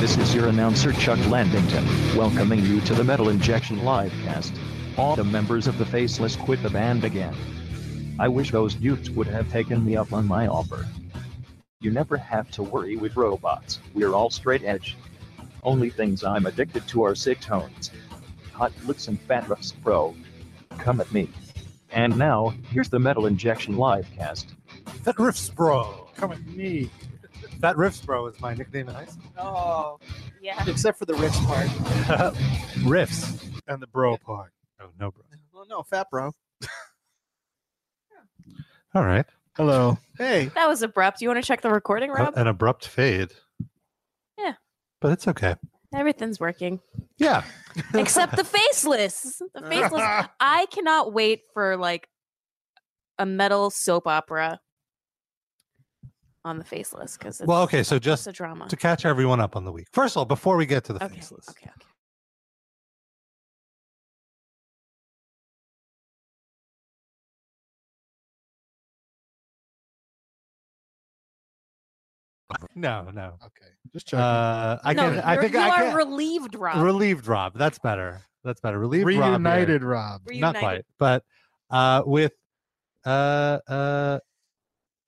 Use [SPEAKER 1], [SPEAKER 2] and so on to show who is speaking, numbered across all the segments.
[SPEAKER 1] This is your announcer Chuck Landington, welcoming you to the Metal Injection Livecast. All the members of the Faceless quit the band again. I wish those dupes would have taken me up on my offer. You never have to worry with robots, we're all straight edge. Only things I'm addicted to are sick tones, hot licks and fat riffs pro. Come at me. And now, here's the Metal Injection Livecast.
[SPEAKER 2] Fat Riffs Bro. Come at me. Fat Riffs Bro is my nickname in high school.
[SPEAKER 3] Oh, yeah.
[SPEAKER 4] except for the riffs part.
[SPEAKER 2] Riffs and the bro part. Oh, no, bro.
[SPEAKER 4] Well, no, fat bro.
[SPEAKER 2] All right.
[SPEAKER 5] Hello.
[SPEAKER 4] Hey,
[SPEAKER 3] That was abrupt. You want to check the recording,
[SPEAKER 2] A-
[SPEAKER 3] Rob?
[SPEAKER 2] An abrupt fade.
[SPEAKER 3] Yeah.
[SPEAKER 2] But it's okay.
[SPEAKER 3] Everything's working
[SPEAKER 2] Yeah.
[SPEAKER 3] except the faceless. The faceless. I cannot wait for like a metal soap opera on the faceless because it's
[SPEAKER 2] well, okay. So
[SPEAKER 3] just
[SPEAKER 2] just
[SPEAKER 3] a drama.
[SPEAKER 2] to catch everyone up on the week. First of all, before we get to the
[SPEAKER 3] Okay,
[SPEAKER 2] faceless,
[SPEAKER 3] okay, okay.
[SPEAKER 2] no, no.
[SPEAKER 5] Okay. Just checking.
[SPEAKER 2] Uh, I
[SPEAKER 3] no,
[SPEAKER 2] can. I
[SPEAKER 3] you're-
[SPEAKER 2] think
[SPEAKER 3] you
[SPEAKER 2] I
[SPEAKER 3] are
[SPEAKER 2] can.
[SPEAKER 3] relieved, Rob.
[SPEAKER 2] relieved, Rob. That's better. That's better. Relieved, Rob here.
[SPEAKER 5] Reunited Rob.
[SPEAKER 3] Reunited.
[SPEAKER 2] Not quite, but uh, with uh, uh,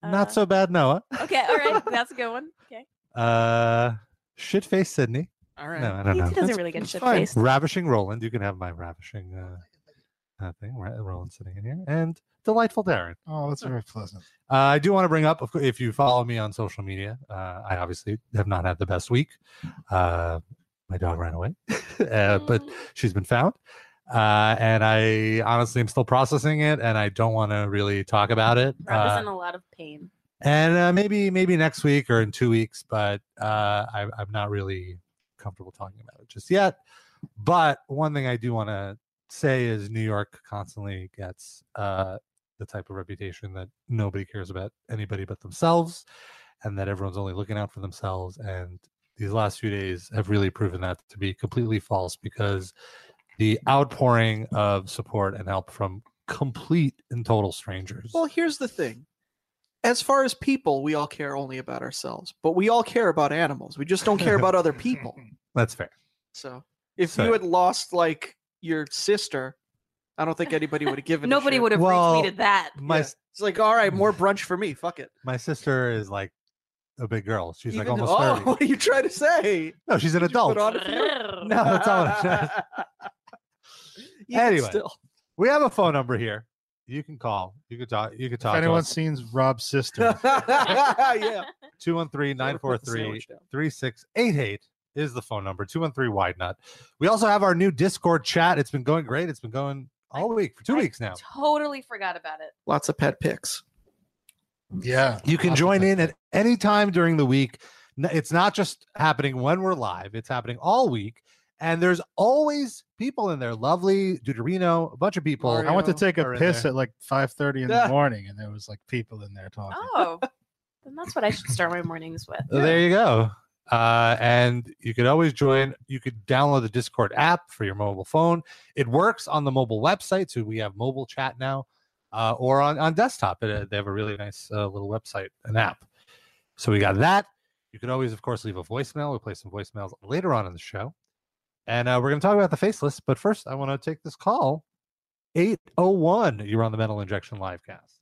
[SPEAKER 3] Uh,
[SPEAKER 2] not so bad Noah,
[SPEAKER 3] Okay, all right. That's a good one. Okay.
[SPEAKER 2] uh, shit face Sydney.
[SPEAKER 4] all
[SPEAKER 2] No,
[SPEAKER 4] right.
[SPEAKER 2] I don't
[SPEAKER 3] He
[SPEAKER 2] know.
[SPEAKER 3] does a
[SPEAKER 2] That's-
[SPEAKER 3] really good
[SPEAKER 2] that's
[SPEAKER 3] shit
[SPEAKER 2] fine.
[SPEAKER 3] face.
[SPEAKER 2] Ravishing Roland. You can have my ravishing uh, uh, thing. Ra- Roland sitting in here, and delightful Darren.
[SPEAKER 5] Oh, that's very pleasant.
[SPEAKER 2] Uh, I do want to bring up, of cour- if you follow me on social media, uh, I obviously have not had the best week. Uh, my dog ran away, uh, but she's been found. Uh, and I honestly am still processing it, and I don't want to really talk about it.
[SPEAKER 3] Rob is
[SPEAKER 2] Uh,
[SPEAKER 3] in a lot of pain.
[SPEAKER 2] and uh, maybe maybe next week or in two weeks, but uh, I, I'm not really comfortable talking about it just yet. But one thing I do want to say is New York constantly gets uh, the type of reputation that nobody cares about anybody but themselves, and that everyone's only looking out for themselves. And these last few days have really proven that to be completely false because the outpouring of support and help from complete and total strangers.
[SPEAKER 4] Well, here's the thing. As far as people, we all care only about ourselves, but we all care about animals. We just don't care about other people.
[SPEAKER 2] That's fair.
[SPEAKER 4] So if
[SPEAKER 2] So-
[SPEAKER 4] you had lost like your sister, I don't think anybody would have given.
[SPEAKER 3] Nobody would have
[SPEAKER 2] Well,
[SPEAKER 3] retweeted that.
[SPEAKER 2] My
[SPEAKER 4] Yeah. It's like, all right, more brunch for me. Fuck it.
[SPEAKER 2] my sister is like a big girl. She's like
[SPEAKER 4] Even-
[SPEAKER 2] almost
[SPEAKER 4] oh,
[SPEAKER 2] 30.
[SPEAKER 4] what are you trying to say?
[SPEAKER 2] No, she's an
[SPEAKER 4] Did you put
[SPEAKER 2] adult.
[SPEAKER 4] on a few?
[SPEAKER 2] No, that's all I'm trying.
[SPEAKER 4] Yeah,
[SPEAKER 2] Anyway.
[SPEAKER 4] still.
[SPEAKER 2] We have a phone number here. You can call. You can talk. You can
[SPEAKER 5] If
[SPEAKER 2] talk.
[SPEAKER 5] anyone's seen Rob's sister,
[SPEAKER 4] yeah.
[SPEAKER 2] 213 943
[SPEAKER 4] Sandwich down.
[SPEAKER 2] 3688 is the phone number. 213 Wide Nut. We also have our new Discord chat. It's been going great. It's been going all week for two
[SPEAKER 3] I
[SPEAKER 2] weeks now.
[SPEAKER 3] Totally forgot about it.
[SPEAKER 4] Lots of pet pics.
[SPEAKER 5] yeah,
[SPEAKER 2] You can
[SPEAKER 5] Lots of
[SPEAKER 2] join
[SPEAKER 5] pet
[SPEAKER 2] in at any time during the week. N- It's not just happening when we're live, it's happening all week. And there's always people in there. Lovely, Deuterino, a bunch of people.
[SPEAKER 5] I went to
[SPEAKER 4] Mario
[SPEAKER 5] take a
[SPEAKER 2] are in
[SPEAKER 5] piss
[SPEAKER 2] there.
[SPEAKER 5] at like 5:30 in
[SPEAKER 4] Yeah.
[SPEAKER 5] the morning, and there was like people in there talking.
[SPEAKER 3] Oh, then that's what I should start my mornings with.
[SPEAKER 2] Well, There you go. Uh, and you could always join. You could download the Discord app for your mobile phone. It works on the mobile website, so we have mobile chat now, uh, or on on desktop. It, uh, they have a really nice uh, little website, an app. So we got that. You could always, of course, leave a voicemail. We'll play some voicemails later on in the show, and uh, we're going to talk about the faceless. But first, I want to take this call. Eight oh one. You're on the Metal Injection livecast.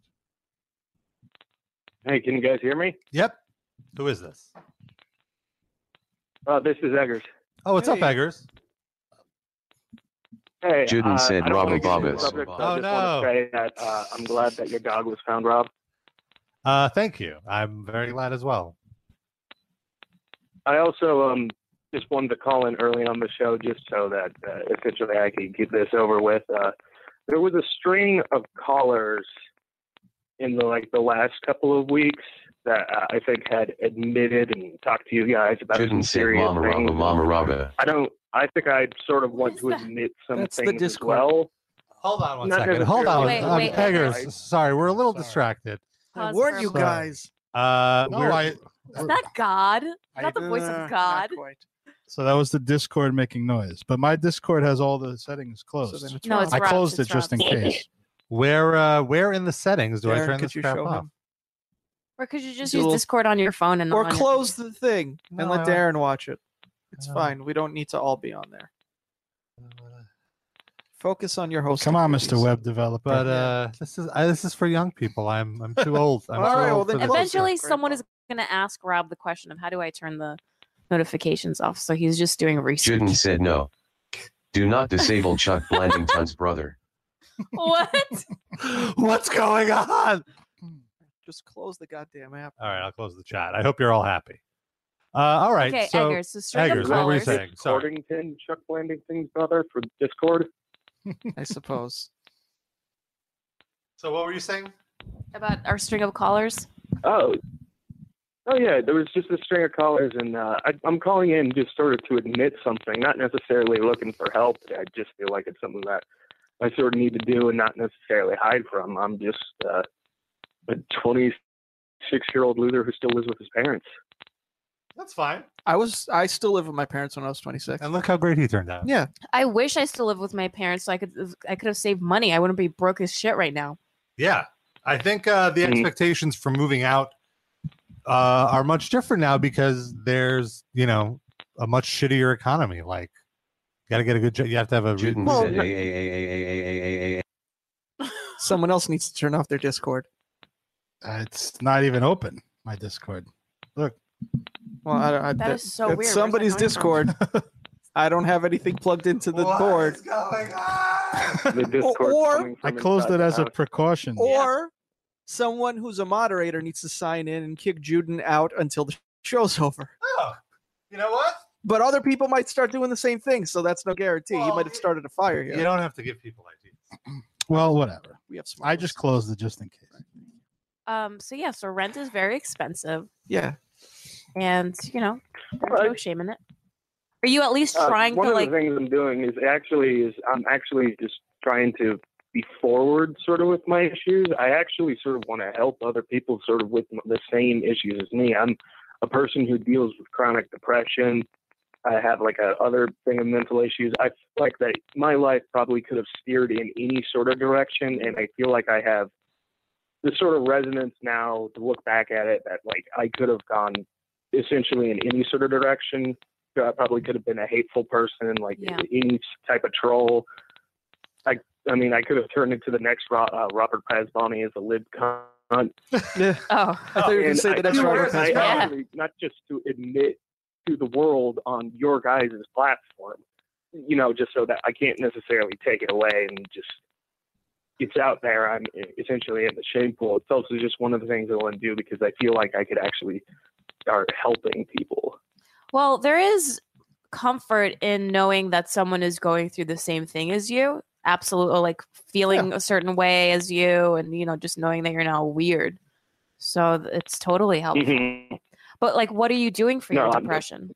[SPEAKER 6] Hey, can you guys hear me?
[SPEAKER 2] Yep. Who is this?
[SPEAKER 6] Uh, this is Eggers.
[SPEAKER 2] Oh, what's up,
[SPEAKER 4] Hey.
[SPEAKER 2] Eggers?
[SPEAKER 6] Hey,
[SPEAKER 7] Juden
[SPEAKER 6] uh,
[SPEAKER 7] said
[SPEAKER 6] I don't
[SPEAKER 7] Rob
[SPEAKER 6] wanna get into
[SPEAKER 7] Ababis.
[SPEAKER 6] subjects, I
[SPEAKER 2] Oh,
[SPEAKER 6] just wanna
[SPEAKER 2] no.
[SPEAKER 6] say that uh, I'm glad that your dog was found, Rob.
[SPEAKER 2] Uh, thank you. I'm very glad as well.
[SPEAKER 6] I also um, just wanted to call in early on the show just so that uh, essentially I could get this over with. Uh, there was a string of callers in the like the last couple of weeks that uh, I think had admitted and talked to you guys about some
[SPEAKER 7] Juden said
[SPEAKER 6] serious
[SPEAKER 7] Mama
[SPEAKER 6] things.
[SPEAKER 7] Raba, Mama Raba.
[SPEAKER 6] I don't. I think I sort of want
[SPEAKER 3] What
[SPEAKER 6] to
[SPEAKER 3] is that?
[SPEAKER 6] admit some
[SPEAKER 4] That's the
[SPEAKER 6] things as
[SPEAKER 4] Discord.
[SPEAKER 6] well.
[SPEAKER 2] Hold on one
[SPEAKER 6] Not
[SPEAKER 2] second. Hold on.
[SPEAKER 3] necessarily. Wait,
[SPEAKER 2] um,
[SPEAKER 3] wait,
[SPEAKER 2] Eggers,
[SPEAKER 6] Eggers.
[SPEAKER 2] sorry, we're a little
[SPEAKER 5] Sorry.
[SPEAKER 2] distracted.
[SPEAKER 4] I
[SPEAKER 3] Pause for
[SPEAKER 4] warned
[SPEAKER 3] a
[SPEAKER 4] you
[SPEAKER 3] moment.
[SPEAKER 4] guys.
[SPEAKER 2] Uh,
[SPEAKER 5] No,
[SPEAKER 2] we're-
[SPEAKER 5] I,
[SPEAKER 3] Is that God? Is
[SPEAKER 5] I-
[SPEAKER 3] that the voice of
[SPEAKER 4] Not
[SPEAKER 3] God?
[SPEAKER 4] quite.
[SPEAKER 5] so that was the Discord making noise, but my Discord has all the settings
[SPEAKER 4] So then
[SPEAKER 5] closed.
[SPEAKER 4] it's
[SPEAKER 3] No,
[SPEAKER 4] Rob.
[SPEAKER 3] it's
[SPEAKER 5] I
[SPEAKER 3] Rob's,
[SPEAKER 5] closed it
[SPEAKER 3] it's
[SPEAKER 5] just in
[SPEAKER 3] Rob's.
[SPEAKER 5] case.
[SPEAKER 2] where uh, where in the settings do I
[SPEAKER 4] Darren,
[SPEAKER 2] turn
[SPEAKER 4] could
[SPEAKER 2] this
[SPEAKER 4] you
[SPEAKER 2] crap
[SPEAKER 4] show
[SPEAKER 2] off?
[SPEAKER 4] him?
[SPEAKER 3] Or could you just
[SPEAKER 4] Dual-
[SPEAKER 3] use Discord on your phone and not
[SPEAKER 4] or
[SPEAKER 3] on your-
[SPEAKER 4] close the thing
[SPEAKER 2] No,
[SPEAKER 4] and let
[SPEAKER 2] I-
[SPEAKER 4] Darren watch it. It's
[SPEAKER 2] Oh.
[SPEAKER 4] fine. We don't need to all be on there. Focus on your host.
[SPEAKER 5] Come on, Mr. Web Developer.
[SPEAKER 2] But uh, this is I, this is for young people. I'm I'm too old. I'm
[SPEAKER 4] All
[SPEAKER 2] too
[SPEAKER 4] right, well,
[SPEAKER 2] old
[SPEAKER 4] then
[SPEAKER 2] for this
[SPEAKER 4] close
[SPEAKER 2] stuff.
[SPEAKER 4] it.
[SPEAKER 3] Eventually,
[SPEAKER 4] Great
[SPEAKER 3] someone
[SPEAKER 4] point.
[SPEAKER 3] is going to ask Rob the question of how do I turn the notifications off? So he's just doing research.
[SPEAKER 7] Jidden said no. Do not disable Chuck Blandington's brother.
[SPEAKER 3] What?
[SPEAKER 2] What's going on?
[SPEAKER 4] Just close the goddamn app.
[SPEAKER 2] All right, I'll close the chat. I hope you're all happy. Uh, all right.
[SPEAKER 3] okay,
[SPEAKER 2] so
[SPEAKER 3] Eggers. So straight
[SPEAKER 2] Eggers,
[SPEAKER 3] up
[SPEAKER 2] what were you
[SPEAKER 3] callers.
[SPEAKER 2] saying? Sorry.
[SPEAKER 6] Cordington, Chuck Blandington's brother for Discord.
[SPEAKER 4] I suppose.
[SPEAKER 2] so what were you saying?
[SPEAKER 3] about our string of callers.
[SPEAKER 6] Oh, oh yeah. There was just a string of callers, and uh, I, I'm calling in just sort of to admit something, not necessarily looking for help. I just feel like it's something that I sort of need to do and not necessarily hide from. I'm just uh, a 26 year old loser who still lives with his parents.
[SPEAKER 2] That's fine.
[SPEAKER 4] I was. I still live with my parents when I was 26.
[SPEAKER 2] And look how great he turned out.
[SPEAKER 4] yeah,
[SPEAKER 3] I wish I still lived with my parents, so I could uh, I could have saved money. I wouldn't be broke as shit right now.
[SPEAKER 2] Yeah. I think uh, the
[SPEAKER 6] Mhm.
[SPEAKER 2] expectations for moving out uh, are much different now because there's, you know, a much shittier economy. Like, you got to get a good job. You have to have a. re-
[SPEAKER 7] Jidden
[SPEAKER 4] Well,
[SPEAKER 7] said
[SPEAKER 4] no-
[SPEAKER 7] "Ay, ay, ay, ay, ay, ay, ay, ay, ay, ay."
[SPEAKER 4] someone else needs to turn off their Discord.
[SPEAKER 5] Uh, it's not even open, my Discord.
[SPEAKER 4] Well, I don't. I,
[SPEAKER 3] That is so
[SPEAKER 4] it's
[SPEAKER 3] weird. Where's that
[SPEAKER 4] Somebody's
[SPEAKER 3] coming from?
[SPEAKER 4] Discord. I don't have anything plugged into the board.
[SPEAKER 2] going on?
[SPEAKER 6] The Discord
[SPEAKER 4] or-
[SPEAKER 6] coming
[SPEAKER 5] I
[SPEAKER 6] from
[SPEAKER 5] closed
[SPEAKER 6] inside
[SPEAKER 5] it
[SPEAKER 6] the
[SPEAKER 5] as a
[SPEAKER 6] house.
[SPEAKER 5] precaution.
[SPEAKER 4] Or someone who's a moderator needs to sign in and kick Juden out until the show's over.
[SPEAKER 2] Oh, you know what?
[SPEAKER 4] But other people might start doing the same thing, so that's no guarantee. he
[SPEAKER 2] Well,
[SPEAKER 4] might have
[SPEAKER 2] you-
[SPEAKER 4] started a fire here.
[SPEAKER 2] You don't have to give people ideas.
[SPEAKER 5] Well, whatever.
[SPEAKER 4] we have
[SPEAKER 5] I
[SPEAKER 4] smart
[SPEAKER 5] just
[SPEAKER 4] listeners.
[SPEAKER 5] closed it just in case.
[SPEAKER 3] Um. So yeah. So rent is very expensive,
[SPEAKER 4] yeah.
[SPEAKER 3] and you know, there's
[SPEAKER 6] But-
[SPEAKER 3] no shame in it. Are you at least
[SPEAKER 6] Uh,
[SPEAKER 3] trying
[SPEAKER 6] one
[SPEAKER 3] to
[SPEAKER 6] of
[SPEAKER 3] like?
[SPEAKER 6] the things I'm doing is actually is I'm actually just trying to be forward sort of with my issues. I actually sort of want to help other people sort of with the same issues as me. I'm a person who deals with chronic depression. I have like a other thing of mental issues. I feel like that my life probably could have steered in any sort of direction, and I feel like I have the sort of resonance now to look back at it that like I could have gone essentially in any sort of direction. I probably could have been a hateful person, like
[SPEAKER 3] Yeah.
[SPEAKER 6] any type of troll. I, I mean, I could have turned into the next Ro- uh, Robert Pasbani as a lib cunt.
[SPEAKER 4] Yeah.
[SPEAKER 3] Oh,
[SPEAKER 4] I thought you were going to
[SPEAKER 6] And
[SPEAKER 4] say
[SPEAKER 6] I-
[SPEAKER 4] the next
[SPEAKER 2] you
[SPEAKER 4] round
[SPEAKER 2] were,
[SPEAKER 4] of
[SPEAKER 6] I
[SPEAKER 2] that's
[SPEAKER 4] fast-
[SPEAKER 2] right.
[SPEAKER 6] actually- not just to admit to the world on your guys' platform, you know, just so that I can't necessarily take it away and just it's out there. I'm essentially in the shame pool. It's also just one of the things I want to do because I feel like I could actually start helping people.
[SPEAKER 3] well, there is comfort in knowing that someone is going through the same thing as you. Absolutely, like feeling a certain way as you, and you know, just knowing that you're not weird. So th- it's totally helpful.
[SPEAKER 6] Mm-hmm.
[SPEAKER 3] But like, what are you doing for
[SPEAKER 6] No,
[SPEAKER 3] your
[SPEAKER 6] I'm-
[SPEAKER 3] depression?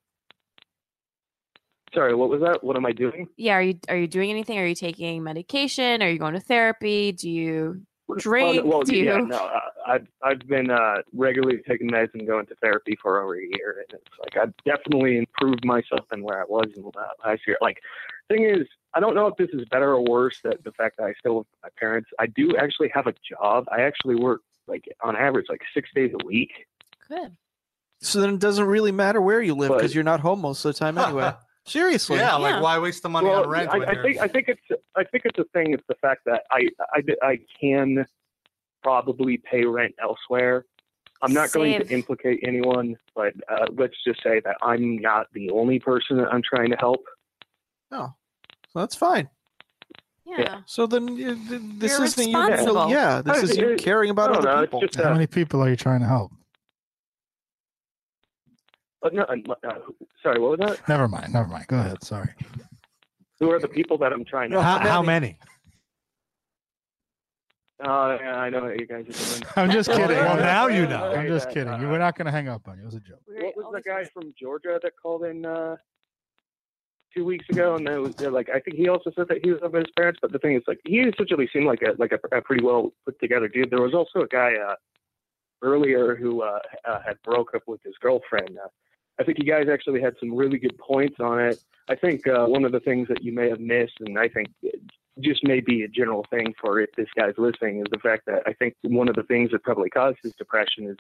[SPEAKER 6] Sorry, what was that? What am I doing? Oh,
[SPEAKER 3] yeah are you are you doing anything are you taking medication are you going to therapy do you
[SPEAKER 6] Well,
[SPEAKER 3] drink
[SPEAKER 6] well,
[SPEAKER 3] do you
[SPEAKER 6] yeah, no, uh, I, I've I've been uh, regularly taking meds and going to therapy for over a year, and it's like I've definitely improved myself than where I was in the last year. Like, thing is, I don't know if this is better or worse that the fact that I still live with my parents. I do actually have a job. I actually work like on average like six days a week.
[SPEAKER 3] good
[SPEAKER 4] So then it doesn't really matter where you live because
[SPEAKER 6] But-
[SPEAKER 4] you're not home most of the time anyway. Seriously.
[SPEAKER 2] yeah,
[SPEAKER 3] Yeah.
[SPEAKER 2] like why waste the money
[SPEAKER 6] well,
[SPEAKER 2] on rent?
[SPEAKER 6] I,
[SPEAKER 2] when
[SPEAKER 6] I
[SPEAKER 2] you're-
[SPEAKER 6] think I think it's I think it's a thing. It's the fact that I I, I can probably pay rent elsewhere. I'm not going
[SPEAKER 3] Save.
[SPEAKER 6] to implicate anyone, but uh, let's just say that I'm not the only person that I'm trying to help.
[SPEAKER 4] So that's fine.
[SPEAKER 3] yeah,
[SPEAKER 4] So then you, th- this
[SPEAKER 3] You're
[SPEAKER 4] isn't you.
[SPEAKER 3] responsible.
[SPEAKER 4] Yeah, this
[SPEAKER 6] I-
[SPEAKER 4] is you
[SPEAKER 6] it-
[SPEAKER 4] caring
[SPEAKER 6] I
[SPEAKER 4] about
[SPEAKER 6] don't
[SPEAKER 4] other
[SPEAKER 6] know.
[SPEAKER 4] people.
[SPEAKER 6] It's just
[SPEAKER 5] How
[SPEAKER 6] uh,
[SPEAKER 5] many people are you trying to help?
[SPEAKER 6] uh, no, uh, uh, sorry. What was that?
[SPEAKER 5] Never mind. Never mind. Go ahead. Sorry.
[SPEAKER 6] Who are the people that I'm trying to?
[SPEAKER 2] how,
[SPEAKER 6] help?
[SPEAKER 2] how many?
[SPEAKER 6] Uh, yeah, I know what you guys are doing.
[SPEAKER 5] I'm just kidding.
[SPEAKER 2] Well, now you know.
[SPEAKER 5] I'm just kidding. You were not going to hang up on you. It was a joke.
[SPEAKER 3] We're
[SPEAKER 6] What was
[SPEAKER 3] always-
[SPEAKER 6] the guy from Georgia that called in uh, two weeks ago? And then was they're like, I think he also said that he was up with his parents. But the thing is, like, he essentially seemed like a like a, a pretty well put together dude. There was also a guy uh, earlier who uh, uh, had broke up with his girlfriend. Uh, I think you guys actually had some really good points on it. I think uh, one of the things that you may have missed, and I think it just may be a general thing for if this guy's listening, is the fact that I think one of the things that probably caused his depression is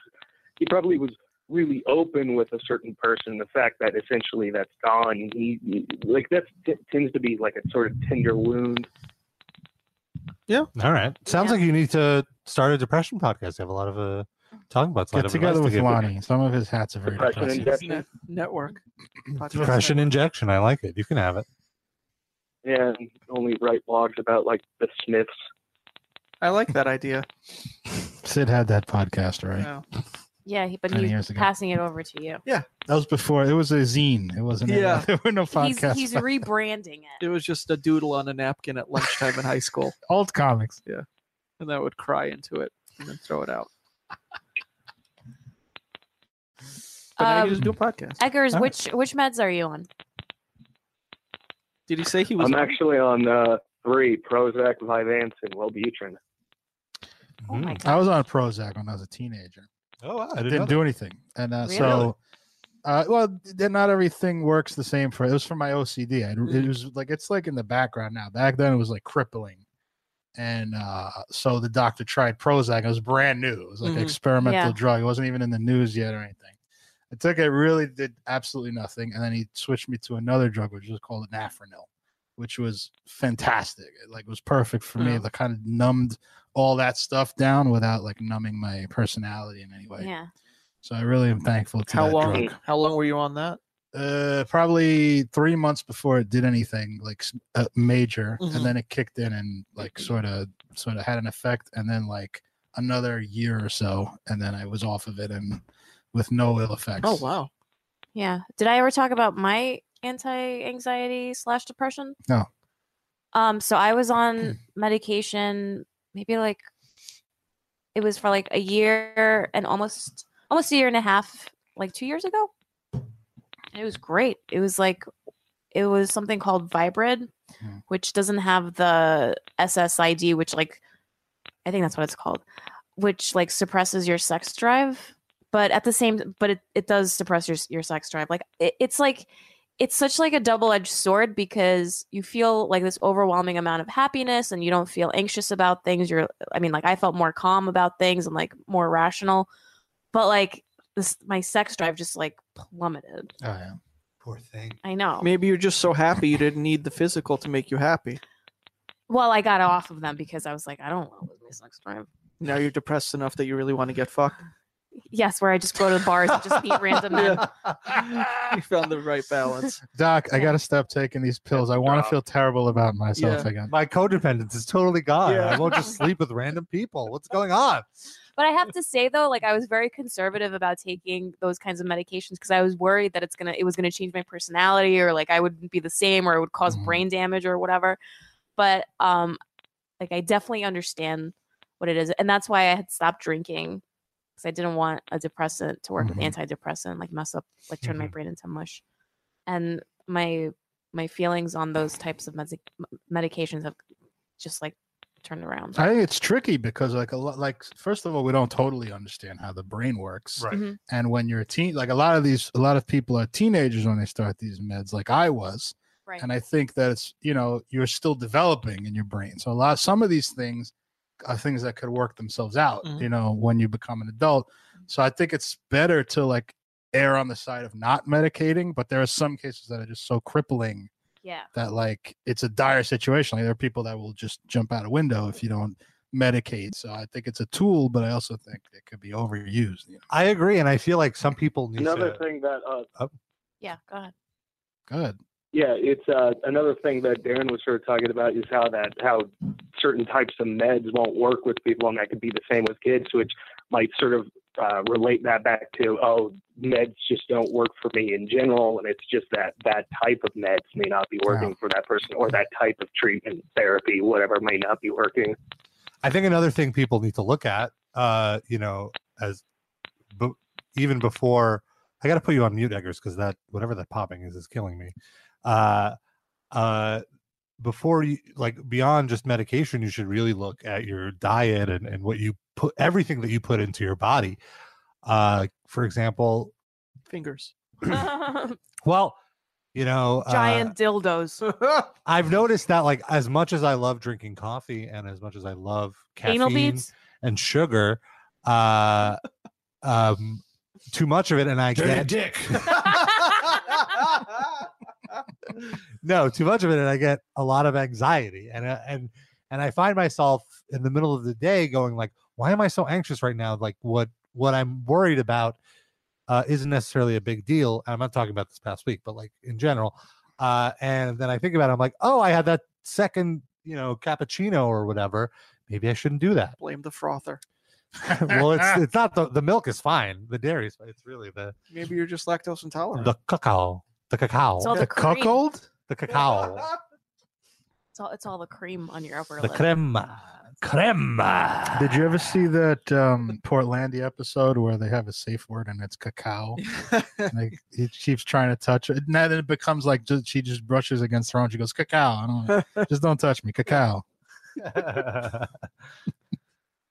[SPEAKER 6] he probably was really open with a certain person, the fact that essentially that's gone, he, he- like that t- tends to be like a sort of tender wound.
[SPEAKER 2] All right. Sounds
[SPEAKER 3] Yeah.
[SPEAKER 2] like you need to start a depression podcast. You have a lot of uh, talking about.
[SPEAKER 5] Get together with Lonnie. Some of his hats are very
[SPEAKER 6] Depression
[SPEAKER 5] depressing.
[SPEAKER 6] injection.
[SPEAKER 4] Net- network. Podcast
[SPEAKER 2] Depression injection. I like it. You can have it.
[SPEAKER 6] And only write blogs about like the Smiths.
[SPEAKER 4] I like that idea.
[SPEAKER 5] Sid had that podcast, right?
[SPEAKER 4] Yeah.
[SPEAKER 3] Yeah, he, but
[SPEAKER 5] Many
[SPEAKER 3] he's
[SPEAKER 5] years ago.
[SPEAKER 3] passing it over to you.
[SPEAKER 5] That was before. It was a zine. It wasn't. any-
[SPEAKER 4] Yeah.
[SPEAKER 5] there were no
[SPEAKER 3] He's
[SPEAKER 5] podcasts.
[SPEAKER 3] he's rebranding
[SPEAKER 4] It
[SPEAKER 3] it.
[SPEAKER 4] was just a doodle on a napkin at lunchtime in high school,
[SPEAKER 5] Old comics.
[SPEAKER 4] and I would cry into it and then throw it out. But now you
[SPEAKER 3] Um,
[SPEAKER 4] just do a podcast.
[SPEAKER 3] Eggers,
[SPEAKER 2] All right.
[SPEAKER 3] which which meds are you on?
[SPEAKER 4] Did he say he was?
[SPEAKER 6] I'm
[SPEAKER 4] on-
[SPEAKER 6] actually on uh, three Prozac, Vyvanse, and Wellbutrin.
[SPEAKER 3] Oh my
[SPEAKER 5] I
[SPEAKER 3] god.
[SPEAKER 5] was on Prozac when I was a teenager.
[SPEAKER 2] Oh, wow. I
[SPEAKER 5] It
[SPEAKER 2] didn't,
[SPEAKER 5] didn't
[SPEAKER 2] do
[SPEAKER 5] do anything, and uh,
[SPEAKER 3] Really?
[SPEAKER 5] so. Uh, well, then not everything works the same for it. was for my OCD. I,
[SPEAKER 3] Mm.
[SPEAKER 5] It was like it's like in the background now. Back then, it was like crippling, and uh, so the doctor tried Prozac. It was brand new. It was like
[SPEAKER 4] Mhm.
[SPEAKER 5] an experimental
[SPEAKER 3] Yeah.
[SPEAKER 5] drug. It wasn't even in the news yet or anything. I took it. Really did absolutely nothing. And then he switched me to another drug, which was called Anafrenil, which was fantastic. It like was perfect for me.
[SPEAKER 4] Yeah.
[SPEAKER 5] That kind of numbed all that stuff down without like numbing my personality in any way.
[SPEAKER 3] Yeah.
[SPEAKER 5] So I really am thankful to
[SPEAKER 4] How
[SPEAKER 5] that
[SPEAKER 4] long?
[SPEAKER 5] drug.
[SPEAKER 4] How long were you on that?
[SPEAKER 5] Uh, probably three months before it did anything like s- uh, major,
[SPEAKER 4] Mhm.
[SPEAKER 5] and then it kicked in and like
[SPEAKER 4] Mm-hmm.
[SPEAKER 5] sort of sort of had an effect, and then like another year or so, and then I was off of it and with no ill effects.
[SPEAKER 4] Oh wow!
[SPEAKER 3] Yeah. Did I ever talk about my anti-anxiety slash depression?
[SPEAKER 5] No. Hmm.
[SPEAKER 3] Um. So I was on medication, maybe like it was for like a year and almost almost a year and a half, like two years ago. And it was great. It was like it was something called Vibrid,
[SPEAKER 5] Hmm.
[SPEAKER 3] which doesn't have the SSID, which like I think that's what it's called, which like suppresses your sex drive. But at the same, but it, it does suppress your your sex drive. Like it, it's like it's such like a double edged sword because you feel like this overwhelming amount of happiness and you don't feel anxious about things. You're I mean like I felt more calm about things and like more rational, but like this my sex drive just like plummeted.
[SPEAKER 5] Oh, yeah.
[SPEAKER 2] Poor
[SPEAKER 4] Mm.
[SPEAKER 2] thing.
[SPEAKER 3] I know.
[SPEAKER 4] Maybe you're just so happy you didn't need the physical to make you happy.
[SPEAKER 3] Well, I got off of them because I was like, I don't want to lose my sex drive.
[SPEAKER 4] Now you're depressed enough that you really want to get fucked.
[SPEAKER 3] Yes, where I just go to bars and just meet random men.
[SPEAKER 4] you found the right balance.
[SPEAKER 5] Doc, I gotta stop taking these pills. I want to
[SPEAKER 6] Doc.
[SPEAKER 5] feel terrible about myself again.
[SPEAKER 2] My codependence is totally gone.
[SPEAKER 4] Yeah.
[SPEAKER 2] I won't just sleep with random people. What's going on?
[SPEAKER 3] But I have to say though, like I was very conservative about taking those kinds of medications because I was worried that it's gonna it was gonna change my personality or like I wouldn't be the same or it would because
[SPEAKER 5] Mhm.
[SPEAKER 3] brain damage or whatever. But um like I definitely understand what it is. And that's why I had stopped drinking because I didn't want a depressant to work with
[SPEAKER 5] Mhm.
[SPEAKER 3] antidepressant, like mess up like turn my brain into mush. And my my feelings on those types of medic medications have just like turned around.
[SPEAKER 5] I think it's tricky because like a lot like first of all, we don't totally understand how the brain works.
[SPEAKER 2] Right.
[SPEAKER 3] Mhm.
[SPEAKER 5] And when you're a teen like a lot of these a lot of people are teenagers when they start these meds, like I was.
[SPEAKER 3] Right.
[SPEAKER 5] And I think that it's you know, you're still developing in your brain. So a lot some of these things are things that could work themselves out,
[SPEAKER 4] Mhm.
[SPEAKER 5] you know, when you become an adult.
[SPEAKER 3] Mm-hmm.
[SPEAKER 5] So I think it's better to like err on the side of not medicating, but there are some cases that are just so crippling
[SPEAKER 3] yeah.
[SPEAKER 5] that like it's a dire situation. Like there are people that will just jump out a window if you don't medicate. So I think it's a tool, but I also think it could be overused. You know,
[SPEAKER 2] I agree. And I feel like some people need
[SPEAKER 6] Another
[SPEAKER 2] to.
[SPEAKER 6] thing that uh,
[SPEAKER 3] Yeah, go ahead.
[SPEAKER 5] good.
[SPEAKER 6] Yeah, it's uh, another thing that Darren was sort of talking about is how that how certain types of meds won't work with people, and that could be the same with kids, which might sort of uh, relate that back to oh, meds just don't work for me in general, and it's just that that type of meds may not be working for that person, or that type of treatment therapy, whatever may not be working.
[SPEAKER 2] I think another thing people need to look at, uh, you know, as but even before I got to put you on mute, Eggers, because that whatever that popping is is killing me. Uh, uh, before you like beyond just medication, you should really look at your diet and and what you put everything that you put into your body. Uh, for example,
[SPEAKER 4] Fingers.
[SPEAKER 2] Uh, well, you know, uh,
[SPEAKER 3] Giant dildos.
[SPEAKER 2] I've noticed that like as much as I love drinking coffee and as much as I love caffeine,
[SPEAKER 3] Anal beads.
[SPEAKER 2] and sugar. Uh, um, too much of it, and I
[SPEAKER 8] Dirty
[SPEAKER 2] get
[SPEAKER 8] dick.
[SPEAKER 2] no too much of it and i get a lot of anxiety and I- and and i find myself in the middle of the day going like why am i so anxious right now like what what i'm worried about uh isn't necessarily a big deal and i'm not talking about this past week but like in general uh and then i think about it i'm like oh i had that second you know cappuccino or whatever maybe i shouldn't do that
[SPEAKER 4] Blame the frother.
[SPEAKER 2] well it's it's not the the milk is fine the dairy is fine. it's really the
[SPEAKER 4] Maybe you're just lactose intolerant.
[SPEAKER 2] the cacao the cacao
[SPEAKER 3] It's all the
[SPEAKER 5] the
[SPEAKER 3] cream.
[SPEAKER 5] cuckold?
[SPEAKER 2] the cacao
[SPEAKER 3] It's all, it's all the cream on your upper
[SPEAKER 2] the
[SPEAKER 3] lip.
[SPEAKER 2] crema crema
[SPEAKER 5] Did you ever see that um, Portlandia episode where they have a safe word and it's cacao? And they, he keeps trying to touch it. Now then it becomes like just, she just brushes against her own. She goes, cacao. I don't, just don't touch me. Cacao.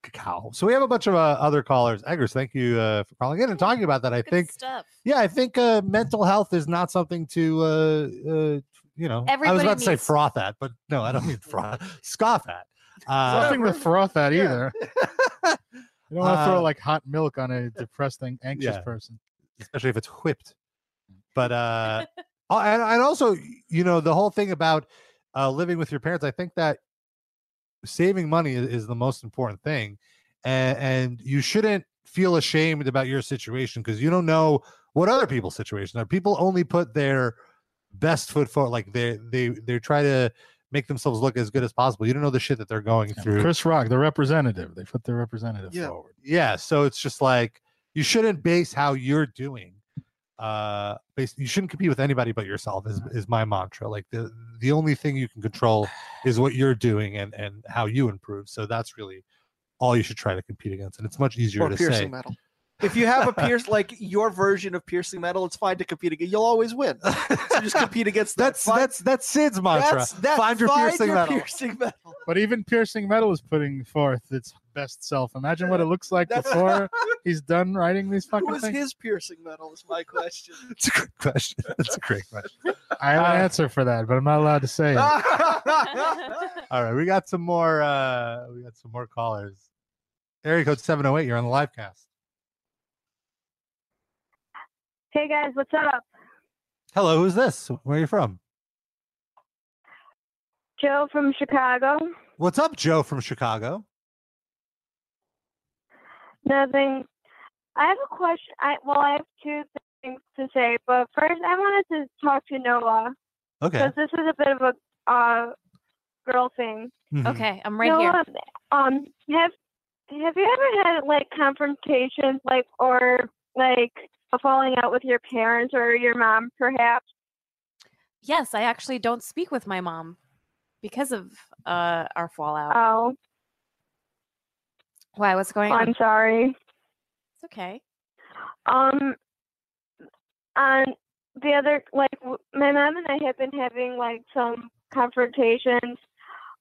[SPEAKER 2] Cacao. So we have a bunch of uh, other callers. Eggers, thank you uh, for calling in and talking about that. I
[SPEAKER 3] Good
[SPEAKER 2] think,
[SPEAKER 3] stuff.
[SPEAKER 2] yeah, I think uh, mental health is not something to, uh, uh, you know, I was
[SPEAKER 3] Everybody
[SPEAKER 2] about to say
[SPEAKER 3] needs-
[SPEAKER 2] froth at, but no, I don't mean froth, scoff at. Uh,
[SPEAKER 5] Nothing to froth at
[SPEAKER 4] Yeah.
[SPEAKER 5] either. You don't want to
[SPEAKER 2] Uh,
[SPEAKER 5] throw like hot milk on a depressed, ang- anxious
[SPEAKER 2] Yeah.
[SPEAKER 5] person.
[SPEAKER 2] especially if it's whipped. But uh, oh, and, and also, you know, the whole thing about uh, living with your parents, I think that saving money is, is the most important thing, and, and you shouldn't feel ashamed about your situation because you don't know what other people's situations are. People only put their best foot forward, like they they they try to make themselves look as good as possible. You don't know the shit that they're going
[SPEAKER 5] Yeah,
[SPEAKER 2] through.
[SPEAKER 5] Chris Rock, the representative. They put their representative
[SPEAKER 4] Yeah.
[SPEAKER 5] forward.
[SPEAKER 2] yeah so it's just like you shouldn't base how you're doing uh based you shouldn't compete with anybody but yourself is, is my mantra like the the only thing you can control is what you're doing and and how you improve so that's really all you should try to compete against and it's much easier
[SPEAKER 4] or
[SPEAKER 2] to
[SPEAKER 4] piercing
[SPEAKER 2] say
[SPEAKER 4] metal. If you have a pierce like your version of piercing metal, it's fine to compete against. You'll always win. So just compete against that.
[SPEAKER 2] that's
[SPEAKER 4] Find-
[SPEAKER 2] that's that's sid's mantra
[SPEAKER 4] that's-
[SPEAKER 2] find your piercing metal.
[SPEAKER 4] piercing metal.
[SPEAKER 5] But even piercing metal is putting forth its best self. Imagine what it looks like before he's done writing these
[SPEAKER 4] Who
[SPEAKER 5] fucking
[SPEAKER 4] is
[SPEAKER 5] things.
[SPEAKER 4] his piercing metal? Is my question.
[SPEAKER 2] that's a good question that's a great question
[SPEAKER 5] I have an
[SPEAKER 2] Uh,
[SPEAKER 5] answer for that, but I'm not allowed to say it.
[SPEAKER 2] all right we got some more uh we got some more callers area code 708 you're on the live cast
[SPEAKER 9] Hey guys, what's up?
[SPEAKER 2] hello who's this where are you from
[SPEAKER 9] Joe from Chicago.
[SPEAKER 2] what's up joe from chicago
[SPEAKER 9] Nothing. I have a question. I well, I have two things to say, but first I wanted to talk to Noah
[SPEAKER 2] okay
[SPEAKER 9] because this is a bit of a uh, girl thing.
[SPEAKER 2] Mhm.
[SPEAKER 3] Okay, I'm right here.
[SPEAKER 9] Noah, um, have have you ever had like confrontations, like or like a falling out with your parents or your mom, perhaps?
[SPEAKER 3] Yes, I actually don't speak with my mom because of uh, our fallout.
[SPEAKER 9] Oh,
[SPEAKER 3] Why? What's going on?
[SPEAKER 9] I'm sorry.
[SPEAKER 3] It's okay.
[SPEAKER 9] Um, and the other, like, w- my mom and I have been having like some confrontations,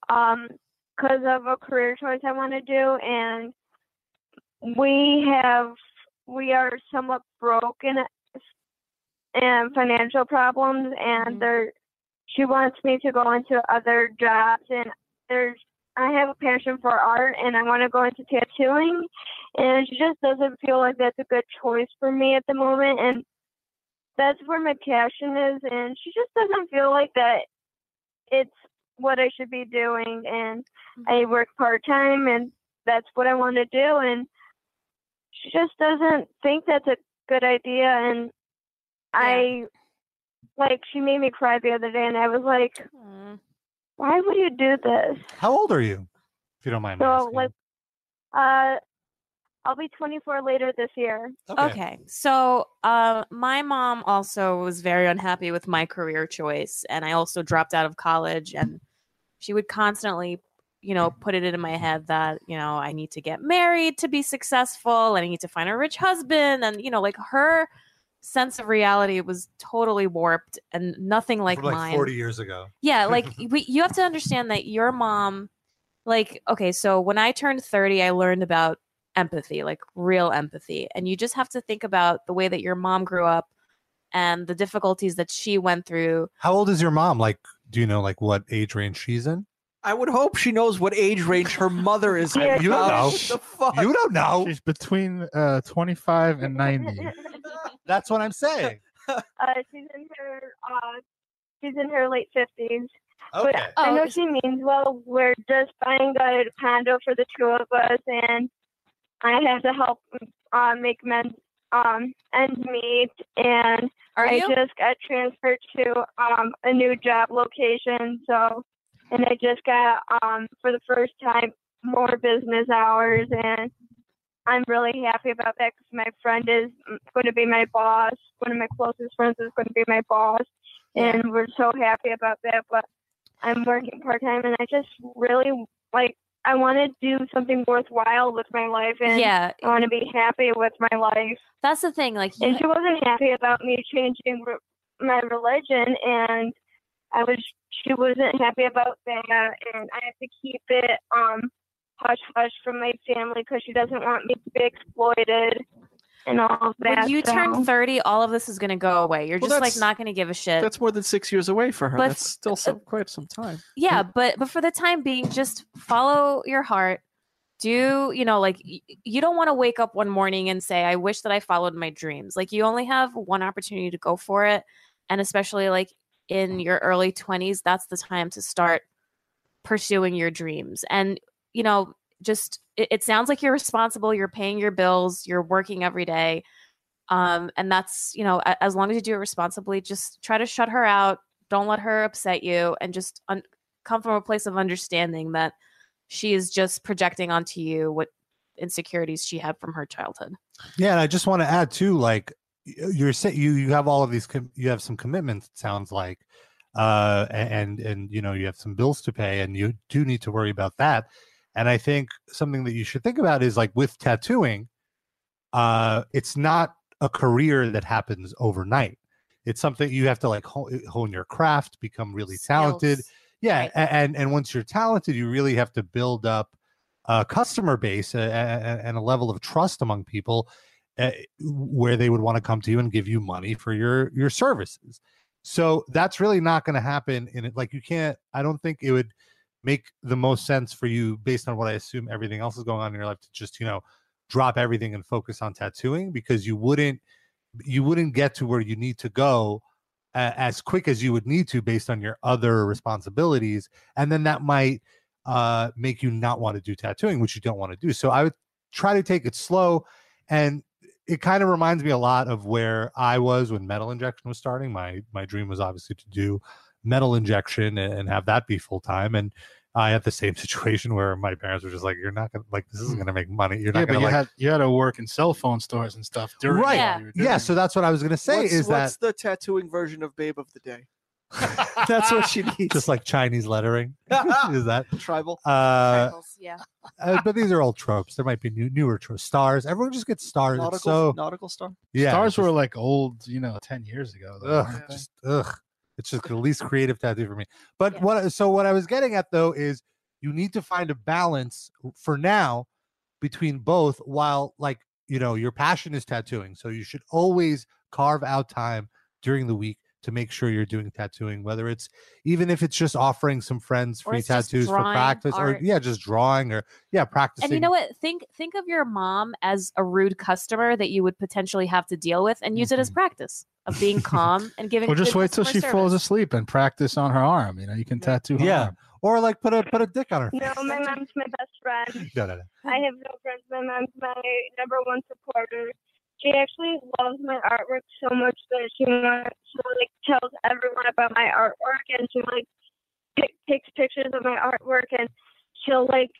[SPEAKER 9] um, because of a career choice I want to do, and we have we are somewhat broken uh, and financial problems, and
[SPEAKER 3] Mhm.
[SPEAKER 9] there she wants me to go into other jobs, and there's I have a passion for art, and I want to go into tattooing, and she just doesn't feel like that's a good choice for me at the moment and that's where my passion is and she just doesn't feel like that it's what I should be doing and I work part time and that's what I want to do and she just doesn't think that's a good idea and I like she made me cry the other day and I was like
[SPEAKER 3] Mm.
[SPEAKER 9] why would you do this
[SPEAKER 2] How old are you? If you don't mind. me
[SPEAKER 9] so
[SPEAKER 2] asking.
[SPEAKER 9] like uh I'll be 24 later this year
[SPEAKER 3] Okay. So, uh, my mom also was very unhappy with my career choice, and I also dropped out of college. And she would constantly, you know, put it into my head that you know I need to get married to be successful, and I need to find a rich husband, and you know, like her sense of reality was totally warped and nothing like,
[SPEAKER 2] From like
[SPEAKER 3] mine.
[SPEAKER 2] 40 years ago.
[SPEAKER 3] Yeah, like we, you have to understand that your mom, like, okay, so when I turned 30, I learned about empathy, like real empathy. And you just have to think about the way that your mom grew up and the difficulties that she went through.
[SPEAKER 2] How old is your mom? Like, do you know like what age range she's in?
[SPEAKER 4] I would hope she knows what age range her mother is.
[SPEAKER 9] Yeah,
[SPEAKER 4] in.
[SPEAKER 2] You don't
[SPEAKER 4] What
[SPEAKER 2] know.
[SPEAKER 4] The fuck?
[SPEAKER 2] You don't know.
[SPEAKER 5] She's between uh, 25 and 90.
[SPEAKER 2] That's what I'm saying.
[SPEAKER 9] uh, she's in her uh, she's in her late fifties.
[SPEAKER 2] Okay.
[SPEAKER 9] I know
[SPEAKER 3] Oh,
[SPEAKER 9] she means well. We're just buying a condo for the two of us, and I have to help uh, make men um ends meet. And
[SPEAKER 3] are
[SPEAKER 9] I
[SPEAKER 3] you?
[SPEAKER 9] just got transferred to um a new job location, so and I just got um for the first time more business hours and. I'm really happy about that because my friend is going to be my boss. One of my closest friends is going to be my boss, and we're so happy about that. But I'm working part time, and I just really like I want to do something worthwhile with my life, and
[SPEAKER 3] Yeah,
[SPEAKER 9] I want to be happy with my life.
[SPEAKER 3] that's the thing. Like, you-
[SPEAKER 9] And she wasn't happy about me changing re- my religion, and I was she wasn't happy about that, and I have to keep it um hush hush from my family because she doesn't want me to be exploited and all of that.
[SPEAKER 3] when you
[SPEAKER 9] so-
[SPEAKER 3] turn 30, all of this is going to go away. You're
[SPEAKER 4] Well,
[SPEAKER 3] just like
[SPEAKER 4] that's-
[SPEAKER 3] not going to give a shit.
[SPEAKER 4] That's more than six years away for her.
[SPEAKER 3] But-
[SPEAKER 4] That's still some, quite some time.
[SPEAKER 3] yeah but but for the time being just follow your heart do you know like y- you don't want to wake up one morning and say i wish that i followed my dreams like you only have one opportunity to go for it and especially like in your early 20s that's the time to start pursuing your dreams and you know just it, it sounds like you're responsible you're paying your bills you're working every day um and that's you know a- as long as you do it responsibly just try to shut her out don't let her upset you and just un- come from a place of understanding that she is just projecting onto you what insecurities she had from her childhood
[SPEAKER 2] Yeah, and I just want to add too, like y- you're saying, you you have all of these, com- you have some commitments. It sounds like, uh, a- and and you know you have some bills to pay, and you do need to worry about that. And I think something that you should think about is like with tattooing, uh, it's not a career that happens overnight. It's something you have to like ho- hone your craft, become really talented,
[SPEAKER 3] Skills.
[SPEAKER 2] yeah
[SPEAKER 3] Right.
[SPEAKER 2] a- and and once you're talented you really have to build up a customer base a- a- a- and a level of trust among people uh, where they would want to come to you and give you money for your your services so that's really not going to happen in it like you can't i don't think it would make the most sense for you based on what i assume everything else is going on in your life to just you know drop everything and focus on tattooing because you wouldn't you wouldn't get to where you need to go uh, as quick as you would need to based on your other responsibilities and then that might uh, make you not want to do tattooing which you don't want to do so i would try to take it slow and it kind of reminds me a lot of where i was when metal injection was starting my my dream was obviously to do metal injection and, and have that be full time and i had the same situation where my parents were just like you're not gonna like this isn't gonna make money you're not
[SPEAKER 5] Hmm. Yeah, but
[SPEAKER 2] gonna
[SPEAKER 5] you
[SPEAKER 2] like
[SPEAKER 5] had you had to work in cell phone stores and stuff during
[SPEAKER 2] Right.
[SPEAKER 5] while
[SPEAKER 3] Yeah.
[SPEAKER 5] you were doing
[SPEAKER 2] yeah so that's what i was gonna say
[SPEAKER 4] what's,
[SPEAKER 2] is that
[SPEAKER 4] what's the tattooing version of Babe of the Day? That's what she needs.
[SPEAKER 2] just like chinese lettering is that
[SPEAKER 4] tribal.
[SPEAKER 2] uh
[SPEAKER 3] yeah
[SPEAKER 2] uh, but these are old tropes. There might be new, newer tropes. Stars. Everyone just gets stars.
[SPEAKER 4] Nautical,
[SPEAKER 2] It's so
[SPEAKER 4] nautical star.
[SPEAKER 2] yeah,
[SPEAKER 5] stars
[SPEAKER 2] just-
[SPEAKER 5] were like old, you know, ten years ago. though,
[SPEAKER 2] ugh,
[SPEAKER 5] weren't they?
[SPEAKER 2] just ugh. It's just the least creative tattoo for me. But
[SPEAKER 3] Yeah.
[SPEAKER 2] what? So what I was getting at though is you need to find a balance for now between both. While like you know your passion is tattooing, so you should always carve out time during the week to make sure you're doing tattooing. Whether it's even if it's just offering some friends
[SPEAKER 3] Or
[SPEAKER 2] free
[SPEAKER 3] it's just
[SPEAKER 2] tattoos for
[SPEAKER 3] drawing,
[SPEAKER 2] practice, or
[SPEAKER 3] art.
[SPEAKER 2] yeah, just drawing or yeah, practicing.
[SPEAKER 3] and you know what think think of your mom as a rude customer that you would potentially have to deal with and use it as practice of being calm and giving
[SPEAKER 5] Or Mm-hmm. just
[SPEAKER 3] good
[SPEAKER 5] wait till she
[SPEAKER 3] customer
[SPEAKER 5] falls
[SPEAKER 3] service.
[SPEAKER 5] asleep and practice on her arm. You know, you can tattoo her
[SPEAKER 2] Yeah.
[SPEAKER 5] arm.
[SPEAKER 2] or like put a put a dick on her.
[SPEAKER 9] No, my mom's my best friend.
[SPEAKER 2] No, no, no.
[SPEAKER 9] I have no friends. My mom's my number one supporter. She actually loves my artwork so much that she wants, she like tells everyone about my artwork, and she like pic- takes pictures of my artwork, and she'll like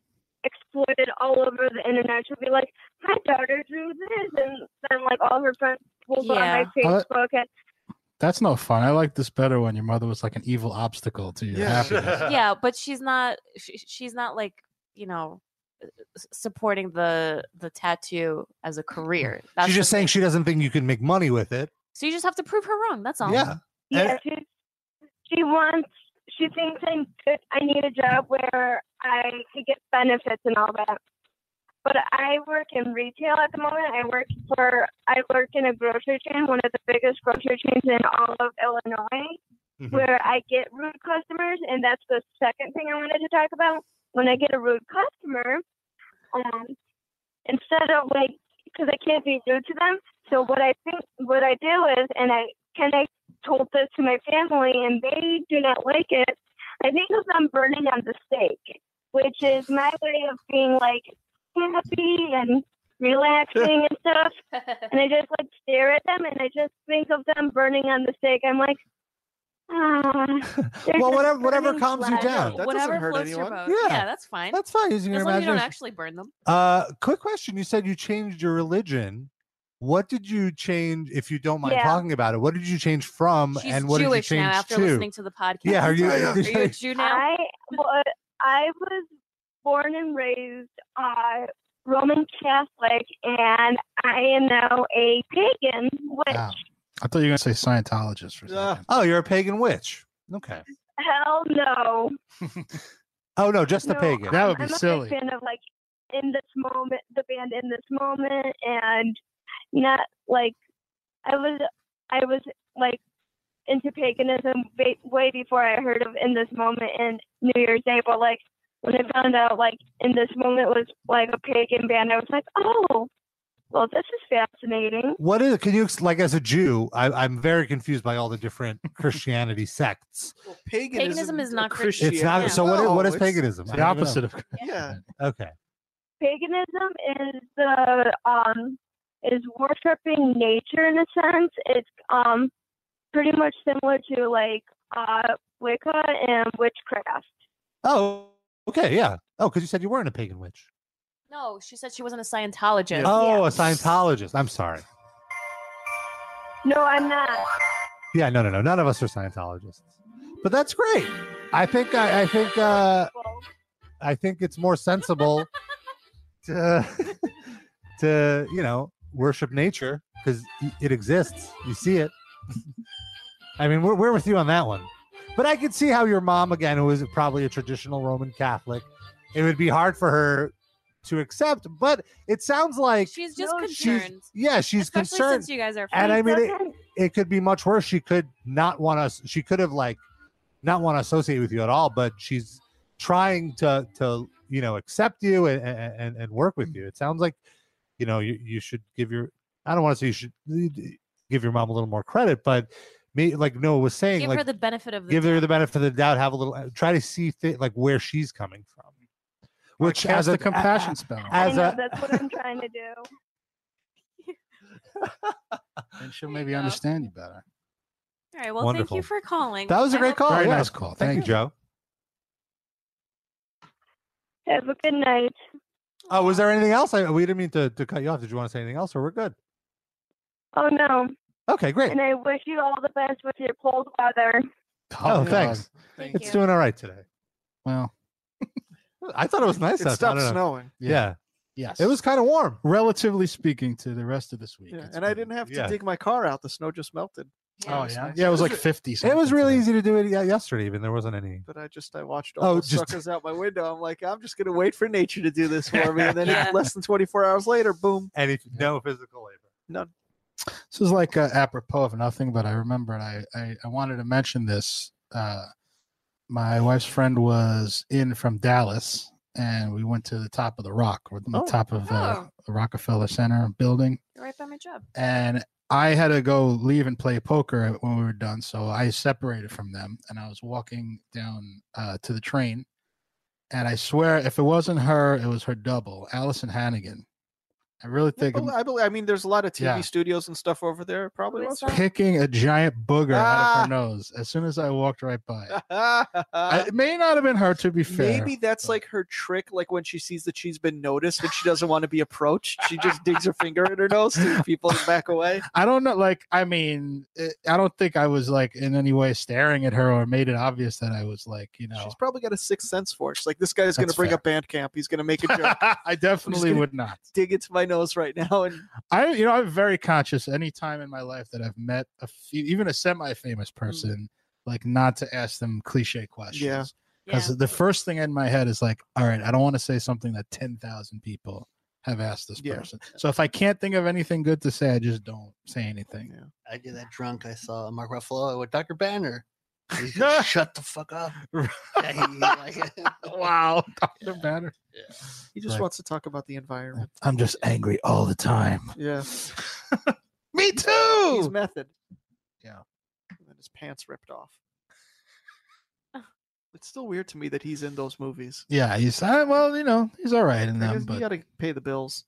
[SPEAKER 9] exploit it all over the internet. She'll be like, "My daughter drew this," and then like all her friends will go on my
[SPEAKER 5] Yeah. Uh,
[SPEAKER 9] Facebook, and
[SPEAKER 5] That's no fun. I like this better when your mother was like an evil obstacle to your
[SPEAKER 4] Yeah.
[SPEAKER 5] happiness.
[SPEAKER 3] yeah but she's not sh she's not like you know uh, s- supporting the the tattoo as a career that's
[SPEAKER 2] She's just
[SPEAKER 3] the
[SPEAKER 2] saying
[SPEAKER 3] thing.
[SPEAKER 2] she doesn't think you can make money with it.
[SPEAKER 3] so you just have to prove her wrong that's all
[SPEAKER 2] Yeah.
[SPEAKER 9] Yeah,
[SPEAKER 2] And-
[SPEAKER 9] she, she wants. She thinks I could, I need a job where I could get benefits and all that. But I work in retail at the moment. I work for I work in a grocery chain, one of the biggest grocery chains in all of Illinois.
[SPEAKER 2] Mhm.
[SPEAKER 9] where I get rude customers, and that's the second thing I wanted to talk about. When I get a rude customer, um, instead of like, because I can't be rude to them, so what I think, what I do is, and I can I told this to my family, and they do not like it. I think of them burning on the stake, which is my way of being like happy and relaxing and stuff and I just like stare at them and I just think of them burning on the stake. I'm like, ah. they're
[SPEAKER 2] well,
[SPEAKER 9] just
[SPEAKER 2] whatever whatever
[SPEAKER 9] burning
[SPEAKER 2] calms you
[SPEAKER 9] flesh."
[SPEAKER 2] down.
[SPEAKER 4] That doesn't
[SPEAKER 3] Whatever
[SPEAKER 4] hurt
[SPEAKER 3] floats your
[SPEAKER 4] anyone.
[SPEAKER 3] boat.
[SPEAKER 2] Yeah.
[SPEAKER 3] Yeah. that's fine.
[SPEAKER 2] That's fine using your
[SPEAKER 3] as long as you don't
[SPEAKER 2] imagination.
[SPEAKER 3] actually burn them.
[SPEAKER 2] Uh, quick question. You said you changed your religion. What did you change, if you don't mind
[SPEAKER 9] Yeah.
[SPEAKER 2] talking about it? What did you change from,
[SPEAKER 3] She's
[SPEAKER 2] and what
[SPEAKER 3] Jewish
[SPEAKER 2] did you
[SPEAKER 3] now
[SPEAKER 2] change
[SPEAKER 3] after
[SPEAKER 2] to?
[SPEAKER 3] listening to the podcast.
[SPEAKER 2] yeah, are you?
[SPEAKER 3] Are you a Jew now?
[SPEAKER 9] I wa- I was born and raised uh, Roman Catholic, and I am now a pagan. Which
[SPEAKER 5] Wow. I thought you were gonna say Scientologist for a
[SPEAKER 4] Yeah.
[SPEAKER 5] second.
[SPEAKER 2] oh, you're a pagan witch. Okay.
[SPEAKER 9] hell no.
[SPEAKER 2] Oh no, just a
[SPEAKER 9] No,
[SPEAKER 2] pagan.
[SPEAKER 5] That would be
[SPEAKER 9] I'm
[SPEAKER 5] silly.
[SPEAKER 9] a big fan of like in this moment, the band in this moment, and not like I was I was like into paganism ba- way before I heard of in this moment and New Year's Day, but like when I found out like in this moment was like a pagan band, I was like, oh, well, this is fascinating.
[SPEAKER 2] What is? Can you ex- like as a Jew? I, I'm very confused by all the different Christianity sects.
[SPEAKER 4] Well, paganism,
[SPEAKER 3] Paganism is not Christian.
[SPEAKER 4] Christian.
[SPEAKER 2] It's not.
[SPEAKER 3] Yeah.
[SPEAKER 2] So what? i-
[SPEAKER 4] No,
[SPEAKER 2] what is
[SPEAKER 4] it's-
[SPEAKER 2] paganism?
[SPEAKER 5] It's
[SPEAKER 2] I
[SPEAKER 5] the
[SPEAKER 2] don't even know.
[SPEAKER 5] opposite of
[SPEAKER 4] Yeah.
[SPEAKER 2] Okay.
[SPEAKER 9] paganism is the um is worshiping nature in a sense. It's um pretty much similar to like uh Wicca and witchcraft.
[SPEAKER 2] Oh. Okay. Yeah. Oh, because you said you weren't a pagan witch.
[SPEAKER 3] No, she said she wasn't a Scientologist.
[SPEAKER 2] Oh, a Scientologist. I'm sorry.
[SPEAKER 9] No, I'm not.
[SPEAKER 2] Yeah. No. No. No. None of us are Scientologists. But that's great. I think. I, I think. Uh,
[SPEAKER 9] Well,
[SPEAKER 2] I think it's more sensible to to you know worship nature because it exists. You see it. I mean, we're we're with you on that one, but I could see how your mom, again, who was probably a traditional Roman Catholic, it would be hard for her to accept. But it sounds like
[SPEAKER 3] She's just
[SPEAKER 9] No, she's-
[SPEAKER 3] concerned.
[SPEAKER 2] yeah, she's
[SPEAKER 3] Especially
[SPEAKER 2] concerned.
[SPEAKER 3] since you guys are
[SPEAKER 2] And I
[SPEAKER 3] friends.
[SPEAKER 2] mean, it,
[SPEAKER 9] doesn't-
[SPEAKER 2] it could be much worse. She could not want us. She could have like not want to associate with you at all. But she's trying to to you know accept you and and, and work with you. It sounds like you know you, you should give your. I don't want to say you should give your mom a little more credit, but me like Noah was saying,
[SPEAKER 3] give
[SPEAKER 2] like
[SPEAKER 3] her the benefit of the
[SPEAKER 2] give her the benefit of the doubt. Have a little uh, try to see thi- like where she's coming from. Which
[SPEAKER 5] cast
[SPEAKER 2] as a
[SPEAKER 5] the compassion spell.
[SPEAKER 9] I
[SPEAKER 2] as
[SPEAKER 9] know
[SPEAKER 2] a-
[SPEAKER 9] that's what I'm trying to do.
[SPEAKER 5] and she'll
[SPEAKER 3] There
[SPEAKER 5] maybe
[SPEAKER 3] you go.
[SPEAKER 5] understand you better.
[SPEAKER 3] All right. Well,
[SPEAKER 2] Wonderful.
[SPEAKER 3] thank you for calling.
[SPEAKER 2] that was a
[SPEAKER 3] I
[SPEAKER 2] great
[SPEAKER 3] hope-
[SPEAKER 2] call.
[SPEAKER 5] Very
[SPEAKER 2] yeah.
[SPEAKER 5] nice call.
[SPEAKER 2] Thank you, Joe.
[SPEAKER 9] Have a good night.
[SPEAKER 2] Oh, was there anything else? I, we didn't mean to, to cut you off. Did you want to say anything else, or we're good?
[SPEAKER 9] Oh no.
[SPEAKER 2] Okay, great.
[SPEAKER 9] And I wish you all the best with your cold weather.
[SPEAKER 2] Oh,
[SPEAKER 5] God.
[SPEAKER 2] thanks.
[SPEAKER 4] Thank
[SPEAKER 2] It's
[SPEAKER 3] you.
[SPEAKER 2] doing all right today.
[SPEAKER 5] Well,
[SPEAKER 2] I thought it was nice.
[SPEAKER 4] It
[SPEAKER 2] outside. I
[SPEAKER 4] stopped
[SPEAKER 2] don't know.
[SPEAKER 4] snowing.
[SPEAKER 5] yeah.
[SPEAKER 2] Yeah.
[SPEAKER 5] yes.
[SPEAKER 2] it was kind of warm.
[SPEAKER 5] relatively speaking to the rest of this week.
[SPEAKER 4] Yeah,
[SPEAKER 5] it's
[SPEAKER 4] and I
[SPEAKER 5] been-
[SPEAKER 4] didn't have to
[SPEAKER 2] yeah.
[SPEAKER 4] dig my car out. The snow just melted.
[SPEAKER 5] Oh
[SPEAKER 4] It's
[SPEAKER 5] yeah,
[SPEAKER 4] nice.
[SPEAKER 5] yeah. It was
[SPEAKER 4] It
[SPEAKER 5] like
[SPEAKER 4] was-
[SPEAKER 5] fifty.
[SPEAKER 2] It was
[SPEAKER 5] something
[SPEAKER 2] really
[SPEAKER 5] today.
[SPEAKER 2] easy to do it yeah, yesterday. Even there wasn't any.
[SPEAKER 4] But I just I watched all
[SPEAKER 2] Oh,
[SPEAKER 4] those
[SPEAKER 2] just-
[SPEAKER 4] suckers out my window. I'm like, I'm just gonna wait for nature to do this for me, and then
[SPEAKER 3] Yeah.
[SPEAKER 4] less than 24 hours later, boom.
[SPEAKER 2] Any no physical labor.
[SPEAKER 5] This is like uh, apropos of nothing, but I remember I, I I wanted to mention this. Uh, my wife's friend was in from Dallas, and we went to the top of the Rock, or the
[SPEAKER 4] Oh.
[SPEAKER 5] top of uh,
[SPEAKER 3] Oh.
[SPEAKER 5] the Rockefeller Center building,
[SPEAKER 3] You're right by my job.
[SPEAKER 5] and I had to go leave and play poker when we were done. So I separated from them, and I was walking down uh, to the train, and I swear, if it wasn't her, it was her double, Allison Hannigan. I really think I'm-
[SPEAKER 4] Well, Oh, I, believe, I mean, there's a lot of TV
[SPEAKER 5] Yeah.
[SPEAKER 4] studios and stuff over there. It Probably
[SPEAKER 3] Always
[SPEAKER 4] was.
[SPEAKER 3] sucks.
[SPEAKER 5] picking a giant booger out
[SPEAKER 4] Ah.
[SPEAKER 5] of her nose as soon as I walked right by it. I- it may not have been her, to be fair.
[SPEAKER 4] Maybe that's like her trick. Like when she sees that she's been noticed and she doesn't want to be approached, she just digs her finger in her nose to people to back away.
[SPEAKER 5] I don't know. Like, I mean, it, I don't think I was like in any way staring at her or made it obvious that I was like, you know,
[SPEAKER 4] She's probably got a sixth sense for it. She's like, this guy's going to
[SPEAKER 5] That's
[SPEAKER 4] bring
[SPEAKER 5] fair.
[SPEAKER 4] up Bandcamp. He's going to make a joke.
[SPEAKER 5] I definitely
[SPEAKER 4] gonna-
[SPEAKER 5] would not.
[SPEAKER 4] dig into my nose right now. And
[SPEAKER 5] I, you know, I'm very conscious any time in my life that I've met a few, even a semi famous
[SPEAKER 4] Hmm.
[SPEAKER 5] person, like not to ask them cliche questions.
[SPEAKER 3] Yeah.
[SPEAKER 5] Because the first thing in my head is like, all right, I don't want to say something that 10,000 people have asked this
[SPEAKER 4] Yeah.
[SPEAKER 5] person. So if I can't think of anything good to say, I just don't say anything.
[SPEAKER 8] I did that drunk. I saw Mark Ruffalo with Dr. Banner. He's just, Shut the fuck up. Yeah, he, like,
[SPEAKER 5] wow, Dr. Banner.
[SPEAKER 4] He just
[SPEAKER 5] Right.
[SPEAKER 4] wants to talk about the environment.
[SPEAKER 5] I'm just angry all the time.
[SPEAKER 4] Yeah.
[SPEAKER 5] Me
[SPEAKER 4] He's
[SPEAKER 5] too.
[SPEAKER 4] method.
[SPEAKER 5] Yeah.
[SPEAKER 4] And then his pants ripped off. it's still weird to me that he's in those movies.
[SPEAKER 5] Yeah, he's uh, well, you know, he's all right in
[SPEAKER 4] I
[SPEAKER 5] them,
[SPEAKER 4] guess you
[SPEAKER 5] but
[SPEAKER 4] gotta pay the bills.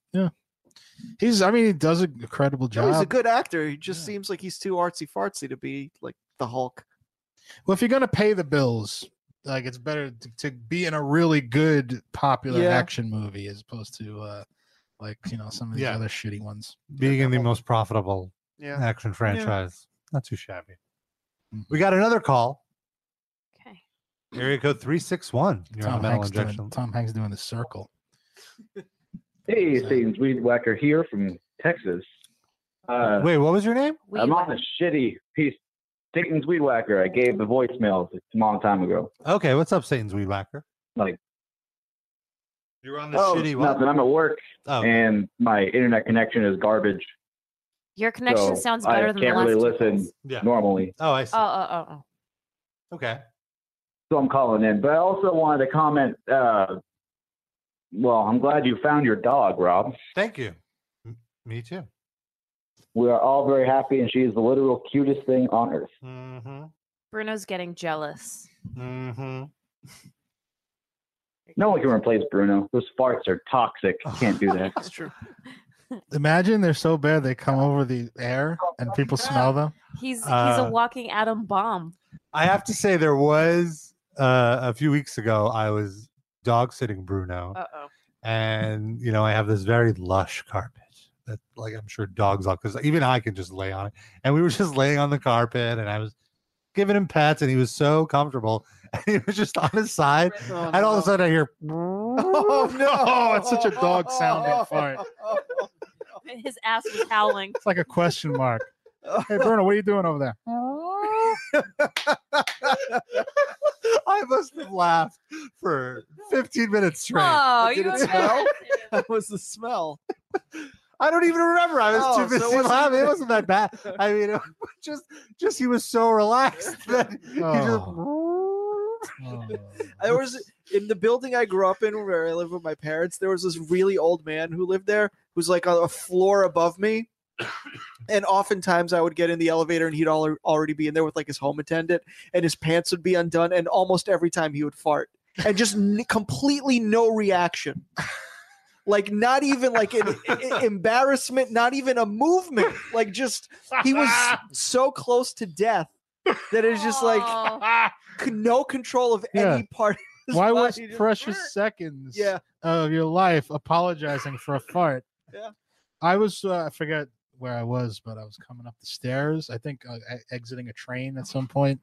[SPEAKER 5] he's. I mean, he does an incredible
[SPEAKER 4] No,
[SPEAKER 5] job.
[SPEAKER 4] he's a good actor. He just
[SPEAKER 5] Yeah.
[SPEAKER 4] seems like he's too artsy fartsy to be like the Hulk.
[SPEAKER 5] well, if you're gonna pay the bills, like it's better to, to be in a really good popular
[SPEAKER 4] Yeah.
[SPEAKER 5] action movie as opposed to uh like you know some of these
[SPEAKER 2] Yeah.
[SPEAKER 5] other shitty ones.
[SPEAKER 2] Being in the most profitable
[SPEAKER 4] Yeah.
[SPEAKER 2] action franchise, not too shabby.
[SPEAKER 5] Mhm.
[SPEAKER 2] We got another call.
[SPEAKER 3] Okay.
[SPEAKER 2] Area code three six one. You're on
[SPEAKER 5] Tom
[SPEAKER 2] metal
[SPEAKER 5] Hanks, doing,
[SPEAKER 2] injection.
[SPEAKER 5] Tom Hanks doing the circle.
[SPEAKER 10] Hey, Satan's Weed Whacker here from Texas. Uh,
[SPEAKER 2] Wait, what was your name?
[SPEAKER 3] We
[SPEAKER 10] I'm on
[SPEAKER 3] went-
[SPEAKER 10] a shitty piece. Satan's Weed Whacker. I gave the voicemail a long time ago.
[SPEAKER 2] Okay, what's up, Satan's weed whacker?
[SPEAKER 10] Like-
[SPEAKER 2] you're on the
[SPEAKER 10] Oh,
[SPEAKER 2] shitty
[SPEAKER 10] nothing.
[SPEAKER 2] one.
[SPEAKER 10] I'm at work
[SPEAKER 2] Oh,
[SPEAKER 10] and my internet connection is garbage.
[SPEAKER 3] Your
[SPEAKER 10] so
[SPEAKER 3] connection sounds
[SPEAKER 10] I
[SPEAKER 3] better than
[SPEAKER 10] can't
[SPEAKER 3] the last
[SPEAKER 10] really
[SPEAKER 3] two
[SPEAKER 10] listen.
[SPEAKER 3] calls.
[SPEAKER 2] yeah.
[SPEAKER 10] Normally,
[SPEAKER 2] Oh, I see.
[SPEAKER 3] Oh, oh, oh, oh.
[SPEAKER 2] okay.
[SPEAKER 10] so I'm calling in. But I also wanted to comment. Uh, well, I'm glad you found your dog, Rob.
[SPEAKER 2] Thank you. M- me too.
[SPEAKER 10] We are all very happy, and she's the literal cutest thing on earth.
[SPEAKER 2] Mm-hmm.
[SPEAKER 3] Bruno's getting jealous.
[SPEAKER 2] Mm-hmm.
[SPEAKER 10] No one can replace Bruno. Those farts are toxic. Can't do that.
[SPEAKER 4] That's true.
[SPEAKER 5] Imagine they're so bad they come over the air and people smell them.
[SPEAKER 3] He's he's
[SPEAKER 2] Uh,
[SPEAKER 3] a walking atom bomb.
[SPEAKER 2] I have to say there was uh, a few weeks ago I was dog sitting Bruno
[SPEAKER 3] Uh oh.
[SPEAKER 2] and you know I have this very lush carpet that like I'm sure dogs love because even I can just lay on it. And we were just laying on the carpet and I was giving him pats and he was so comfortable and he was just on his side. And all of a sudden I hear
[SPEAKER 5] Oh no! It's such a dog sounding fart.
[SPEAKER 3] His ass was howling.
[SPEAKER 5] It's like a question mark. Hey, Bruno, what are you doing over there? "Oh,
[SPEAKER 2] I must have laughed for 15 minutes straight.
[SPEAKER 3] Oh,
[SPEAKER 4] But did
[SPEAKER 3] you
[SPEAKER 4] it
[SPEAKER 3] were
[SPEAKER 4] smell?
[SPEAKER 3] massive.
[SPEAKER 4] that was the smell.
[SPEAKER 2] I don't even remember. I was
[SPEAKER 4] Oh,
[SPEAKER 2] too
[SPEAKER 4] so it
[SPEAKER 2] busy
[SPEAKER 4] wasn't
[SPEAKER 2] laughing. It
[SPEAKER 4] even-
[SPEAKER 2] wasn't that bad. I mean, it was just just he was so relaxed that
[SPEAKER 5] Oh.
[SPEAKER 4] There was in the building I grew up in where I lived with my parents, there was this really old man who lived there who's like on a floor above me. And oftentimes I would get in the elevator and he'd al- already be in there with like his home attendant and his pants would be undone. And almost every time he would fart and just n- completely no reaction. Like not even like an e- embarrassment, not even a movement. Like just he was so close to death that it's just like
[SPEAKER 3] Oh.
[SPEAKER 4] c- no control of
[SPEAKER 5] Yeah.
[SPEAKER 4] any part. Of his
[SPEAKER 5] Why
[SPEAKER 4] body,
[SPEAKER 5] was
[SPEAKER 4] just-
[SPEAKER 5] precious seconds
[SPEAKER 4] Yeah,
[SPEAKER 5] of your life apologizing for a fart?
[SPEAKER 4] Yeah.
[SPEAKER 5] I was, uh, I forget where I was, but I was coming up the stairs. I think uh, e- exiting a train at some point,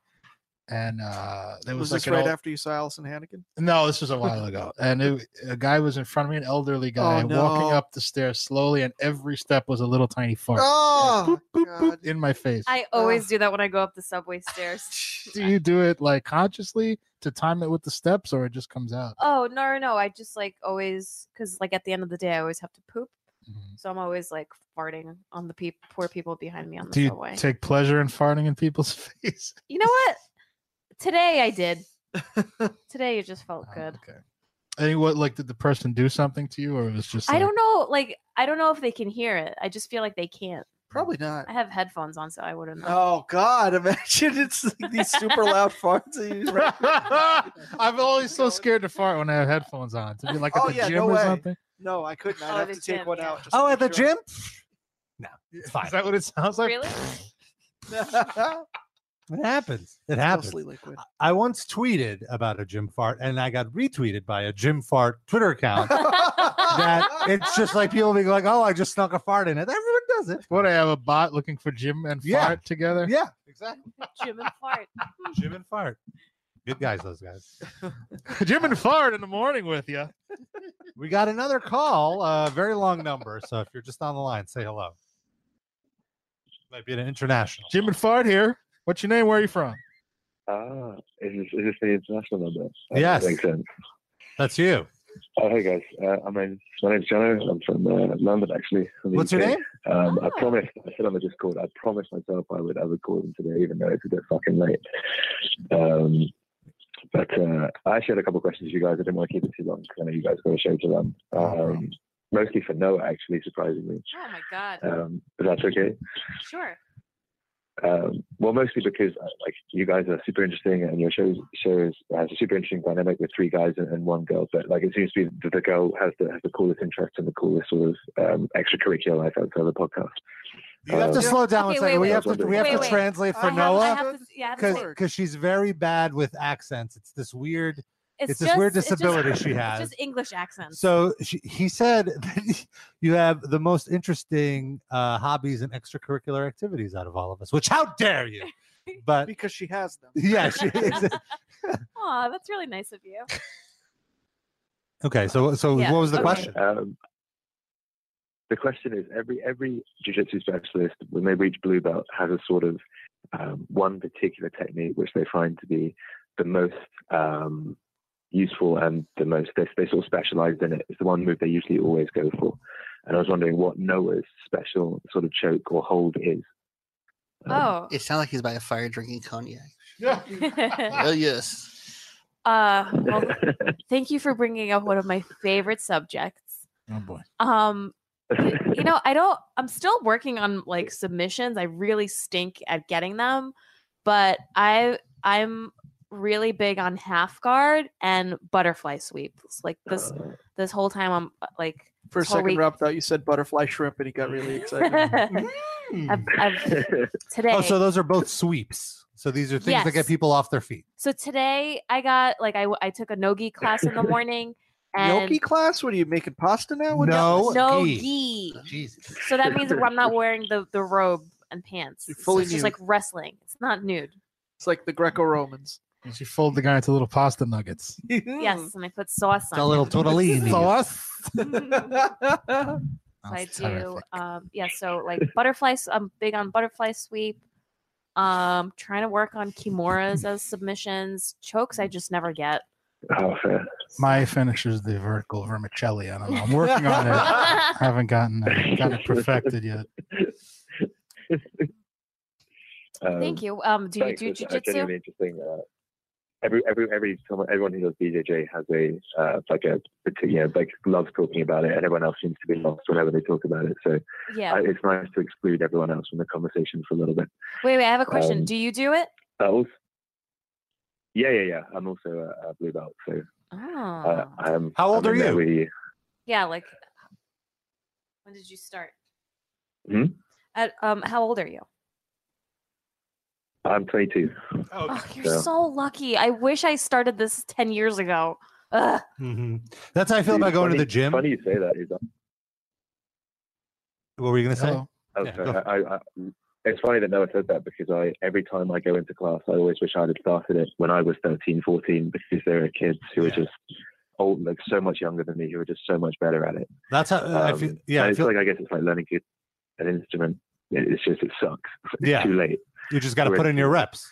[SPEAKER 5] and uh, there was,
[SPEAKER 4] was, this
[SPEAKER 5] like an
[SPEAKER 4] right
[SPEAKER 5] old-
[SPEAKER 4] after you saw Allison Hannigan?
[SPEAKER 5] No, this was a while ago. And it, a guy was in front of me, an elderly guy, walking
[SPEAKER 4] Oh, no.
[SPEAKER 5] up the stairs slowly, and every step was a little tiny fart
[SPEAKER 4] Oh,
[SPEAKER 5] Boop, boop, boop,
[SPEAKER 4] God.
[SPEAKER 5] in my face.
[SPEAKER 3] I always do that when I go up the subway stairs.
[SPEAKER 5] Do you do it like consciously to time it with the steps, or it just comes out?
[SPEAKER 3] Oh no, no, no! I just like always because like at the end of the day, I always have to poop,
[SPEAKER 5] Mm-hmm.
[SPEAKER 3] so I'm always like farting on the pe- poor people behind me on the
[SPEAKER 5] Do you
[SPEAKER 3] subway.
[SPEAKER 5] take pleasure in farting in people's face?
[SPEAKER 3] you know what? Today I did. Today it just felt
[SPEAKER 5] Oh,
[SPEAKER 3] good.
[SPEAKER 5] Okay. And what like did the person do something to you, or it was just?
[SPEAKER 3] I
[SPEAKER 5] like-
[SPEAKER 3] don't know, like I don't know if they can hear it. I just feel like they can't.
[SPEAKER 4] probably not.
[SPEAKER 3] I have headphones on, so I wouldn't know.
[SPEAKER 4] Oh God! Imagine it's like these super loud farts. that you-
[SPEAKER 5] I'm always so scared to fart when I have headphones on. To be like at
[SPEAKER 4] Oh,
[SPEAKER 5] the
[SPEAKER 4] yeah,
[SPEAKER 5] gym
[SPEAKER 4] no
[SPEAKER 5] or
[SPEAKER 4] way.
[SPEAKER 5] something.
[SPEAKER 4] No, I couldn't. I'd
[SPEAKER 3] Oh,
[SPEAKER 4] have
[SPEAKER 3] the
[SPEAKER 4] to take
[SPEAKER 3] gym,
[SPEAKER 4] one
[SPEAKER 3] yeah.
[SPEAKER 4] out. just to
[SPEAKER 2] oh,
[SPEAKER 4] make
[SPEAKER 2] at the
[SPEAKER 4] sure.
[SPEAKER 2] gym. No, it's fine.
[SPEAKER 5] Is that what it sounds like?
[SPEAKER 3] Really?
[SPEAKER 2] It happens. It happens.
[SPEAKER 4] Mostly liquid.
[SPEAKER 2] I once tweeted about a gym fart, and I got retweeted by a gym fart Twitter account. that it's just like people being like, "Oh, I just snuck a fart in it." Everyone does it.
[SPEAKER 5] What I have a bot looking for gym and
[SPEAKER 2] Yeah.
[SPEAKER 5] fart together.
[SPEAKER 2] Yeah, exactly.
[SPEAKER 3] Jim and fart.
[SPEAKER 2] Gym and fart. Good guys, those guys.
[SPEAKER 5] Jim and fart in the morning with you.
[SPEAKER 2] We got another call, a very long number. So if you're just on the line, say hello. Might be an international.
[SPEAKER 5] Jim and fart here. What's your name? Where are you from?
[SPEAKER 6] Ah, is this, is this the international number? Uh,
[SPEAKER 2] Yes.
[SPEAKER 6] Makes sense.
[SPEAKER 2] That's you.
[SPEAKER 6] Oh, hey guys. Uh, I mean, my name's Jono. I'm from uh, London, actually. from the
[SPEAKER 2] What's your
[SPEAKER 6] UK.
[SPEAKER 2] name?
[SPEAKER 11] Um, I promised. I said I would just call. I promised myself I would. I would call them today, even though it's a bit fucking late. Um, but uh, I actually had a couple of questions for you guys. I didn't want to keep it too long because I know you guys got a show to run.
[SPEAKER 2] Oh,
[SPEAKER 11] Um, mostly for Noah, actually, surprisingly.
[SPEAKER 3] Oh my god.
[SPEAKER 11] Um, but that's okay.
[SPEAKER 3] Sure.
[SPEAKER 11] Um, well, mostly because uh, like you guys are super interesting, and your shows shows has a super interesting dynamic with three guys and, and one girl. But like it seems to be that the girl has the has the coolest interest and the coolest sort of um, extracurricular life outside of the podcast.
[SPEAKER 2] You have to
[SPEAKER 11] Um,
[SPEAKER 2] slow down
[SPEAKER 3] Okay,
[SPEAKER 2] a second.
[SPEAKER 3] wait,
[SPEAKER 2] we
[SPEAKER 11] wait.
[SPEAKER 2] have to we have
[SPEAKER 3] Wait,
[SPEAKER 2] to
[SPEAKER 3] wait.
[SPEAKER 2] translate
[SPEAKER 3] I
[SPEAKER 2] for
[SPEAKER 3] have- I
[SPEAKER 2] Noah
[SPEAKER 3] have to- yeah, I have to say-
[SPEAKER 2] because she's very bad with accents. It's this weird. It's, this
[SPEAKER 3] just-
[SPEAKER 2] weird
[SPEAKER 3] it's just-
[SPEAKER 2] disability she
[SPEAKER 3] it's
[SPEAKER 2] has.
[SPEAKER 3] Just English accents.
[SPEAKER 2] So she, he said that you have the most interesting uh, hobbies and extracurricular activities out of all of us. Which how dare you? But
[SPEAKER 4] because she has them.
[SPEAKER 2] yeah, she, exa-
[SPEAKER 3] Aw, that's really nice of you.
[SPEAKER 2] okay. So so
[SPEAKER 3] Yeah,
[SPEAKER 2] what was the
[SPEAKER 3] okay.
[SPEAKER 2] question?
[SPEAKER 11] Um, the question is every every jiu-jitsu specialist when they reach blue belt has a sort of um, one particular technique which they find to be the most um, useful and the most they, they sort of specialize in it. It's the one move they usually always go for. And I was wondering what Noah's special sort of choke or hold is.
[SPEAKER 3] Oh.
[SPEAKER 8] It sounds like he's by a fire drinking cognac.
[SPEAKER 3] uh,
[SPEAKER 8] oh yes.
[SPEAKER 3] well, thank you for bringing up one of my favorite subjects.
[SPEAKER 5] Oh boy.
[SPEAKER 3] Um, you know, I don't. I'm still working on like submissions. I really stink at getting them, but I I'm really big on half guard and butterfly sweeps. Like this
[SPEAKER 2] Uh.
[SPEAKER 3] this whole time, I'm uh, like
[SPEAKER 4] For a
[SPEAKER 3] this whole
[SPEAKER 4] second,
[SPEAKER 3] week-
[SPEAKER 4] Rob thought you said butterfly shrimp, and he got really excited. mm.
[SPEAKER 3] I've, I've, today.
[SPEAKER 2] Oh, so those are both sweeps. So these are things that
[SPEAKER 3] Yes.
[SPEAKER 2] get people off their feet.
[SPEAKER 3] So today I got like I, I took a nogi class in the morning and
[SPEAKER 4] Gnocchi class? What are you making pasta now? What
[SPEAKER 2] No,
[SPEAKER 3] no
[SPEAKER 2] gi.
[SPEAKER 3] gi.
[SPEAKER 2] Jesus.
[SPEAKER 3] So that means I'm not wearing the the robe and pants.
[SPEAKER 4] You're
[SPEAKER 3] So
[SPEAKER 4] fully
[SPEAKER 3] it's just
[SPEAKER 4] nude.
[SPEAKER 3] like wrestling. It's not nude.
[SPEAKER 4] It's like the Greco-Romans.
[SPEAKER 5] And she fold the guy into little pasta nuggets.
[SPEAKER 3] Yes, and I put sauce on.
[SPEAKER 2] It's a little
[SPEAKER 3] it.
[SPEAKER 2] tortellini.
[SPEAKER 5] Sauce.
[SPEAKER 4] That's
[SPEAKER 3] So I
[SPEAKER 5] Sounds
[SPEAKER 3] do.
[SPEAKER 5] terrific.
[SPEAKER 3] Um, yeah. So like butterflies. I'm big on butterfly sweep. Um, trying to work on kimuras as submissions. Chokes I just never get.
[SPEAKER 11] Oh, fair.
[SPEAKER 5] My finish is the vertical vermicelli. I don't know. I'm working on it. I haven't gotten it, gotten it perfected yet.
[SPEAKER 11] Um,
[SPEAKER 3] Thank you. Um, do you
[SPEAKER 11] Thanks,
[SPEAKER 3] do
[SPEAKER 11] it's, uh,
[SPEAKER 3] jujitsu?
[SPEAKER 11] genuinely interesting. Uh, every every every someone, everyone who does BJJ has a uh, like a partic- you know like loves talking about it, and everyone else seems to be lost whenever they talk about it. So
[SPEAKER 3] Yeah.
[SPEAKER 11] uh, it's nice to exclude everyone else from the conversation for a little bit.
[SPEAKER 3] Wait, wait. I have a question.
[SPEAKER 11] um,
[SPEAKER 3] do you do it?
[SPEAKER 11] Uh, also, yeah, yeah, yeah. I'm also a, a blue belt, so
[SPEAKER 3] Oh.
[SPEAKER 11] uh, I'm.
[SPEAKER 2] How old
[SPEAKER 11] I'm
[SPEAKER 2] are
[SPEAKER 11] in there
[SPEAKER 2] you?
[SPEAKER 11] with you?
[SPEAKER 3] Yeah, like when did you start?
[SPEAKER 11] Hmm?
[SPEAKER 3] At um how old are you?
[SPEAKER 11] I'm 22.
[SPEAKER 3] Oh, you're
[SPEAKER 11] Yeah.
[SPEAKER 3] so lucky. I wish I started this 10 years ago. Ugh.
[SPEAKER 2] Mhm. That's how I feel
[SPEAKER 11] Dude,
[SPEAKER 2] about going
[SPEAKER 11] funny,
[SPEAKER 2] to the gym.
[SPEAKER 11] Funny you say that. Is that
[SPEAKER 2] What were you gonna say?
[SPEAKER 5] Hello.
[SPEAKER 11] Oh,
[SPEAKER 2] Yeah,
[SPEAKER 11] sorry.
[SPEAKER 2] go
[SPEAKER 11] I, I, I- it's funny that Noah said that because I every time I go into class, I always wish I'd have started it when I was 13, 14 because there are kids who are
[SPEAKER 2] Yeah.
[SPEAKER 11] just old, like so much younger than me, who are just so much better at it.
[SPEAKER 2] That's how uh, I
[SPEAKER 11] Um,
[SPEAKER 2] feel. Yeah,
[SPEAKER 11] and
[SPEAKER 2] I
[SPEAKER 11] it's
[SPEAKER 2] feel
[SPEAKER 11] like I guess it's like learning to- an instrument. It- It's just it sucks. It's
[SPEAKER 2] Yeah.
[SPEAKER 11] too late.
[SPEAKER 2] you just got to
[SPEAKER 11] we're
[SPEAKER 2] put in your
[SPEAKER 11] into-
[SPEAKER 2] reps.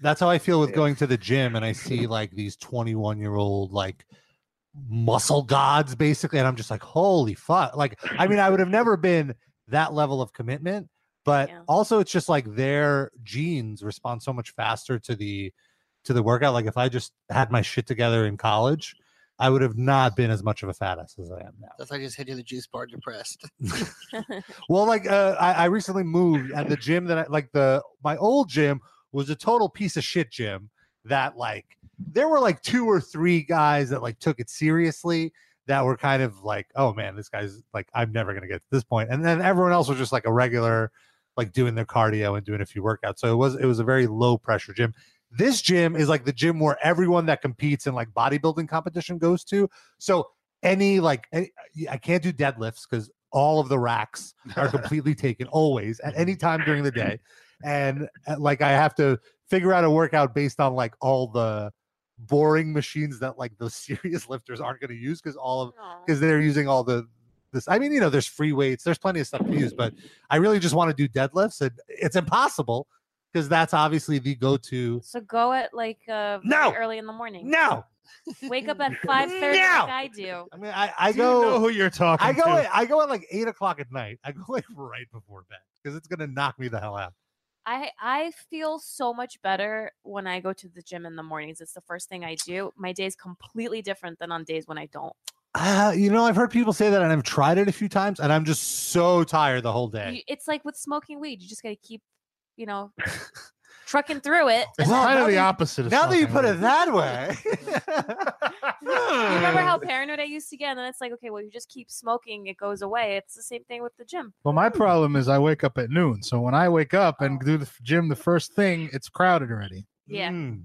[SPEAKER 2] That's how I feel with
[SPEAKER 11] Yeah.
[SPEAKER 2] going to the gym, and I see like these 21 year old like muscle gods basically, and I'm just like, holy fuck! Like, I mean, I would have never been that level of commitment, but
[SPEAKER 3] Yeah.
[SPEAKER 2] also it's just like their genes respond so much faster to the to the workout. Like, if I just had my shit together in college, I would have not been as much of a fat ass as I am now.
[SPEAKER 8] That's why I just hit you the juice bar depressed.
[SPEAKER 2] Well, like uh, I, I recently moved, and the gym that I like the my old gym was a total piece of shit gym that like there were like two or three guys that like took it seriously that were kind of like, oh man, this guy's like I'm never gonna get to this point, and then everyone else was just like a regular, like doing their cardio and doing a few workouts. So it was it was a very low pressure gym. This gym is like the gym where everyone that competes in like bodybuilding competition goes to. So any like any, I can't do deadlifts because all of the racks are completely taken always at any time during the day and uh, like i have to figure out a workout based on like all the boring machines that like those serious lifters aren't going to use because all of
[SPEAKER 3] Aw.
[SPEAKER 2] because they're using all the this i mean you know there's free weights there's plenty of stuff to use but i really just want to do deadlifts and it's impossible because that's obviously the go-to.
[SPEAKER 3] So go at like uh, very
[SPEAKER 2] No!
[SPEAKER 3] early in the morning.
[SPEAKER 2] No,
[SPEAKER 3] Wake up at five thirty
[SPEAKER 2] No!
[SPEAKER 3] like I do.
[SPEAKER 2] I mean, I, I
[SPEAKER 5] Do you
[SPEAKER 2] go.
[SPEAKER 5] know who you're talking
[SPEAKER 2] I go.
[SPEAKER 5] to?
[SPEAKER 2] At, I go at like eight o'clock at night. I go like right before bed because it's gonna knock me the hell out.
[SPEAKER 3] I I feel so much better when I go to the gym in the mornings. It's the first thing I do. My day is completely different than on days when I don't.
[SPEAKER 2] Uh, you know, I've heard people say that, and I've tried it a few times, and I'm just so tired the whole day.
[SPEAKER 3] You- it's like with smoking weed. You just got to keep, you know, trucking through it.
[SPEAKER 5] It's
[SPEAKER 2] Well,
[SPEAKER 5] kind
[SPEAKER 2] now
[SPEAKER 5] of the
[SPEAKER 2] that you-
[SPEAKER 5] opposite. Of
[SPEAKER 2] now that you
[SPEAKER 5] smoking
[SPEAKER 2] put it
[SPEAKER 5] weed.
[SPEAKER 2] that way,
[SPEAKER 3] You
[SPEAKER 2] Hmm.
[SPEAKER 3] remember
[SPEAKER 2] uh,
[SPEAKER 3] how paranoid I used to get? And then it's like, okay, well, you just keep smoking, it goes away. It's the same thing with the gym.
[SPEAKER 5] Well, my problem is I wake up at noon. So when I wake up and do the f- gym the first thing, it's crowded already.
[SPEAKER 3] Yeah.
[SPEAKER 2] Mm.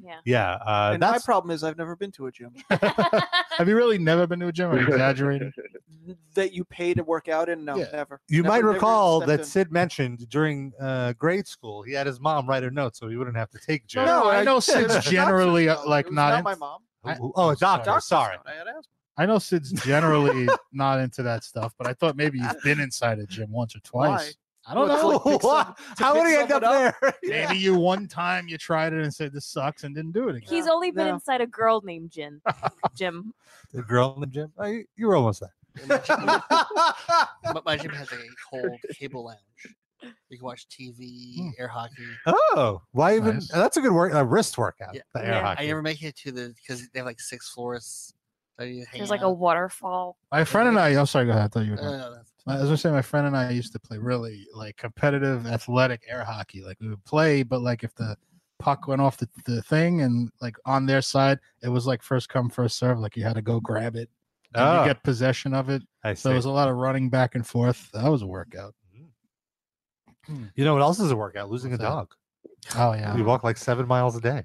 [SPEAKER 3] Yeah.
[SPEAKER 2] yeah, uh,
[SPEAKER 4] and my
[SPEAKER 2] that's
[SPEAKER 4] problem is I've never been to a gym
[SPEAKER 5] Have you really never been to a gym? Are you exaggerating?
[SPEAKER 4] that you pay to work out in. No,
[SPEAKER 5] Yeah.
[SPEAKER 4] never.
[SPEAKER 2] You
[SPEAKER 4] Never-
[SPEAKER 2] might
[SPEAKER 4] never
[SPEAKER 2] recall
[SPEAKER 4] stepped
[SPEAKER 2] that
[SPEAKER 4] in.
[SPEAKER 2] Sid mentioned during uh, grade school, he had his mom write a note so he wouldn't have to take gym.
[SPEAKER 5] No, I know
[SPEAKER 4] It was
[SPEAKER 5] Sid's
[SPEAKER 4] a doctor's
[SPEAKER 5] generally uh,
[SPEAKER 4] note.
[SPEAKER 5] like
[SPEAKER 4] It was
[SPEAKER 5] not.
[SPEAKER 4] not
[SPEAKER 5] in-
[SPEAKER 4] my mom.
[SPEAKER 2] Oh,
[SPEAKER 5] I-
[SPEAKER 2] oh, oh, a doctor.
[SPEAKER 4] Doctor's
[SPEAKER 2] Sorry.
[SPEAKER 4] note. I had asthma.
[SPEAKER 5] I know Sid's generally not into that stuff, but I thought maybe you've been inside a gym onse or twice. I don't
[SPEAKER 4] Well,
[SPEAKER 5] know.
[SPEAKER 4] to, like, pick
[SPEAKER 2] Why-
[SPEAKER 4] some- to
[SPEAKER 2] How
[SPEAKER 4] pick
[SPEAKER 2] would he end up,
[SPEAKER 4] someone up?
[SPEAKER 2] there? Yeah.
[SPEAKER 5] Maybe you one time you tried it and said this sucks and didn't do it again.
[SPEAKER 3] He's only been
[SPEAKER 4] no.
[SPEAKER 3] inside a girl named Jin. Jim.
[SPEAKER 2] The girl in the gym. Oh, you, you were almost there.
[SPEAKER 8] My gym, my- my gym has a whole cable lounge. You can watch TV,
[SPEAKER 5] Hmm.
[SPEAKER 8] air hockey.
[SPEAKER 2] oh, why even?
[SPEAKER 5] Nice.
[SPEAKER 2] That's a good work. A wrist workout.
[SPEAKER 8] Yeah.
[SPEAKER 2] The air
[SPEAKER 3] Yeah.
[SPEAKER 2] hockey.
[SPEAKER 8] I never make it to the because they have like six floors. So you hang
[SPEAKER 3] There's like a
[SPEAKER 8] out.
[SPEAKER 3] waterfall.
[SPEAKER 5] My friend and I. I'm sorry. Go ahead. I thought you were.
[SPEAKER 8] No,
[SPEAKER 5] done.
[SPEAKER 8] no, no, that's-
[SPEAKER 5] My- As I say, my friend and I used to play really like competitive athletic air hockey. Like we would play, but like if the puck went off the, the thing and like on their side, it was like first come, first serve. Like you had to go grab it and
[SPEAKER 2] oh,
[SPEAKER 5] you get possession of it.
[SPEAKER 2] I
[SPEAKER 5] So
[SPEAKER 2] see.
[SPEAKER 5] it was a lot of running back and forth. That was a workout.
[SPEAKER 2] you know what else is a workout? Losing
[SPEAKER 5] Hmm. What's
[SPEAKER 2] a
[SPEAKER 5] that?
[SPEAKER 2] dog.
[SPEAKER 5] Oh yeah.
[SPEAKER 2] You walk like seven miles a day.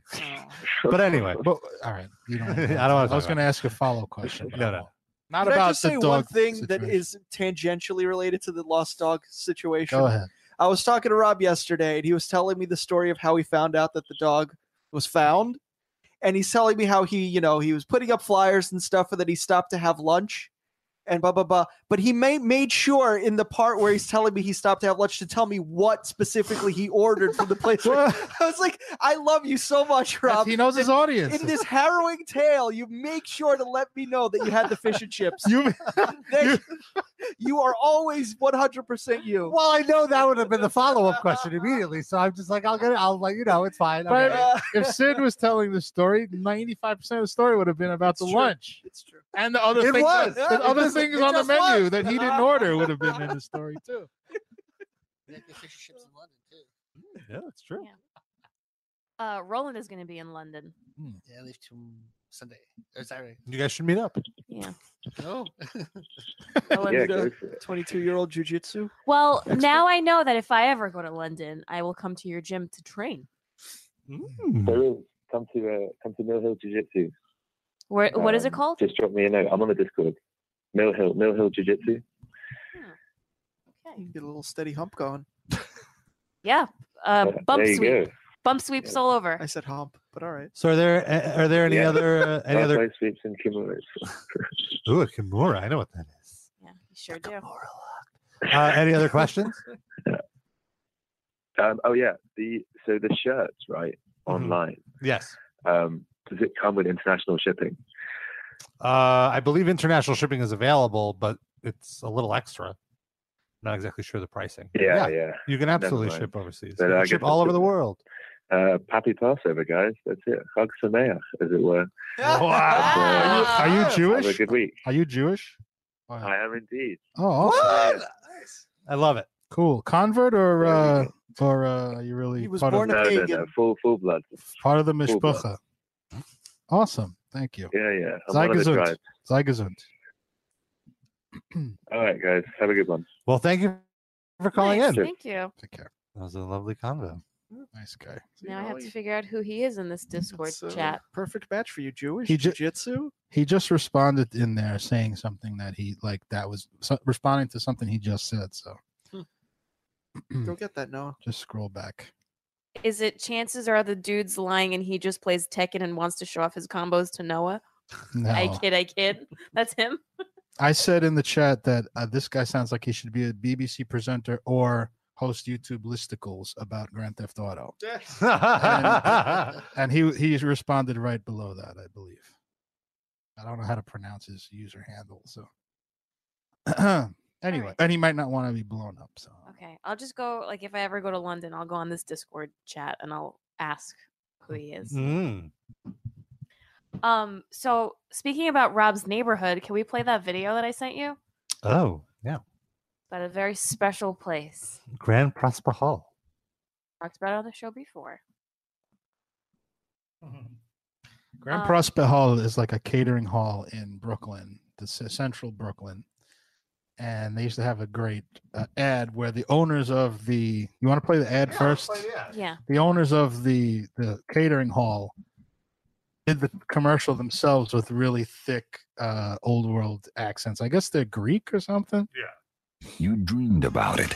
[SPEAKER 2] But anyway,
[SPEAKER 5] But all right. You don't
[SPEAKER 2] I don't wanna
[SPEAKER 5] I, I
[SPEAKER 2] talk
[SPEAKER 5] was
[SPEAKER 2] about
[SPEAKER 5] going to ask a follow question. but
[SPEAKER 2] No,
[SPEAKER 5] I
[SPEAKER 2] no.
[SPEAKER 5] won't. Not
[SPEAKER 4] Can I
[SPEAKER 5] about
[SPEAKER 4] just
[SPEAKER 5] the
[SPEAKER 4] say
[SPEAKER 5] dog
[SPEAKER 4] one thing that
[SPEAKER 5] situation.
[SPEAKER 4] is tangentially related to the lost dog situation?
[SPEAKER 5] Go ahead.
[SPEAKER 4] I was talking to Rob yesterday, and he was telling me the story of how he found out that the dog was found. And he's telling me how he, you know, he was putting up flyers and stuff, and then he stopped to have lunch and blah, blah, blah. But he made, made sure in the part where he's telling me he stopped to have lunch to tell me what specifically he ordered from the place. I was like, I love you so much, Rob.
[SPEAKER 5] he knows his audience.
[SPEAKER 4] In this harrowing tale, you make sure to let me know that you had the fish and chips.
[SPEAKER 5] You-
[SPEAKER 4] Thank you. you are always 100% you.
[SPEAKER 2] Well, I know that would have been the follow up question immediately. So I'm just like, I'll get it. I'll let you know. It's fine.
[SPEAKER 5] But
[SPEAKER 2] okay.
[SPEAKER 5] I mean, if Sid was telling the story, 95% of the story would have been about
[SPEAKER 4] It's
[SPEAKER 5] the
[SPEAKER 4] true.
[SPEAKER 5] lunch.
[SPEAKER 4] It's true.
[SPEAKER 5] And the other
[SPEAKER 2] It
[SPEAKER 5] things,
[SPEAKER 2] was.
[SPEAKER 5] the
[SPEAKER 2] It
[SPEAKER 5] other
[SPEAKER 2] just-
[SPEAKER 5] things
[SPEAKER 2] it
[SPEAKER 5] on the
[SPEAKER 2] just
[SPEAKER 5] menu
[SPEAKER 2] was.
[SPEAKER 5] that he didn't order would have been in the story too.
[SPEAKER 8] they have the fish and chips in London too.
[SPEAKER 2] Yeah, that's true.
[SPEAKER 3] Uh, Roland is going to be in London.
[SPEAKER 4] Hmm.
[SPEAKER 8] Yeah, I leave to Sunday or Saturday.
[SPEAKER 2] You guys should meet up.
[SPEAKER 3] Yeah.
[SPEAKER 4] Oh.
[SPEAKER 8] No,
[SPEAKER 3] Roland-
[SPEAKER 11] Yeah,
[SPEAKER 4] And, uh,
[SPEAKER 11] go for it.
[SPEAKER 4] 22 year old jujitsu.
[SPEAKER 3] Well, now I know that if I ever go to London, I will come to your gym to train.
[SPEAKER 2] Hmm.
[SPEAKER 11] There is. Come to uh, come to Mill Hill Jiu Jitsu.
[SPEAKER 3] Where, what is it
[SPEAKER 11] Um,
[SPEAKER 3] called?
[SPEAKER 11] Just drop me a note. I'm on the Discord. Mill Hill Mill Hill Jiu Jitsu.
[SPEAKER 3] Okay.
[SPEAKER 4] Get a little steady hump going.
[SPEAKER 3] Yeah. Uh, bump
[SPEAKER 11] there you
[SPEAKER 3] sweep.
[SPEAKER 11] go.
[SPEAKER 3] Bump sweeps all over.
[SPEAKER 4] I said hump, but all right.
[SPEAKER 2] So are there a- are there any
[SPEAKER 11] Yeah.
[SPEAKER 2] other uh, any
[SPEAKER 11] Any
[SPEAKER 2] other
[SPEAKER 11] sweeps and kimonos.
[SPEAKER 2] Ooh, a kimura. I know what that is.
[SPEAKER 3] Yeah, you sure do.
[SPEAKER 2] Uh, any other questions?
[SPEAKER 11] Um, oh yeah, the so the shirts right
[SPEAKER 2] Mhm.
[SPEAKER 11] online.
[SPEAKER 2] yes.
[SPEAKER 11] Um, does it come with international shipping?
[SPEAKER 2] Uh, I believe international shipping is available, but it's a little extra. Not exactly sure the pricing. but
[SPEAKER 11] Yeah, yeah.
[SPEAKER 2] You can absolutely
[SPEAKER 11] mind.
[SPEAKER 2] ship overseas.
[SPEAKER 11] Then
[SPEAKER 2] You can
[SPEAKER 11] I
[SPEAKER 2] ship
[SPEAKER 11] guess
[SPEAKER 2] all
[SPEAKER 11] it's
[SPEAKER 2] over the
[SPEAKER 11] different.
[SPEAKER 2] world.
[SPEAKER 11] Uh, Happy Passover, guys. That's it. Chag Sameach, as it were.
[SPEAKER 5] Are you, are you
[SPEAKER 11] Have a
[SPEAKER 5] Jewish?
[SPEAKER 11] good week.
[SPEAKER 5] Are you Jewish? Or-
[SPEAKER 11] I am indeed.
[SPEAKER 5] Oh, awesome.
[SPEAKER 4] Um,
[SPEAKER 2] I love it.
[SPEAKER 5] cool. Convert or
[SPEAKER 11] There you
[SPEAKER 5] uh, or uh, are you really
[SPEAKER 4] He was
[SPEAKER 5] part,
[SPEAKER 4] born
[SPEAKER 5] of,
[SPEAKER 11] No,
[SPEAKER 4] a
[SPEAKER 11] no, no.
[SPEAKER 4] pagan.
[SPEAKER 11] Full, full blood.
[SPEAKER 5] part of the
[SPEAKER 11] full blood.
[SPEAKER 5] mishpacha? Awesome. Thank you.
[SPEAKER 11] Yeah, yeah. I'm one of the
[SPEAKER 5] Zeitgesund.
[SPEAKER 11] tribe.
[SPEAKER 5] Sei gesund.
[SPEAKER 11] All right, guys. Have a good one.
[SPEAKER 2] Well, thank you for calling in.
[SPEAKER 3] Nice, Thank you.
[SPEAKER 5] Take care.
[SPEAKER 2] That was a lovely convo.
[SPEAKER 5] Nice guy.
[SPEAKER 3] Now I have to figure out who he is in this Discord
[SPEAKER 4] That's, uh,
[SPEAKER 3] chat.
[SPEAKER 4] Perfect match for you, Jewish
[SPEAKER 5] He ju-
[SPEAKER 4] jujitsu.
[SPEAKER 5] He just responded in there saying something that he like that was so, responding to something he just said. So
[SPEAKER 4] Go get that, Noah.
[SPEAKER 5] just scroll back.
[SPEAKER 3] Is it chances are the dude's lying and he just plays Tekken and wants to show off his combos to Noah?
[SPEAKER 5] No.
[SPEAKER 3] I kid, I kid. That's him.
[SPEAKER 5] I said in the chat that uh, this guy sounds like he should be a BBC presenter or host YouTube listicles about Grand Theft Auto.
[SPEAKER 2] and,
[SPEAKER 5] and he he responded right below that, I believe. I don't know how to pronounce his user handle, so anyway, and he might not want to be blown up. So
[SPEAKER 3] Okay, I'll just go. Like, if I ever go to London, I'll go on this Discord chat and I'll ask who he is.
[SPEAKER 5] Mm-hmm.
[SPEAKER 2] Hmm.
[SPEAKER 3] Um. So, speaking about Rob's neighborhood, can we play that video that I sent you?
[SPEAKER 2] Oh, yeah.
[SPEAKER 3] About a very special place.
[SPEAKER 2] Grand Prosper Hall.
[SPEAKER 3] Talked about it on the show before.
[SPEAKER 5] Mm-hmm. Grand
[SPEAKER 3] Um,
[SPEAKER 5] Prospect Hall is like a catering hall in Brooklyn, the c- central Brooklyn, and they used to have a great uh, ad where the owners of the you want to play the ad first.
[SPEAKER 3] Yeah.
[SPEAKER 5] the owners of the the catering hall did the commercial themselves with really thick uh old world accents i guess they're greek or something
[SPEAKER 12] You dreamed about it.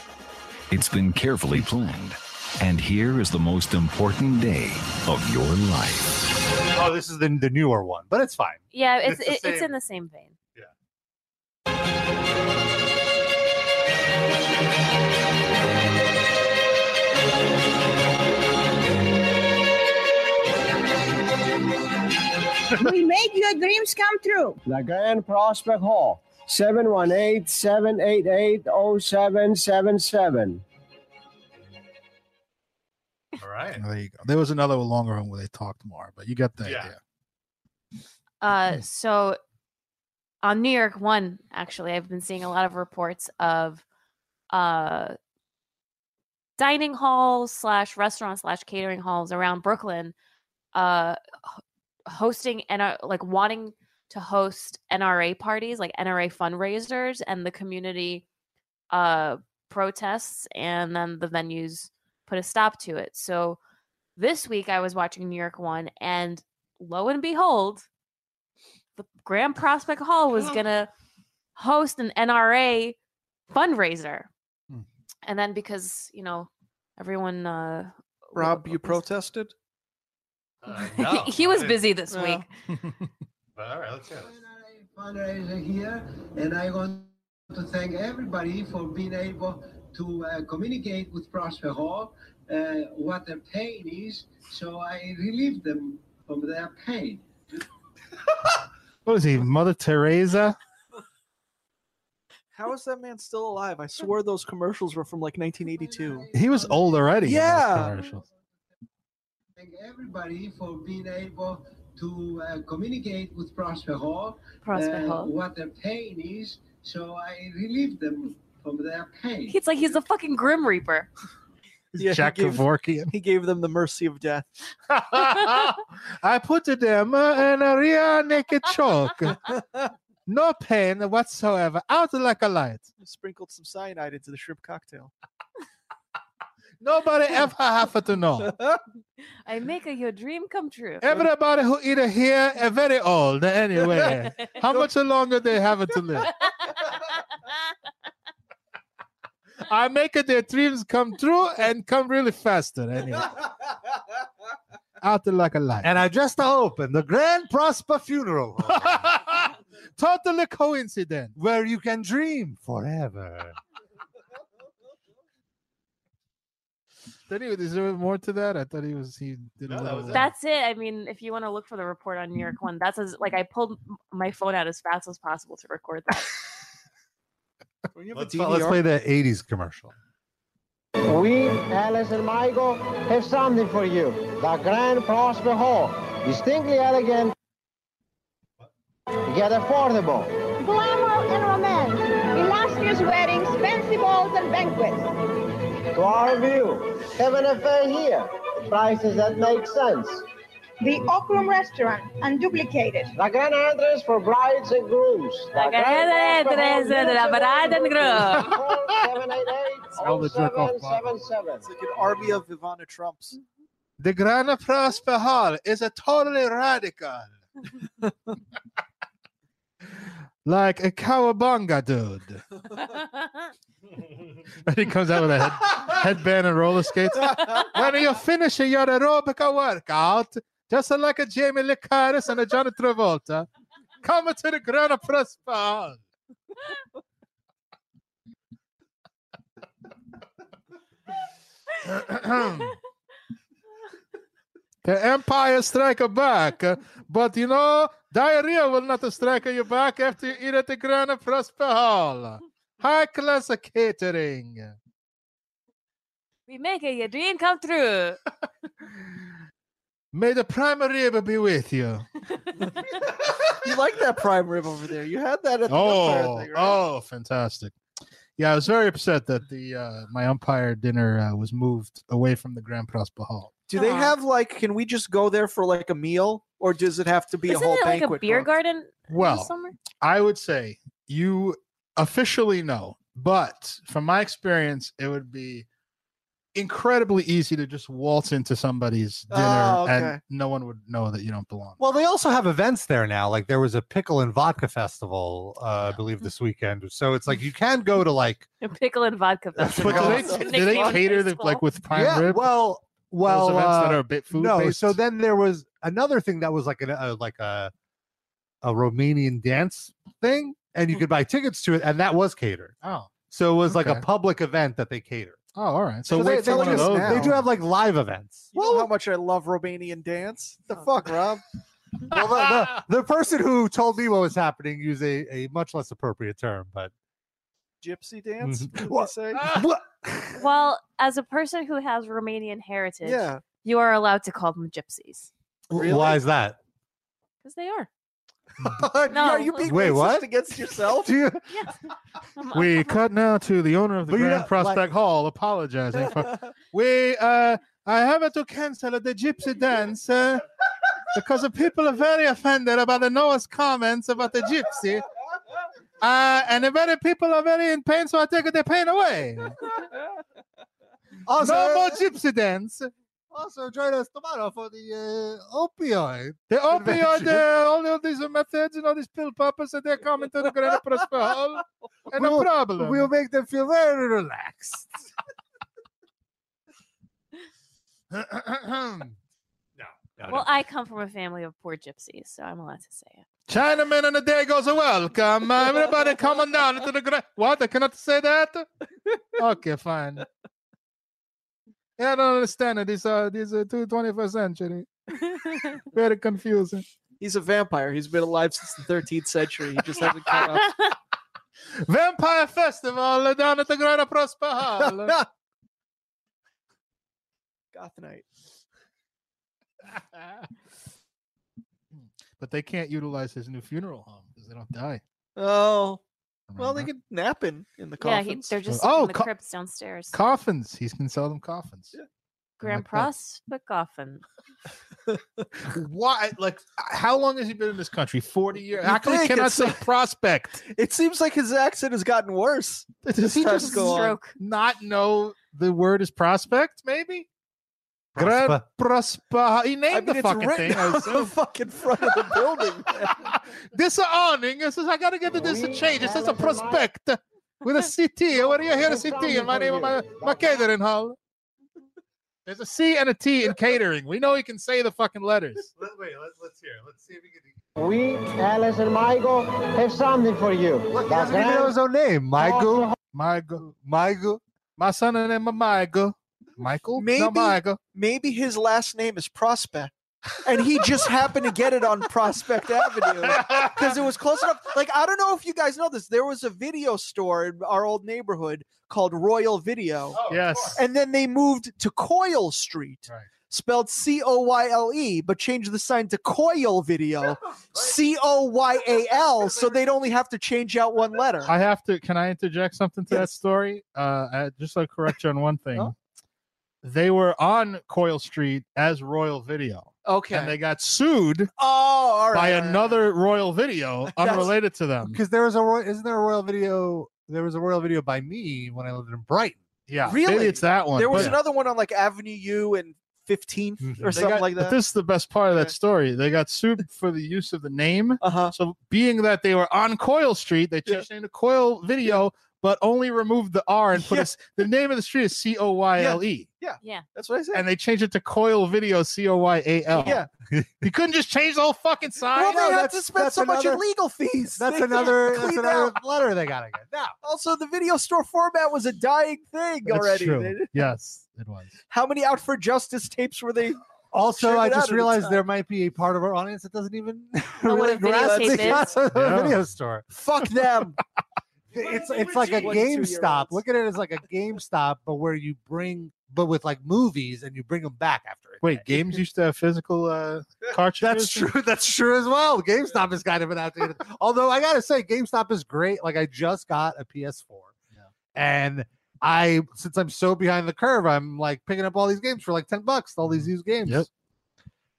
[SPEAKER 12] It's been carefully planned. And here is the most important day of your life.
[SPEAKER 2] Oh, this is the, the newer one, but it's fine.
[SPEAKER 3] Yeah, it's
[SPEAKER 2] It's
[SPEAKER 3] it's,
[SPEAKER 2] the
[SPEAKER 3] it's in
[SPEAKER 2] same.
[SPEAKER 3] the same vein.
[SPEAKER 13] we make your dreams come true. The Grand Prospect Hall, 718 788 0777.
[SPEAKER 2] All right.
[SPEAKER 5] there you go there was another longer one where they talked more but you got the
[SPEAKER 2] Yeah.
[SPEAKER 5] idea
[SPEAKER 3] Uh, so on New York One, actually, I've been seeing a lot of reports of uh, dining halls slash restaurants slash catering halls around Brooklyn uh, h- hosting and like wanting to host NRA parties, like NRA fundraisers, and the community uh, protests, and then the venues put a stop to it. So this week I was watching New York One, and lo and behold, the Grand Prospect Hall was gonna host an NRA fundraiser,
[SPEAKER 5] Hmm.
[SPEAKER 3] and then because you know everyone, uh,
[SPEAKER 4] Rob, you protested?
[SPEAKER 5] Uh,
[SPEAKER 3] he was busy this
[SPEAKER 4] No.
[SPEAKER 3] week.
[SPEAKER 2] But all right, let's hear this.
[SPEAKER 13] Fundraiser here, and I want to thank everybody for being able to uh, communicate with Prospect Hall uh, what their pain is, so I relieve them from their pain.
[SPEAKER 5] what was he mother teresa
[SPEAKER 4] How is that man still alive? I swore those commercials were from like 1982.
[SPEAKER 5] he was old already in those
[SPEAKER 4] Yeah.
[SPEAKER 5] commercials.
[SPEAKER 13] Thank everybody for being able to uh, communicate with Prospect Hall Uh,
[SPEAKER 3] Prospect Hall.
[SPEAKER 13] what their pain is, so I relieve them from their pain.
[SPEAKER 3] He's like he's the fucking Grim Reaper.
[SPEAKER 4] Yeah, he
[SPEAKER 5] jack
[SPEAKER 4] gave-
[SPEAKER 5] kevorkian
[SPEAKER 4] He gave them the mercy of death.
[SPEAKER 5] i put them in a real naked choke no pain whatsoever out like a light
[SPEAKER 4] Sprinkled some cyanide into the shrimp cocktail.
[SPEAKER 5] nobody ever have to know
[SPEAKER 3] I make a, your dream come true.
[SPEAKER 5] Everybody who eat a hair are very old anyway. How much longer they have to live? I make it their dreams come true and come really faster anyway. Out there like a light.
[SPEAKER 2] And I just opened the Grand Prosper Funeral Hall,
[SPEAKER 5] totally coincident.
[SPEAKER 2] where you can dream forever.
[SPEAKER 5] Anyway, is there more to that? I thought he was he did a little. uh,
[SPEAKER 3] That's it. I mean, if you want to look for the report on New York One, that's as like I pulled m- my phone out as fast as possible to record that.
[SPEAKER 2] Let's, let's play the 80s commercial.
[SPEAKER 13] We, Alice and Michael, have something for you. The Grand Prosper Hall. Distinctly elegant, yet affordable.
[SPEAKER 9] Glamour and romance, illustrious weddings, fancy balls and banquets.
[SPEAKER 13] To our view, have an affair here. Prices that make sense.
[SPEAKER 9] The Okrum restaurant, unduplicated.
[SPEAKER 13] The Grand Entrance for brides and grooms.
[SPEAKER 9] The Grand Entrance
[SPEAKER 13] Prosper Hall,
[SPEAKER 9] for the bride and groom.
[SPEAKER 13] 788
[SPEAKER 5] All the jerk off box.
[SPEAKER 13] 0777.
[SPEAKER 4] It's like an army of Ivana Trumps.
[SPEAKER 5] The Grana Prosper Hall is a totally radical. like a cowabunga dude. And he comes out with a head, headband and roller skates. when you finish your aerobic workout, just like a Jamie Lee Curtis and a Johnny Travolta, come to the Grana Prosper Hall. The Empire strike a back, uh, but you know, diarrhea will not strike you back after you eat at the Grand Prosper Hall. High class catering.
[SPEAKER 3] We make a your dream come true.
[SPEAKER 5] May the prime rib be with you.
[SPEAKER 4] you like that prime rib over there? You had that at the
[SPEAKER 5] Oh,
[SPEAKER 4] umpire thing, right?
[SPEAKER 5] oh, fantastic. Yeah, I was very upset that the uh, my umpire dinner uh, was moved away from the Grand Prosper Hall.
[SPEAKER 4] Do they have like? Can we just go there for like a meal, or does it have to be
[SPEAKER 3] Isn't
[SPEAKER 4] a whole
[SPEAKER 3] it like a
[SPEAKER 4] banquet?
[SPEAKER 3] beer
[SPEAKER 4] book?
[SPEAKER 3] garden? in the
[SPEAKER 5] Well,
[SPEAKER 3] summer?
[SPEAKER 5] I would say you officially know, but from my experience, it would be incredibly easy to just waltz into somebody's dinner
[SPEAKER 2] Oh, okay.
[SPEAKER 5] and no one would know that you don't belong.
[SPEAKER 2] Well, they also have events there now. Like there was a pickle and vodka festival, uh, I believe, this weekend. So it's like you can go to like
[SPEAKER 3] A pickle and vodka. festival.
[SPEAKER 5] But do they,
[SPEAKER 3] Awesome.
[SPEAKER 5] do they
[SPEAKER 3] Nickname
[SPEAKER 5] cater the,
[SPEAKER 3] festival.
[SPEAKER 5] like with prime
[SPEAKER 2] yeah,
[SPEAKER 5] rib?
[SPEAKER 2] Well, well,
[SPEAKER 5] events that
[SPEAKER 2] uh,
[SPEAKER 5] are a bit food
[SPEAKER 2] No, so then there was another thing that was like an, a like a a Romanian dance thing, and
[SPEAKER 5] Hmm.
[SPEAKER 2] you could buy tickets to it, and that was catered.
[SPEAKER 5] Oh.
[SPEAKER 2] so it was like
[SPEAKER 5] okay.
[SPEAKER 2] a public event that they cater.
[SPEAKER 5] Oh, all right.
[SPEAKER 2] So, they, they, do- they do have like live events.
[SPEAKER 4] You know how much I love Romanian dance.
[SPEAKER 3] Oh.
[SPEAKER 4] The fuck, Rob?
[SPEAKER 2] Well, the, the, the person who told me what was happening used a, a much less appropriate term, but
[SPEAKER 4] Gypsy dance.
[SPEAKER 2] Mhm.
[SPEAKER 4] what they
[SPEAKER 2] What?
[SPEAKER 4] say?
[SPEAKER 5] Ah!
[SPEAKER 2] What?
[SPEAKER 3] Well, as a person who has Romanian heritage,
[SPEAKER 4] Yeah.
[SPEAKER 3] you are allowed to call them gypsies
[SPEAKER 2] w- why is that?
[SPEAKER 3] because they are.
[SPEAKER 4] no, are you being
[SPEAKER 2] Wait,
[SPEAKER 4] racist
[SPEAKER 2] what?
[SPEAKER 4] against yourself?
[SPEAKER 2] Do you,
[SPEAKER 5] we cut now to the owner of the
[SPEAKER 2] But you
[SPEAKER 5] Grand
[SPEAKER 2] know, like-
[SPEAKER 5] Prospect Hall apologizing for we uh I have to cancel the gypsy dance uh, because the people are very offended about the Noah's comments about the gypsy. Uh, and the very people are very in pain, so I take the pain away.
[SPEAKER 2] Also-
[SPEAKER 5] no more gypsy dance.
[SPEAKER 2] also join us tomorrow for the uh, opioid.
[SPEAKER 5] The opioid,
[SPEAKER 2] Convention.
[SPEAKER 5] uh, all of these methods and all these pill poppers, and they're coming to the Grand Prosper Hall. And
[SPEAKER 2] We
[SPEAKER 5] no
[SPEAKER 2] will-
[SPEAKER 5] problem.
[SPEAKER 2] We'll make them feel very relaxed.
[SPEAKER 3] Well, I come from a family of poor gypsies, so I'm allowed to say it.
[SPEAKER 5] Chinaman and the day goes welcome. uh, Everybody come on down to the gra- What? I cannot say that? Okay, fine. Yeah, I don't understand it. These are these are two 21st century. Very confusing.
[SPEAKER 4] He's a vampire. He's been alive since the 13th century. He just hasn't caught up.
[SPEAKER 5] Vampire Festival uh, down at the Grand Prosper Hall.
[SPEAKER 4] Gothenite.
[SPEAKER 5] but they can't utilize his new funeral home because they don't die.
[SPEAKER 4] Oh. Well, they could nap in, in the
[SPEAKER 3] Yeah,
[SPEAKER 4] coffins.
[SPEAKER 3] he, they're just
[SPEAKER 5] Oh,
[SPEAKER 3] in the
[SPEAKER 5] co-
[SPEAKER 3] crypts downstairs.
[SPEAKER 5] Coffins. He can sell them coffins.
[SPEAKER 3] Grand
[SPEAKER 5] like that.
[SPEAKER 3] Prospect coffin.
[SPEAKER 5] Why? Like, Uh, how long has he been in this country? Forty years.
[SPEAKER 4] You
[SPEAKER 5] How come he
[SPEAKER 4] think
[SPEAKER 5] cannot
[SPEAKER 4] it's
[SPEAKER 5] say
[SPEAKER 4] like-
[SPEAKER 5] prospect?
[SPEAKER 4] It seems like his accent has gotten worse.
[SPEAKER 5] Does he
[SPEAKER 4] Times
[SPEAKER 5] just
[SPEAKER 4] go on.
[SPEAKER 3] Stroke.
[SPEAKER 5] not know the word is prospect? Maybe. Grand Prosper. He named
[SPEAKER 4] I mean,
[SPEAKER 5] the
[SPEAKER 4] it's
[SPEAKER 5] fucking
[SPEAKER 4] written
[SPEAKER 5] thing. I
[SPEAKER 4] on the
[SPEAKER 5] assume.
[SPEAKER 4] fucking front of the building. man.
[SPEAKER 5] this awning. This is. I gotta get this to change. It says a prospect with a CT. What do you hear? A CT in my name of my my catering hall. There's a C and a T in catering. We know he can say the fucking letters.
[SPEAKER 2] wait, let's, let's hear. Let's see if he can.
[SPEAKER 13] We, Alice and Michael, have something for you.
[SPEAKER 2] Look, he doesn't even know his own name. Michael.
[SPEAKER 5] Michael.
[SPEAKER 2] Michael.
[SPEAKER 5] My son and name is Michael. Michael.
[SPEAKER 4] Maybe-
[SPEAKER 5] Not Michael.
[SPEAKER 4] Maybe his last name is Prospect. And he just happened to get it on Prospect Avenue because it was close enough. Like, I don't know if you guys know this. There was a video store in our old neighborhood called Royal Video.
[SPEAKER 5] yes.
[SPEAKER 4] and then they moved to Coyle Street,
[SPEAKER 5] Right.
[SPEAKER 4] spelled C O Y L E, but changed the sign to Coyle Video, C O Y A L, so they'd only have to change out one letter.
[SPEAKER 5] I have to. Can I interject something to that
[SPEAKER 4] Yes. Oh.
[SPEAKER 5] story? Uh, I, just to correct you on one thing. They were on Coil Street as Royal Video,
[SPEAKER 4] Okay.
[SPEAKER 5] and they got sued
[SPEAKER 4] oh, all right.
[SPEAKER 5] by
[SPEAKER 4] all right,
[SPEAKER 5] another Royal Video unrelated to them.
[SPEAKER 2] Because there was a royal. Isn't there a royal video? There was a royal video by me when I lived in Brighton.
[SPEAKER 5] Yeah, maybe
[SPEAKER 4] Really?
[SPEAKER 5] it's that
[SPEAKER 4] all right.
[SPEAKER 5] one.
[SPEAKER 4] There was
[SPEAKER 5] but-
[SPEAKER 4] another one on like Avenue U and 15th
[SPEAKER 2] Mhm.
[SPEAKER 4] or
[SPEAKER 5] Mm-hmm. They
[SPEAKER 4] something
[SPEAKER 5] got-
[SPEAKER 4] like
[SPEAKER 5] But
[SPEAKER 4] that.
[SPEAKER 5] this is the best part of that
[SPEAKER 4] Okay.
[SPEAKER 5] story. They got sued for the use of the name.
[SPEAKER 4] Uh huh.
[SPEAKER 5] So, being that they were on Coil Street, they
[SPEAKER 4] Yeah.
[SPEAKER 5] changed the name to Coil Video, but only removed the R and put
[SPEAKER 4] Yeah.
[SPEAKER 5] us. The name of the street is C O Y L E.
[SPEAKER 3] Yeah.
[SPEAKER 4] That's what I said.
[SPEAKER 5] and they changed it to Coil Video C O Y A L.
[SPEAKER 4] Yeah.
[SPEAKER 5] you couldn't just change the whole fucking sign. Oh,
[SPEAKER 4] well,
[SPEAKER 2] know,
[SPEAKER 4] they have to
[SPEAKER 2] that's-
[SPEAKER 4] spend
[SPEAKER 2] that's
[SPEAKER 4] so much in
[SPEAKER 2] another-
[SPEAKER 4] legal fees.
[SPEAKER 2] That's
[SPEAKER 4] They-
[SPEAKER 2] another.
[SPEAKER 4] clean
[SPEAKER 2] That's
[SPEAKER 4] out.
[SPEAKER 2] another letter they gotta get. Now,
[SPEAKER 4] Also, the video store format was a dying thing
[SPEAKER 5] That's
[SPEAKER 4] already.
[SPEAKER 5] true.
[SPEAKER 4] They-
[SPEAKER 5] Yes, It was.
[SPEAKER 4] How many Out for Justice tapes were they?
[SPEAKER 2] Also,
[SPEAKER 4] churning
[SPEAKER 2] I
[SPEAKER 4] out at
[SPEAKER 2] just
[SPEAKER 4] the
[SPEAKER 2] realized
[SPEAKER 4] time?
[SPEAKER 2] there might be a part of our audience that doesn't even
[SPEAKER 4] Know what
[SPEAKER 2] really
[SPEAKER 4] a videotape
[SPEAKER 2] grasp the
[SPEAKER 4] is?
[SPEAKER 2] concept of
[SPEAKER 4] Yeah.
[SPEAKER 2] a video store.
[SPEAKER 4] Fuck them.
[SPEAKER 2] it's it's like a GameStop. Look at it as like a GameStop, but where you bring but with like movies and you bring them back after it.
[SPEAKER 5] Wait, games used to have physical uh, cartridges.
[SPEAKER 2] That's true. That's true as well. GameStop is kind of an outdated. Although I gotta say, GameStop is great. Like I just got a PS4, and I since I'm so behind the curve, I'm like picking up all these games for like ten bucks. All
[SPEAKER 5] Mm-hmm.
[SPEAKER 2] these used games.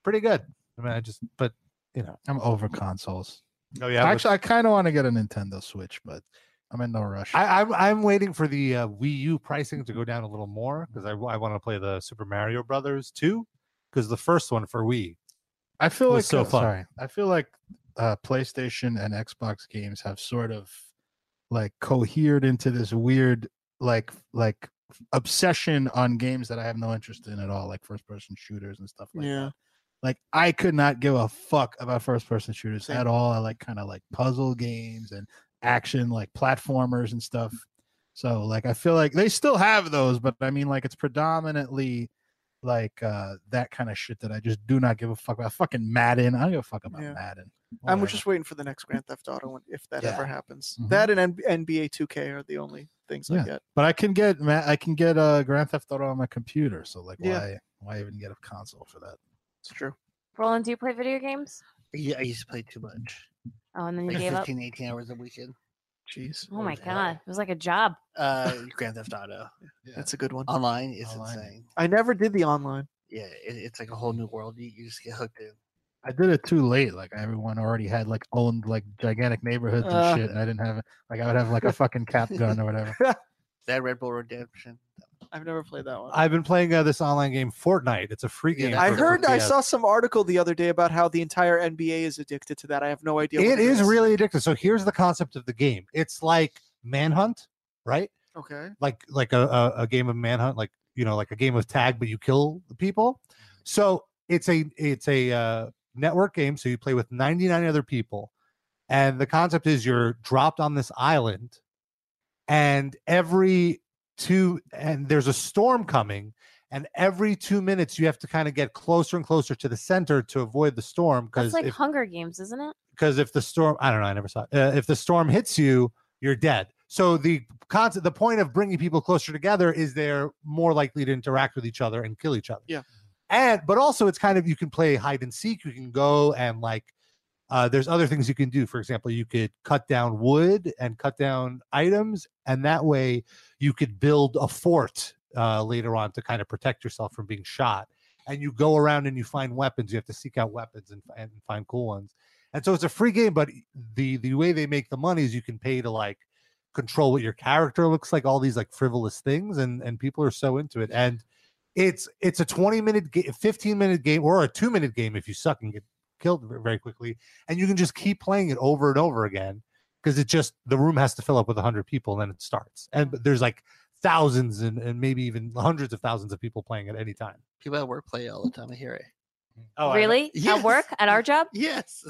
[SPEAKER 2] Pretty good. I mean, I just but you know
[SPEAKER 5] I'm over consoles.
[SPEAKER 2] Oh yeah.
[SPEAKER 5] Actually, I kind of want to get a Nintendo Switch, but I'm in no rush.
[SPEAKER 2] I, I'm I'm waiting for the uh, Wii U pricing to go down a little more because I, I want to play the Super Mario Brothers 2 because the first one for Wii.
[SPEAKER 5] I feel
[SPEAKER 2] was
[SPEAKER 5] like
[SPEAKER 2] so
[SPEAKER 5] uh,
[SPEAKER 2] fun.
[SPEAKER 5] Sorry, I feel like uh, PlayStation and Xbox games have sort of like cohered into this weird like like obsession on games that I have no interest in at all, like first person shooters and stuff like
[SPEAKER 8] Yeah.
[SPEAKER 5] that. Like I could not give a fuck about first person shooters
[SPEAKER 8] Same.
[SPEAKER 5] at all. I like kind of like puzzle games and action like platformers and stuff. So like I feel like they still have those, but I mean like it's predominantly like uh that kind of shit that I just do not give a fuck about. Fucking Madden. I don't give a fuck about
[SPEAKER 4] Yeah.
[SPEAKER 5] Madden.
[SPEAKER 4] I'm
[SPEAKER 5] Whatever.
[SPEAKER 4] just waiting for the next Grand Theft Auto one, if that
[SPEAKER 5] Yeah.
[SPEAKER 4] ever happens.
[SPEAKER 5] Mhm.
[SPEAKER 4] That and N- NBA 2K are the only things I get.
[SPEAKER 5] But I can get Ma- I can get uh Grand Theft Auto on my computer. So like
[SPEAKER 4] Yeah.
[SPEAKER 5] why why even get a console for that?
[SPEAKER 4] It's true.
[SPEAKER 3] Roland, do you play video games?
[SPEAKER 8] Yeah, I used to play too much.
[SPEAKER 3] Oh, and then you
[SPEAKER 8] Like
[SPEAKER 3] gave
[SPEAKER 8] 15, 18 hours a weekend.
[SPEAKER 4] Jeez.
[SPEAKER 3] up. Oh my god, it was like a job.
[SPEAKER 8] Uh, Grand Theft Auto.
[SPEAKER 4] That's a good one.
[SPEAKER 8] Online is
[SPEAKER 5] Online.
[SPEAKER 8] insane.
[SPEAKER 4] I never did the online.
[SPEAKER 8] Yeah, it, it's like a whole new world. You, you just get hooked in.
[SPEAKER 5] I did it too late. Like everyone already had like owned like gigantic neighborhoods and
[SPEAKER 8] Uh.
[SPEAKER 5] shit, and I didn't have it. Like I would have like a fucking cap gun or whatever.
[SPEAKER 8] That Red Bull Redemption.
[SPEAKER 4] I've never played that one.
[SPEAKER 2] I've been playing uh, this online game Fortnite. It's a free game.
[SPEAKER 4] I
[SPEAKER 2] for- for
[SPEAKER 4] heard, I
[SPEAKER 2] PS.
[SPEAKER 4] saw some article the other day about how the entire NBA is addicted to that. I have no idea. what
[SPEAKER 2] It is really addictive. So here's the concept of the game. It's like Manhunt, right?
[SPEAKER 4] Okay.
[SPEAKER 2] Like like a, a, a game of Manhunt, like you know, like a game of tag, but you kill the people. So it's a it's a uh, network game. So you play with 99 other people, and the concept is you're dropped on this island, and every two and there's a storm coming. And every two minutes, you have to kind of get closer and closer to the center to avoid the storm.
[SPEAKER 3] That's
[SPEAKER 2] Because
[SPEAKER 3] like Hunger Games, isn't it?
[SPEAKER 2] because if the storm i don't know i never saw it. Uh, if the storm hits you you're dead so the concept the point of bringing people closer together is they're more likely to interact with each other and kill each other
[SPEAKER 4] Yeah.
[SPEAKER 2] and but also it's kind of you can play hide and seek you can go and like uh, there's other things you can do for example you could cut down wood and cut down items and that way you could build a fort uh, later on to kind of protect yourself from being shot and you go around and you find weapons you have to seek out weapons and, and find cool ones and so it's a free game but the the way they make the money is you can pay to like control what your character looks like all these like frivolous things and and people are so into it and it's it's a 20 minute ga- 15 minute game or a 2 minute game if you suck and get killed ve- very quickly and you can just keep playing it over and over again because it just the room has to fill up with 100 people and then it starts and but there's like thousands and, and maybe even hundreds of thousands of people playing at any time
[SPEAKER 8] People at work play it all the time. I hear it.
[SPEAKER 2] oh
[SPEAKER 3] really? At work? At our job?
[SPEAKER 8] Yes.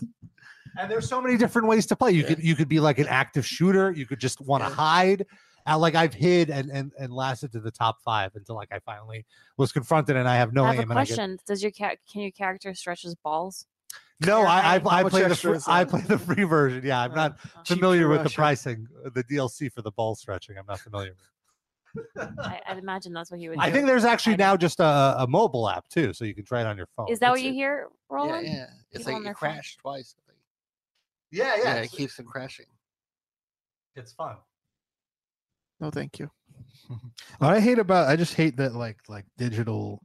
[SPEAKER 2] And there's so many different ways to play. You could you could be like an active shooter. You could just want to hide. Uh, like I've hid and, and and lasted to the top five until like I finally was confronted and I have no
[SPEAKER 3] I have a
[SPEAKER 2] aim. and I get-
[SPEAKER 3] question. Does your cat can your character stretch his balls?
[SPEAKER 2] no, I
[SPEAKER 3] Alright,
[SPEAKER 2] I, I
[SPEAKER 3] how
[SPEAKER 2] play
[SPEAKER 3] much
[SPEAKER 2] the
[SPEAKER 3] extra
[SPEAKER 2] fr-
[SPEAKER 3] is
[SPEAKER 2] I
[SPEAKER 3] that?
[SPEAKER 2] play the free version. Yeah,
[SPEAKER 3] Uh,
[SPEAKER 2] I'm not
[SPEAKER 4] cheap
[SPEAKER 2] familiar with the
[SPEAKER 4] Russia.
[SPEAKER 2] pricing, uh, the DLC for the ball stretching. I'm not familiar with.
[SPEAKER 3] I, I'd imagine that's what he would.
[SPEAKER 2] I
[SPEAKER 3] do.
[SPEAKER 2] think there's actually now just a, a mobile app too, so you can try it on your phone.
[SPEAKER 3] Is that what
[SPEAKER 2] It's-
[SPEAKER 3] you hear,
[SPEAKER 8] Yeah,
[SPEAKER 3] Roland?
[SPEAKER 8] yeah. It's
[SPEAKER 3] People
[SPEAKER 8] like
[SPEAKER 3] on their
[SPEAKER 8] it
[SPEAKER 3] phone.
[SPEAKER 8] crashed twice.
[SPEAKER 2] Yeah,
[SPEAKER 8] Yeah,
[SPEAKER 2] yeah,
[SPEAKER 8] it keeps them crashing.
[SPEAKER 2] It's fun.
[SPEAKER 4] No, thank you.
[SPEAKER 5] What I hate about I just hate that like like digital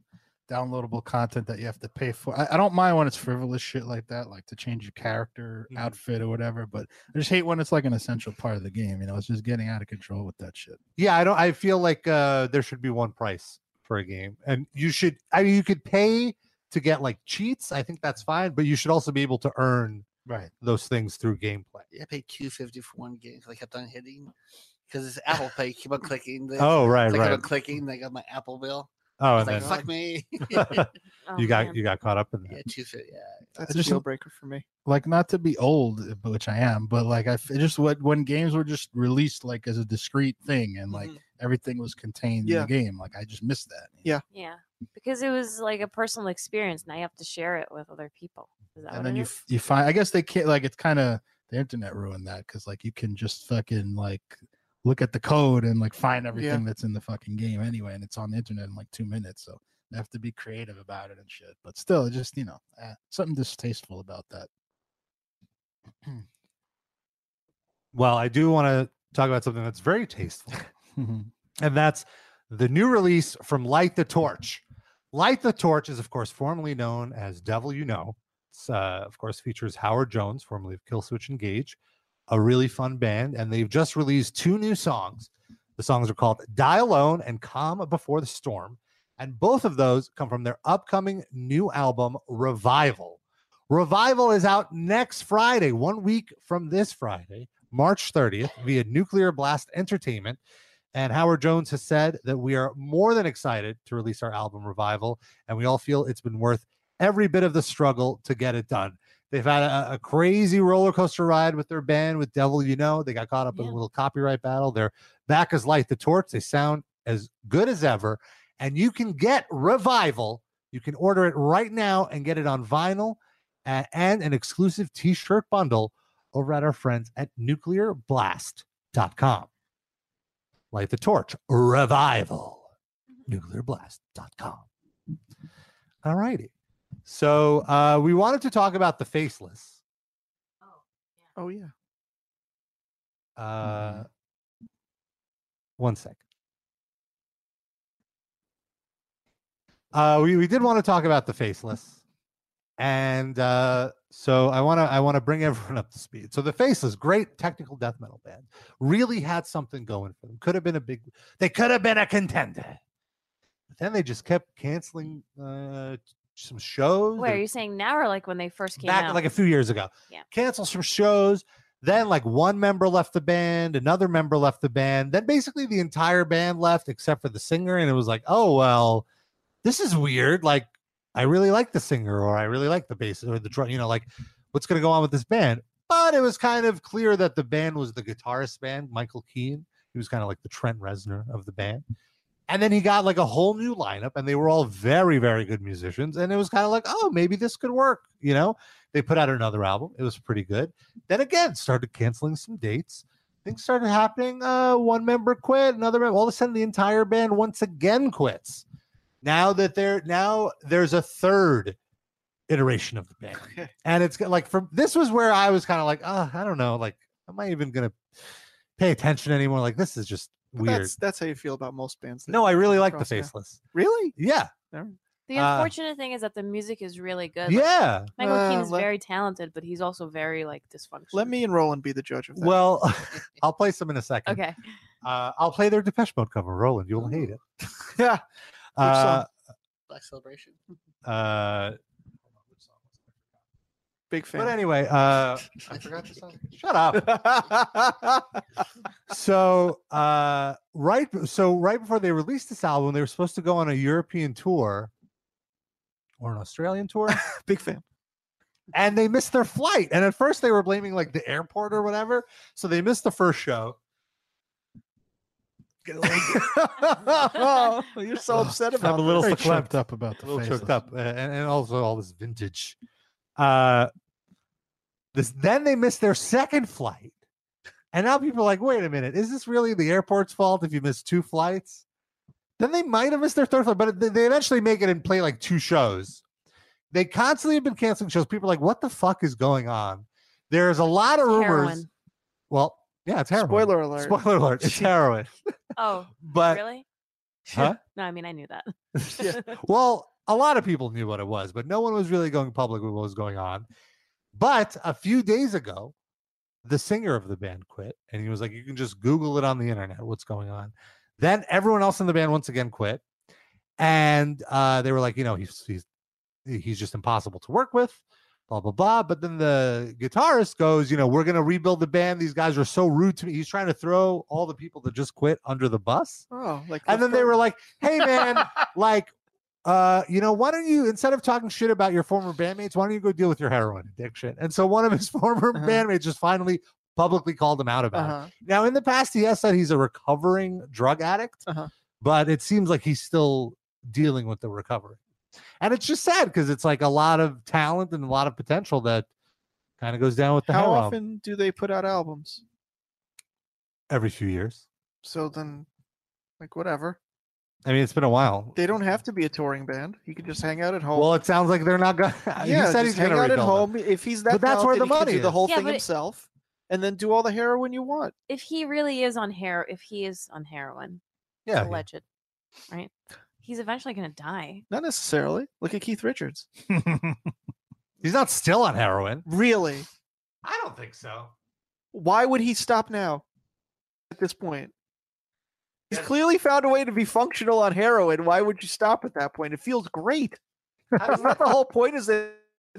[SPEAKER 5] downloadable content that you have to pay for. I, I don't mind when it's frivolous shit like that, like to change your character, outfit, or whatever. But I just hate when it's like an essential part of the game. You know, it's just getting out of control with that shit.
[SPEAKER 2] Yeah, I don't. I feel like uh, there should be one price for a game, and you should. I mean, you could pay to get like cheats. I think that's fine, but you should also be able to earn
[SPEAKER 5] Right.
[SPEAKER 2] those things through gameplay.
[SPEAKER 8] I paid two fifty for one game because I kept on hitting because it's Apple Pay. Keep on clicking. This.
[SPEAKER 2] Oh, right,
[SPEAKER 8] so I
[SPEAKER 2] right.
[SPEAKER 8] Kept on clicking. and I got my Apple bill.
[SPEAKER 2] Oh,
[SPEAKER 8] He's like,
[SPEAKER 2] and then
[SPEAKER 8] fuck me.
[SPEAKER 2] you got you got caught up in that.
[SPEAKER 8] yeah, two fit. Yeah,
[SPEAKER 4] That's
[SPEAKER 5] just-
[SPEAKER 4] a deal breaker for me.
[SPEAKER 5] like not to be old, but- which I am, but like I f- it just what when games were just released like as a discrete thing and like everything was contained
[SPEAKER 4] Mm-hmm. Yeah.
[SPEAKER 5] in the game. Like I just missed that.
[SPEAKER 4] Yeah.
[SPEAKER 3] Yeah. Because it was like a personal experience and I have to share it with other people. Is that
[SPEAKER 5] and
[SPEAKER 3] what
[SPEAKER 5] then
[SPEAKER 3] it
[SPEAKER 5] you
[SPEAKER 3] is?
[SPEAKER 5] f- you find I guess they can't like it's kind of the internet ruined that because like you can just fucking like look at the code and like find everything that's in the fucking game anyway, and it's on the internet in like two minutes. So they have to be creative about it and shit. But still, it just you know eh, something distasteful about that.
[SPEAKER 2] Well, I do want to talk about something that's very tasteful, and that's the new release from Light the Torch. Light the Torch is, of course, formerly known as Devil You Know. It's, uh, of course, features Howard Jones, formerly of Killswitch Engage, a really fun band, and they've just released two new songs. The songs are called Die Alone and Calm Before the Storm, and both of those come from their upcoming new album, Revival. Revival is out next Friday, one week from this Friday, March 30th, via Nuclear Blast Entertainment. And Howard Jones has said that we are more than excited to release our album Revival, and we all feel it's been worth every bit of the struggle to get it done. They've had a, a crazy roller coaster ride with their band, with Devil You Know. They got caught up in a little copyright battle. They're back as light the torch. They sound as good as ever. And you can get Revival. You can order it right now and get it on vinyl a- and an exclusive t shirt bundle over at our friends at nuclearblast.com. Light the torch, revival, nuclearblast.com. All righty. So uh, we wanted to talk about the faceless.
[SPEAKER 4] Oh yeah.
[SPEAKER 2] Uh, one sec. Uh, we, we did want to talk about the faceless, and uh, so I want to I want to bring everyone up to speed. So the faceless, great technical death metal band, really had something going for them. Could have been a big, they could have been a contender, but then they just kept canceling uh, some shows.
[SPEAKER 3] Wait,
[SPEAKER 2] They-
[SPEAKER 3] are you saying now or like when they first came
[SPEAKER 2] back
[SPEAKER 3] out?
[SPEAKER 2] like a few years ago.
[SPEAKER 3] Yeah.
[SPEAKER 2] Cancels some shows. Then like one member left the band, another member left the band. Then basically the entire band left except for the singer. And it was like, oh well, this is weird. Like I really like the singer, or I really like the bassist, or the drum. You know, like what's going to go on with this band? But it was kind of clear that the band was the guitarist band, Michael Keane. He was kind of like the Trent Reznor of the band. And then he got like a whole new lineup, and they were all very, very good musicians. And it was kind of like, oh, maybe this could work. You know, they put out another album. It was pretty good. Then again, started canceling some dates. Things started happening. Uh, one member quit, another member. All of a sudden, the entire band once again quits. Now that they're now there's a third iteration of the band, and it's got- like from this was where I was kind of like, oh, I don't know, like, am I even gonna pay attention anymore? Like, this is just
[SPEAKER 4] But
[SPEAKER 2] weird.
[SPEAKER 4] That's that's how you feel about most bands. that
[SPEAKER 2] No, I really
[SPEAKER 4] come
[SPEAKER 2] like the
[SPEAKER 4] across now.
[SPEAKER 2] faceless.
[SPEAKER 4] Really?
[SPEAKER 2] Yeah.
[SPEAKER 4] Never-
[SPEAKER 3] the
[SPEAKER 2] uh,
[SPEAKER 3] unfortunate thing is that the music is really good. Like,
[SPEAKER 2] Yeah.
[SPEAKER 3] Michael Keane
[SPEAKER 4] Uh,
[SPEAKER 3] is
[SPEAKER 4] let-
[SPEAKER 3] very talented, but he's also very like dysfunctional.
[SPEAKER 4] Let me and Roland be the judge of that.
[SPEAKER 2] Well, I'll play some in a second.
[SPEAKER 3] Okay.
[SPEAKER 2] Uh, I'll play their Depeche Mode cover, Roland. You'll hate it.
[SPEAKER 4] yeah.
[SPEAKER 2] Uh,
[SPEAKER 8] Black celebration.
[SPEAKER 2] uh,
[SPEAKER 4] Big fan.
[SPEAKER 2] but anyway, uh,
[SPEAKER 8] I forgot the song.
[SPEAKER 2] shut up. so uh, right, so right before they released this album, they were supposed to go on a European tour or an Australian tour.
[SPEAKER 4] Big fan.
[SPEAKER 2] and they missed their flight. And at first they were blaming like the airport or whatever. So they missed the first show.
[SPEAKER 4] oh, you're so upset about
[SPEAKER 2] I'm a little
[SPEAKER 4] this.
[SPEAKER 5] Very
[SPEAKER 2] verklempt.
[SPEAKER 5] choked up about the
[SPEAKER 2] a little choked
[SPEAKER 5] faceless.
[SPEAKER 2] up, uh, and, and also all this vintage. Uh, this then they missed their second flight, and now people are like, wait a minute, is this really the airport's fault if you miss two flights? Then they might have missed their third flight, but they- they eventually make it and play like two shows. They constantly have been canceling shows. People are like, what the fuck is going on? There's a lot of rumors.
[SPEAKER 3] Heroin.
[SPEAKER 2] Well, yeah, it's heroin.
[SPEAKER 4] Spoiler alert.
[SPEAKER 2] Spoiler alert. It's heroin.
[SPEAKER 3] Oh,
[SPEAKER 2] But
[SPEAKER 3] really?
[SPEAKER 2] Huh?
[SPEAKER 3] No, I mean I knew that.
[SPEAKER 2] well, a lot of people knew what it was, but no one was really going public with what was going on. But a few days ago, the singer of the band quit, and he was like, "You can just Google it on the internet. What's going on?" Then everyone else in the band once again quit, and uh, they were like, "You know, he's he's he's just impossible to work with. blah blah blah. But then the guitarist goes, you know, we're gonna rebuild the band. These guys are so rude to me. He's trying to throw all the people that just quit under the bus.
[SPEAKER 4] Oh, like
[SPEAKER 2] And then they were like, hey man, like uh, you know, why don't you instead of talking shit about your former bandmates, why don't you go deal with your heroin addiction? And so one of his former bandmates just finally publicly called him out about
[SPEAKER 4] Uh-huh.
[SPEAKER 2] it. Now, in the past, he has said he's a recovering drug addict,
[SPEAKER 4] Uh-huh.
[SPEAKER 2] but it seems like he's still dealing with the recovery. And it's just sad because it's like a lot of talent and a lot of potential that kind of goes down with the
[SPEAKER 4] How
[SPEAKER 2] heroin
[SPEAKER 4] often do they put out albums?
[SPEAKER 2] every few years.
[SPEAKER 4] So then, like whatever.
[SPEAKER 2] I mean, it's been a while.
[SPEAKER 4] They don't have to be a touring band. He could just hang out at home.
[SPEAKER 2] Well, it sounds like they're not going.
[SPEAKER 4] Oh. yeah,
[SPEAKER 2] he said
[SPEAKER 4] just
[SPEAKER 2] he's
[SPEAKER 4] hang
[SPEAKER 2] going to
[SPEAKER 4] out at
[SPEAKER 2] rebuild. it.
[SPEAKER 4] home. If he's that,
[SPEAKER 2] But that's where
[SPEAKER 4] talented,
[SPEAKER 2] the
[SPEAKER 4] he could
[SPEAKER 2] money
[SPEAKER 4] do the
[SPEAKER 2] is.
[SPEAKER 4] whole
[SPEAKER 3] Yeah,
[SPEAKER 4] thing
[SPEAKER 3] but it-
[SPEAKER 4] himself, and then do all the heroin you want.
[SPEAKER 3] If he really is on hero, if he is on heroin,
[SPEAKER 4] Yeah, yeah.
[SPEAKER 3] alleged, right? He's eventually gonna die.
[SPEAKER 4] Not necessarily. Look at Keith Richards.
[SPEAKER 2] He's not still on heroin.
[SPEAKER 4] Really?
[SPEAKER 2] I don't think so.
[SPEAKER 4] Why would he stop now? At this point, he's clearly found a way to be functional on heroin. Why would you stop at that point? It feels great. That's not the whole point. Is that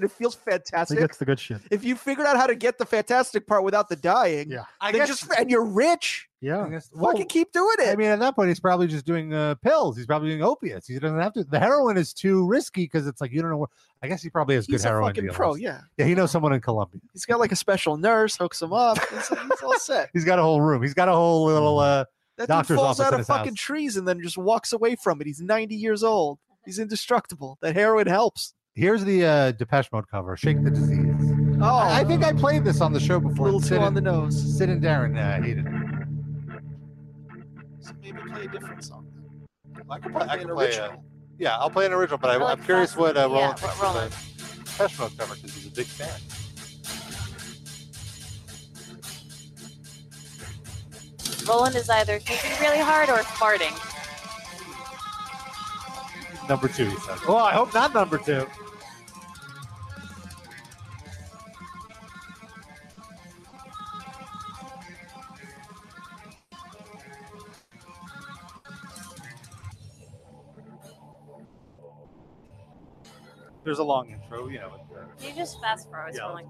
[SPEAKER 4] it feels fantastic.
[SPEAKER 5] gets the good shit.
[SPEAKER 4] if you figured out how to get the fantastic part without the dying,
[SPEAKER 5] Yeah.
[SPEAKER 2] I
[SPEAKER 4] then
[SPEAKER 2] guess-
[SPEAKER 4] just and you're rich.
[SPEAKER 5] Yeah.
[SPEAKER 4] fucking keep doing it.
[SPEAKER 2] Oh, I mean, at that point, he's probably just doing uh, pills. He's probably doing opiates. He doesn't have to. The heroin is too risky because it's like you don't know. What, I guess he probably has
[SPEAKER 4] He's
[SPEAKER 2] good
[SPEAKER 4] a
[SPEAKER 2] heroin.
[SPEAKER 4] fucking pro,
[SPEAKER 2] dealers.
[SPEAKER 4] yeah.
[SPEAKER 2] Yeah, he knows someone in Colombia.
[SPEAKER 4] He's got like a special nurse hooks him up. It's, it's all set.
[SPEAKER 2] He's got a whole room. He's got a whole little uh,
[SPEAKER 4] Mm. That dude
[SPEAKER 2] doctor's
[SPEAKER 4] falls
[SPEAKER 2] office
[SPEAKER 4] out
[SPEAKER 2] in
[SPEAKER 4] of
[SPEAKER 2] his
[SPEAKER 4] fucking
[SPEAKER 2] house.
[SPEAKER 4] trees and then just walks away from it. He's 90 years old. He's indestructible. That heroin helps.
[SPEAKER 2] Here's the uh, Depeche Mode cover, "Shake the Disease."
[SPEAKER 4] Oh,
[SPEAKER 2] I, I think I played this on the show before.
[SPEAKER 4] little too
[SPEAKER 2] Sid
[SPEAKER 4] on
[SPEAKER 2] and-
[SPEAKER 4] the nose.
[SPEAKER 2] Sid and Darren uh, hated it.
[SPEAKER 4] So maybe play a different song.
[SPEAKER 2] I can
[SPEAKER 4] play,
[SPEAKER 2] I can play, uh, Yeah, I'll play an original, but I,
[SPEAKER 4] I like
[SPEAKER 2] I'm curious what uh,
[SPEAKER 4] classic- yeah,
[SPEAKER 2] Roland
[SPEAKER 4] what
[SPEAKER 2] thinks of the Depeche Mode cover because he's a big fan.
[SPEAKER 3] Roland is either kicking really hard or farting.
[SPEAKER 2] Number two, he said. Well, I hope not number two. There's a long intro, you know. with, uh,
[SPEAKER 3] You just fast forward.
[SPEAKER 2] Yeah.
[SPEAKER 3] Yeah. Like,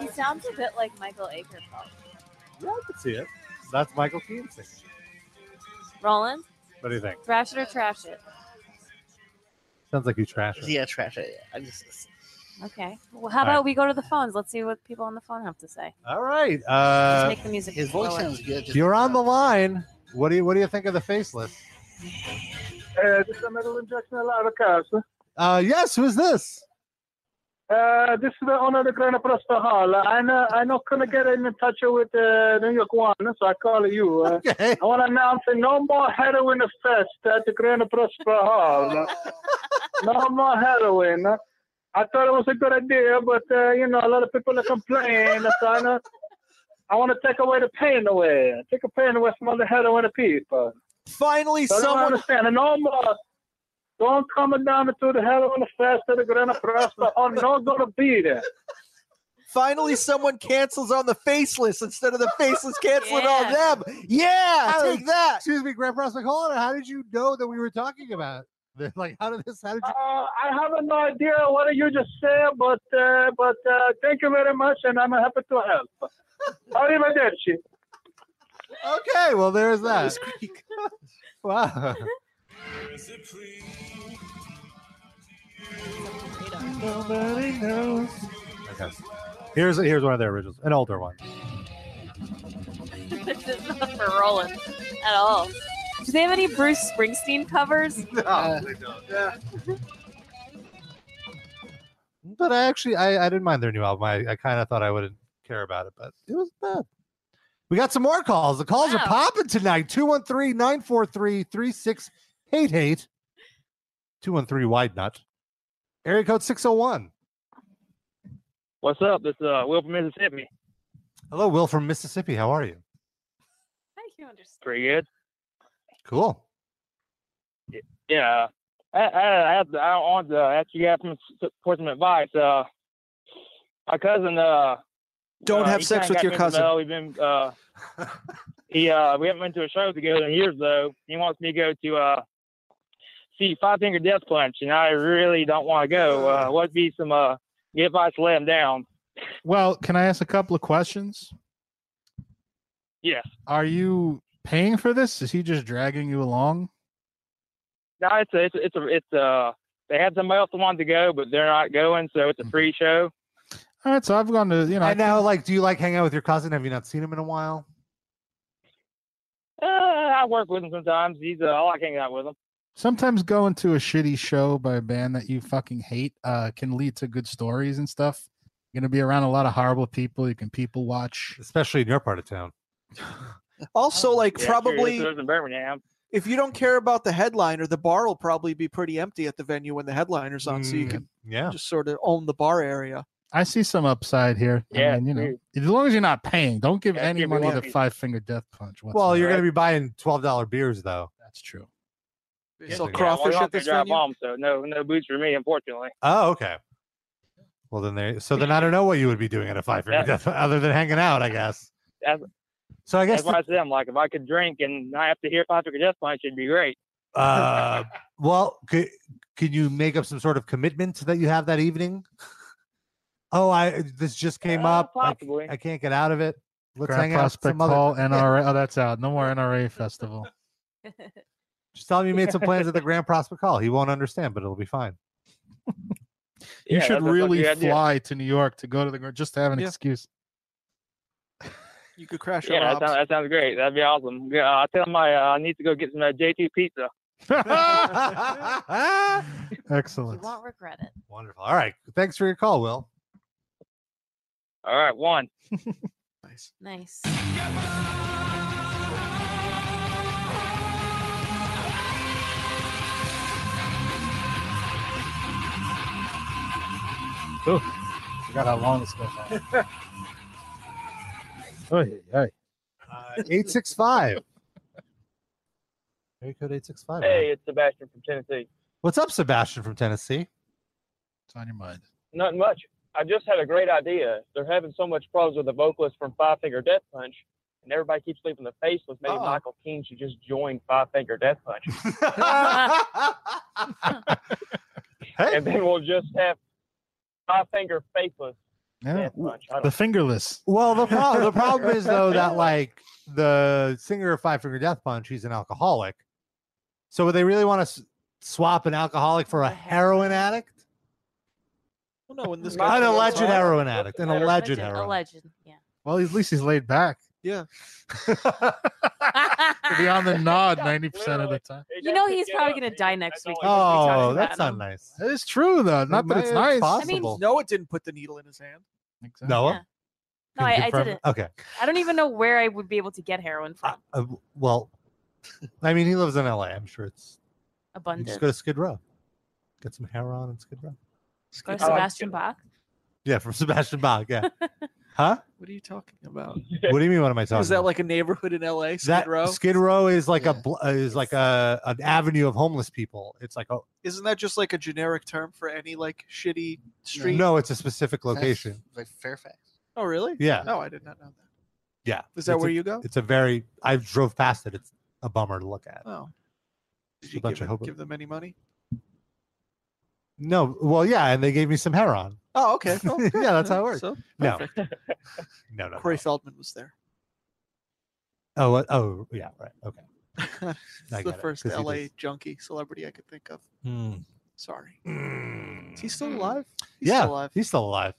[SPEAKER 3] he sounds a bit like Michael Akerfeld.
[SPEAKER 2] Yeah, I can see it. That's Michael Keaton singing.
[SPEAKER 3] Roland,
[SPEAKER 2] What do you think?
[SPEAKER 3] thrash it or trash it.
[SPEAKER 2] Sounds like you trash it.
[SPEAKER 8] Yeah, trash it. Yeah. I just
[SPEAKER 3] Okay. Well, how
[SPEAKER 2] All right.
[SPEAKER 3] about we go to the phones? Let's see what people on the phone have to say.
[SPEAKER 2] All right.
[SPEAKER 3] Just
[SPEAKER 2] Uh,
[SPEAKER 3] make the music.
[SPEAKER 8] his voice
[SPEAKER 3] lower.
[SPEAKER 8] sounds good. Just,
[SPEAKER 2] you're on the line. What do you What do you think of the faceless?
[SPEAKER 14] Uh, this is a metal injection alive a casa.
[SPEAKER 2] Uh, yes. Who's this?
[SPEAKER 14] Uh, this is the owner of the Grand Prosta Hall. I know I not gonna get in touch with uh, New York One, so I call you. Uh,
[SPEAKER 2] okay.
[SPEAKER 14] I want to announce that no more heroin fest at the Grand Prosta Hall. no more heroin. I thought it was a good idea, but uh, you know a lot of people are complaining. so I, know- I want to take away the pain away. Take the pain away from all the heroin people.
[SPEAKER 4] Finally,
[SPEAKER 14] So I don't
[SPEAKER 4] someone
[SPEAKER 14] understand. And no more. Don't come down to the hell on the fast of the Grand Prospect. I'm not going to be there.
[SPEAKER 4] finally someone cancels on the faceless instead of the faceless canceling on them. Yeah,
[SPEAKER 2] How-
[SPEAKER 4] take that.
[SPEAKER 2] Excuse me, Grand Prospect Hall. How did you know that we were talking about? It? Like, how did this? How did
[SPEAKER 14] Uh, I have no idea what you just said, but uh, but uh, thank you very much, and I'm happy to help. Arrivederci.
[SPEAKER 2] you? Okay. Well, there's that.
[SPEAKER 4] was Greek.
[SPEAKER 2] Wow. Nobody knows. Okay. Here's here's one of their originals, an older one.
[SPEAKER 3] this is not for Roland at all. Do they have any Bruce Springsteen covers?
[SPEAKER 2] No, they don't. But I actually I, I didn't mind their new album. I, I kind of thought I wouldn't care about it, but it was bad. We got some more calls. The calls are popping tonight. 213-943-3688. 213 wide nut. Area code 601.
[SPEAKER 15] What's up? This is uh, Will from Mississippi.
[SPEAKER 2] Hello, Will from Mississippi. How are you?
[SPEAKER 15] Pretty good.
[SPEAKER 2] Cool.
[SPEAKER 15] Yeah. I, I, I, have to, I want to ask you guys for, for some advice. Uh, my cousin. Uh,
[SPEAKER 4] Don't
[SPEAKER 15] uh,
[SPEAKER 4] have
[SPEAKER 15] he
[SPEAKER 4] sex
[SPEAKER 15] kinda
[SPEAKER 4] with
[SPEAKER 15] got
[SPEAKER 4] your
[SPEAKER 15] me
[SPEAKER 4] cousin.
[SPEAKER 15] though. We've been. Uh, he. Uh, we haven't been to a show together in years though. He wants me to go to. Uh, see Five Finger Death Punch, and I really don't want to go. Uh, what be some uh, advice to let him down?
[SPEAKER 5] Well, can I ask a couple of questions?
[SPEAKER 15] Yes.
[SPEAKER 5] Are you paying for this? Is he just dragging you along?
[SPEAKER 15] No, it's a, it's a, it's a, it's a, they had somebody else that wanted to go, but they're not going, so it's a free
[SPEAKER 2] Mm-hmm.
[SPEAKER 15] show.
[SPEAKER 5] All right, so I've gone to you know.
[SPEAKER 2] I now like, do you like hang out with your cousin? Have you not seen him in a while?
[SPEAKER 15] Uh, I work with him sometimes. He's, uh, I like hanging out with him.
[SPEAKER 5] Sometimes going to a shitty show by a band that you fucking hate uh, can lead to good stories and stuff. You're gonna be around a lot of horrible people. You can people watch,
[SPEAKER 2] especially in your part of town.
[SPEAKER 4] Also, like
[SPEAKER 15] Yeah, sure,
[SPEAKER 4] probably
[SPEAKER 15] this was in Birmingham.
[SPEAKER 4] if you don't care about the headliner, the bar will probably be pretty empty at the venue when the headliner's on, so you
[SPEAKER 5] Mm,
[SPEAKER 4] can
[SPEAKER 2] yeah
[SPEAKER 4] just sort of own the bar area.
[SPEAKER 5] I see some upside here. I
[SPEAKER 4] Yeah,
[SPEAKER 5] mean, you know,
[SPEAKER 4] dude.
[SPEAKER 5] as long as you're not paying, don't give
[SPEAKER 2] Yeah,
[SPEAKER 5] any
[SPEAKER 2] give me
[SPEAKER 5] money
[SPEAKER 2] one
[SPEAKER 5] to
[SPEAKER 2] piece.
[SPEAKER 5] Five Finger Death Punch.
[SPEAKER 2] well,
[SPEAKER 5] whatsoever.
[SPEAKER 2] you're going to be buying twelve dollar beers though.
[SPEAKER 5] That's true.
[SPEAKER 4] They sell
[SPEAKER 15] Yeah,
[SPEAKER 4] crawfish
[SPEAKER 15] well,
[SPEAKER 4] at this
[SPEAKER 15] drive
[SPEAKER 4] venue.
[SPEAKER 15] home, so no, no boots for me, unfortunately.
[SPEAKER 2] Oh, okay. Well, then they. So then I don't know what you would be doing at a five finger
[SPEAKER 15] Yeah.
[SPEAKER 2] death other than hanging out, I guess.
[SPEAKER 15] That's,
[SPEAKER 2] So I guess
[SPEAKER 15] that's why I said I'm like, if I could drink and not have to hear Patrick or Death Punch, it'd be great.
[SPEAKER 2] Uh, well, could can you make up some sort of commitment that you have that evening? Oh, I this just came up. I c-
[SPEAKER 15] possibly.
[SPEAKER 2] I, can't get out of it. Let's
[SPEAKER 5] Grand
[SPEAKER 2] hang out
[SPEAKER 5] Prospect
[SPEAKER 2] some other-
[SPEAKER 5] Hall
[SPEAKER 2] Yeah.
[SPEAKER 5] NRA. Oh, that's out. No more NRA festival.
[SPEAKER 2] Just tell him you made some plans at the Grand Prospect Hall. He won't understand, but it'll be fine.
[SPEAKER 5] You
[SPEAKER 2] Yeah,
[SPEAKER 5] should
[SPEAKER 2] that's a
[SPEAKER 5] really
[SPEAKER 2] good idea.
[SPEAKER 5] fly to New York to go to the Grand- just to have an
[SPEAKER 2] Yeah.
[SPEAKER 5] excuse.
[SPEAKER 4] You could crash
[SPEAKER 15] yeah, that
[SPEAKER 4] at Rob's.
[SPEAKER 15] sounds, that sounds great. That'd be awesome. Yeah, I tell him I uh, need to go get some uh, JT pizza.
[SPEAKER 5] Excellent.
[SPEAKER 3] won't regret it.
[SPEAKER 2] Ah! Wonderful. All right. Thanks for your call, Will.
[SPEAKER 15] All right, one.
[SPEAKER 3] Nice.
[SPEAKER 5] Ooh, forgot how long this goes on. Oh, yeah.
[SPEAKER 2] Uh, Eight six five. Area code eight six five.
[SPEAKER 15] Hey, it's Sebastian from Tennessee.
[SPEAKER 2] What's up, Sebastian from Tennessee?
[SPEAKER 5] It's on your mind.
[SPEAKER 15] Nothing much. I just had a great idea. They're having so much problems with the vocalist from Five Finger Death Punch, and everybody keeps leaving the faceless. Maybe Michael King should just join Five Finger Death Punch. And then we'll just have Five Finger Faceless.
[SPEAKER 5] Yeah.
[SPEAKER 15] Punch. I don't-
[SPEAKER 5] The fingerless.
[SPEAKER 2] Well, the problem the problem is though that like the singer of Five Finger Death Punch, he's an alcoholic. So would they really want to s- swap an alcoholic for a heroin addict?
[SPEAKER 4] Well, no, when this guy
[SPEAKER 2] An alleged
[SPEAKER 4] Yeah.
[SPEAKER 2] heroin addict. An alleged heroin.
[SPEAKER 3] legend. Yeah.
[SPEAKER 5] Well, at least he's laid back.
[SPEAKER 4] Yeah.
[SPEAKER 5] He'll be on the nod ninety percent of the time.
[SPEAKER 3] You know he's probably gonna die next week. because we talked
[SPEAKER 2] Oh,
[SPEAKER 3] about
[SPEAKER 2] that's not
[SPEAKER 3] him.
[SPEAKER 2] nice.
[SPEAKER 5] That is true though. Not that it's nice.
[SPEAKER 3] possible.
[SPEAKER 4] Noah didn't put the needle in his hand.
[SPEAKER 2] Noah?
[SPEAKER 3] No,
[SPEAKER 2] Can you
[SPEAKER 3] I, I
[SPEAKER 2] confirm-
[SPEAKER 3] didn't.
[SPEAKER 2] Okay.
[SPEAKER 3] I don't even know where I would be able to get heroin from.
[SPEAKER 2] Uh, well, I mean, he lives in LA. I'm sure it's. You
[SPEAKER 3] Abundant.
[SPEAKER 2] just go to Skid Row, get some heroin and Skid Row.
[SPEAKER 3] Go to
[SPEAKER 4] Oh,
[SPEAKER 3] Sebastian Bach.
[SPEAKER 2] Yeah, from Sebastian Bach. Yeah. huh?
[SPEAKER 4] What are you talking about?
[SPEAKER 2] What do you mean? What am I talking?
[SPEAKER 4] Is that like a neighborhood in LA? Skid
[SPEAKER 2] that
[SPEAKER 4] Row?
[SPEAKER 2] Skid Row is like a bl- uh, is like a an avenue of homeless people. It's like oh
[SPEAKER 4] Isn't that just like a generic term for any like shitty street?
[SPEAKER 2] no, it's a specific location.
[SPEAKER 8] Like Fairfax.
[SPEAKER 4] Oh, really?
[SPEAKER 2] Yeah.
[SPEAKER 4] No, I did not know that.
[SPEAKER 2] Yeah,
[SPEAKER 4] Is that
[SPEAKER 2] It's
[SPEAKER 4] where
[SPEAKER 2] a-
[SPEAKER 4] you go?
[SPEAKER 2] It's a very I drove past it. It's a bummer to look at.
[SPEAKER 4] Oh. Did
[SPEAKER 2] It's
[SPEAKER 4] you
[SPEAKER 2] a bunch
[SPEAKER 4] give,
[SPEAKER 2] of
[SPEAKER 4] it-
[SPEAKER 2] hobo-
[SPEAKER 4] give them any money?
[SPEAKER 2] No, well, yeah, and they gave me some heroin.
[SPEAKER 4] Oh, okay. cool.
[SPEAKER 2] Yeah,
[SPEAKER 4] Good.
[SPEAKER 2] that's how it works.
[SPEAKER 4] So,
[SPEAKER 2] No.
[SPEAKER 4] perfect.
[SPEAKER 2] No, no.
[SPEAKER 4] Corey Feldman was there.
[SPEAKER 2] Oh, what? Oh, yeah, right. Okay.
[SPEAKER 4] It's the
[SPEAKER 2] get it,
[SPEAKER 4] first
[SPEAKER 2] 'cause he
[SPEAKER 4] LA
[SPEAKER 2] just-
[SPEAKER 4] junkie celebrity I could think of.
[SPEAKER 2] Hmm.
[SPEAKER 4] Sorry.
[SPEAKER 2] Mm.
[SPEAKER 4] Is he still alive? He's
[SPEAKER 2] yeah,
[SPEAKER 4] still alive.
[SPEAKER 2] he's still alive.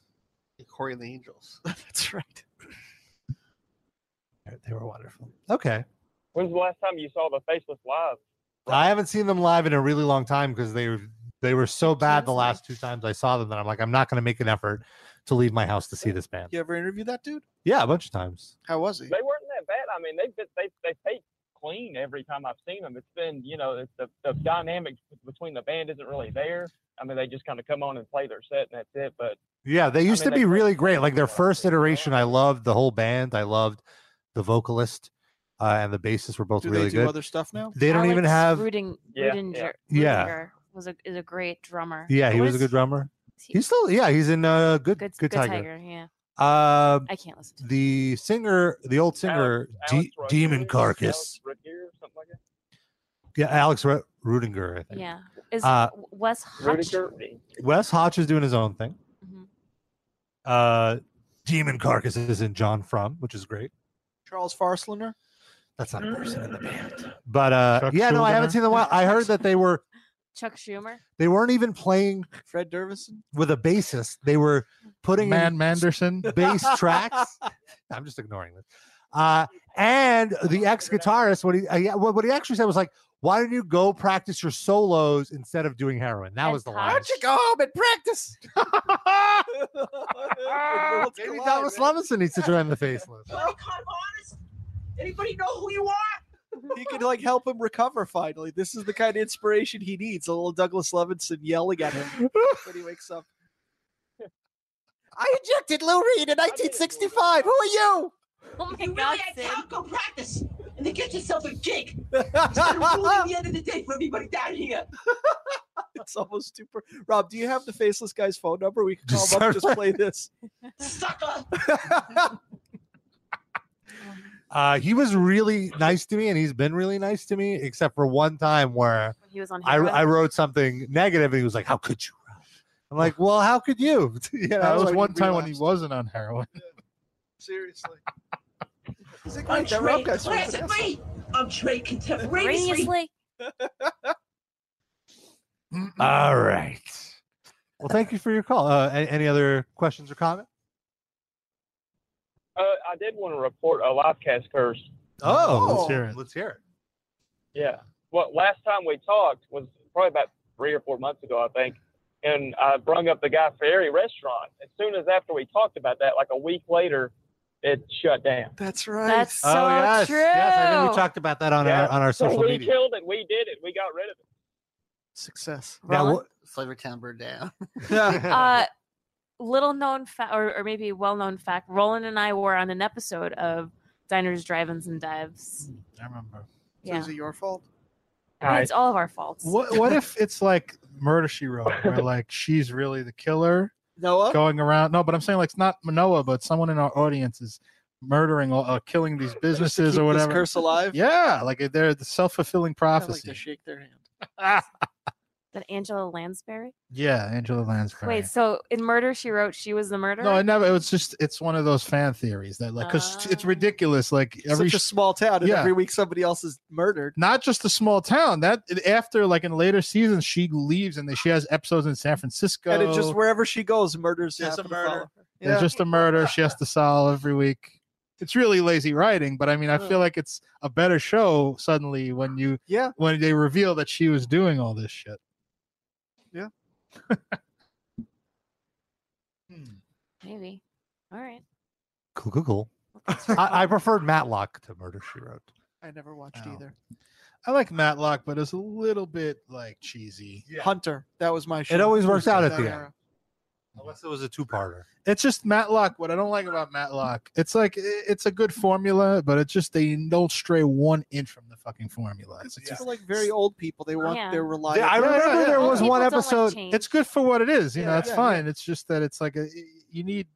[SPEAKER 8] Corey and the Angels.
[SPEAKER 4] That's right.
[SPEAKER 2] They were wonderful. Okay.
[SPEAKER 15] When's the last time you saw the Faceless live?
[SPEAKER 2] I haven't seen them live in a really long time because they were they were so bad the last two times I saw them that I'm like I'm not going to make an effort to leave my house to see this band.
[SPEAKER 4] You ever interview that dude?
[SPEAKER 2] Yeah, a bunch of times.
[SPEAKER 4] How was he?
[SPEAKER 15] They weren't that bad. I mean, they've been, they they stay clean every time I've seen them. It's been you know it's the the dynamic between the band isn't really there. I mean, they just kind of come on and play their set and that's it. But
[SPEAKER 2] Yeah, they
[SPEAKER 15] I
[SPEAKER 2] used
[SPEAKER 15] mean,
[SPEAKER 2] to
[SPEAKER 15] they
[SPEAKER 2] be really great. Like their first iteration, I loved the whole band. I loved the vocalist uh, and the bassist were both
[SPEAKER 4] Do
[SPEAKER 2] really
[SPEAKER 4] they do
[SPEAKER 2] good.
[SPEAKER 4] other stuff now?
[SPEAKER 2] They don't even have
[SPEAKER 3] Ruding,
[SPEAKER 2] Yeah,
[SPEAKER 3] Rudinger,
[SPEAKER 2] yeah.
[SPEAKER 3] Rudinger, was a is a great drummer.
[SPEAKER 2] Yeah, he was, a
[SPEAKER 3] Where's-
[SPEAKER 2] good drummer. He's still yeah, he's in uh, good good,
[SPEAKER 3] Good
[SPEAKER 2] tiger.
[SPEAKER 3] Tiger, yeah.
[SPEAKER 2] Uh,
[SPEAKER 3] I can't listen.
[SPEAKER 2] the singer, the old singer, De- Demon Carcass. yeah, Alex Ru- Rudinger, I think.
[SPEAKER 3] Yeah, is
[SPEAKER 2] Uh,
[SPEAKER 3] Wes Hutch?
[SPEAKER 2] Wes Hotch is doing his own thing.
[SPEAKER 3] Mm-hmm.
[SPEAKER 2] Uh, Demon Carcass is in John From, which is great.
[SPEAKER 4] Charles Farslander.
[SPEAKER 2] That's not a person in the band. But uh, yeah, no, I haven't
[SPEAKER 4] Schuldiner.
[SPEAKER 2] seen them in a while. I heard that they were
[SPEAKER 3] Chuck Schumer.
[SPEAKER 2] they weren't even playing
[SPEAKER 4] Fred Dervison.
[SPEAKER 2] with a bassist. They were putting
[SPEAKER 5] Man
[SPEAKER 2] in
[SPEAKER 5] Manderson.
[SPEAKER 2] bass tracks. I'm just ignoring this. Uh, and the ex guitarist, what he uh, yeah, what, what he actually said was like, "Why don't you go practice your solos instead of doing heroin?" That was the line.
[SPEAKER 4] Why don't you go home and practice?
[SPEAKER 2] Maybe Donald Levinson needs to join the faceless.
[SPEAKER 4] Anybody know who you are? He could like help him recover finally. This is the kind of inspiration he needs. A little Douglas Levinson yelling at him when he wakes up. I injected Lou Reed in 1965. Who are
[SPEAKER 3] Oh
[SPEAKER 4] you?
[SPEAKER 3] my
[SPEAKER 16] you
[SPEAKER 3] God,
[SPEAKER 16] really had time, go practice and then get yourself a gig. Instead of ruining the end of the day for everybody down here.
[SPEAKER 4] It's almost too. Per- Rob, do you have the faceless guy's phone number? We can call
[SPEAKER 2] Just
[SPEAKER 4] him
[SPEAKER 2] start
[SPEAKER 4] up. and Just play this.
[SPEAKER 16] Sucker.
[SPEAKER 2] Uh, he was really nice to me, and he's been really nice to me, except for one time where
[SPEAKER 3] He was on.
[SPEAKER 2] I,
[SPEAKER 3] heroin.
[SPEAKER 2] I wrote something negative, and he was like, "How could you?" Rob?" I'm like, "Well, how could you?" you know,
[SPEAKER 5] that was
[SPEAKER 2] like,
[SPEAKER 5] one time when he wasn't on heroin.
[SPEAKER 4] Seriously.
[SPEAKER 16] I'm
[SPEAKER 4] that Rob
[SPEAKER 16] Drake.
[SPEAKER 4] guy's from
[SPEAKER 16] Classically, I'm Drake contemporaneously.
[SPEAKER 2] All right. Well, thank you for your call. Uh, a- any other questions or comments?
[SPEAKER 15] Uh, I did want to report a livecast curse.
[SPEAKER 2] Oh, let's hear it. Let's hear it.
[SPEAKER 15] Yeah. Well, last time we talked was probably about three or four months ago, I think. And I brung up the Guy Ferry restaurant. As soon as after we talked about that, like a week later, it shut down.
[SPEAKER 4] That's right.
[SPEAKER 3] That's so
[SPEAKER 2] oh yes,
[SPEAKER 3] true.
[SPEAKER 2] yes. I think we talked about that on
[SPEAKER 15] Yeah.
[SPEAKER 2] our on our
[SPEAKER 15] So
[SPEAKER 2] social
[SPEAKER 15] we
[SPEAKER 2] media.
[SPEAKER 15] killed it. We did it. We got rid of it.
[SPEAKER 4] Success.
[SPEAKER 2] Now,
[SPEAKER 8] Roland?
[SPEAKER 2] what-
[SPEAKER 8] Flavor Town burned down.
[SPEAKER 3] uh, little known fact, or, or maybe well known fact, Roland and I were on an episode of Diners, Drive-ins, and Dives.
[SPEAKER 5] I remember.
[SPEAKER 4] So
[SPEAKER 3] Yeah,
[SPEAKER 4] Is it your fault?
[SPEAKER 3] it's all of our faults.
[SPEAKER 5] What what if it's like Murder She Wrote, where like she's really the killer
[SPEAKER 4] Noah?
[SPEAKER 5] going around? No, but I'm saying like it's not Manoa, but someone in our audience is murdering or uh, killing these businesses
[SPEAKER 4] keep
[SPEAKER 5] or
[SPEAKER 4] this
[SPEAKER 5] whatever.
[SPEAKER 4] curse alive?
[SPEAKER 5] Yeah, like they're the self fulfilling
[SPEAKER 4] I like
[SPEAKER 5] prophecy.
[SPEAKER 4] to shake their hand.
[SPEAKER 3] That Angela Lansbury.
[SPEAKER 5] yeah, Angela Lansbury.
[SPEAKER 3] Wait, so in Murder She Wrote, she was the murderer.
[SPEAKER 5] No, I never. It was just it's one of those fan theories that like because it's
[SPEAKER 3] Ah.
[SPEAKER 5] ridiculous. Like every
[SPEAKER 4] Such a small town, and
[SPEAKER 5] Yeah.
[SPEAKER 4] every week somebody else is murdered.
[SPEAKER 5] not just a small town that after like in later seasons she leaves and then she has episodes in San Francisco
[SPEAKER 4] And it just wherever she goes, murders.
[SPEAKER 8] Just
[SPEAKER 4] happen
[SPEAKER 8] a
[SPEAKER 4] to
[SPEAKER 8] murder.
[SPEAKER 4] follow her.
[SPEAKER 5] There's just a murder she has to solve every week. It's really lazy writing, but I mean, I feel like it's a better show suddenly when you
[SPEAKER 4] Yeah.
[SPEAKER 5] when they reveal that she was doing all this shit.
[SPEAKER 3] Maybe. All right.
[SPEAKER 2] Cool, cool, cool. I, I preferred Matlock to Murder She Wrote.
[SPEAKER 4] I never watched
[SPEAKER 5] Oh.
[SPEAKER 4] either.
[SPEAKER 5] I like Matlock, but it's a little bit like cheesy.
[SPEAKER 4] Hunter, that was my show.
[SPEAKER 2] It always works out at
[SPEAKER 4] That
[SPEAKER 2] the
[SPEAKER 4] era.
[SPEAKER 2] end, unless it was a two-parter.
[SPEAKER 5] It's just Matlock. What I don't like about Matlock, it's like i- it's a good formula, but it's just they don't stray one inch from the fucking formula. It's,
[SPEAKER 4] It's for like very old people. They want
[SPEAKER 3] Yeah.
[SPEAKER 4] their
[SPEAKER 2] Yeah,
[SPEAKER 4] reliable.
[SPEAKER 2] I remember there
[SPEAKER 3] Old
[SPEAKER 2] was
[SPEAKER 3] people
[SPEAKER 2] one
[SPEAKER 3] don't like
[SPEAKER 2] episode.
[SPEAKER 3] change.
[SPEAKER 5] it's good for what it is. You know,
[SPEAKER 4] Yeah,
[SPEAKER 5] it's
[SPEAKER 4] yeah,
[SPEAKER 5] fine. It's just that it's like a, you need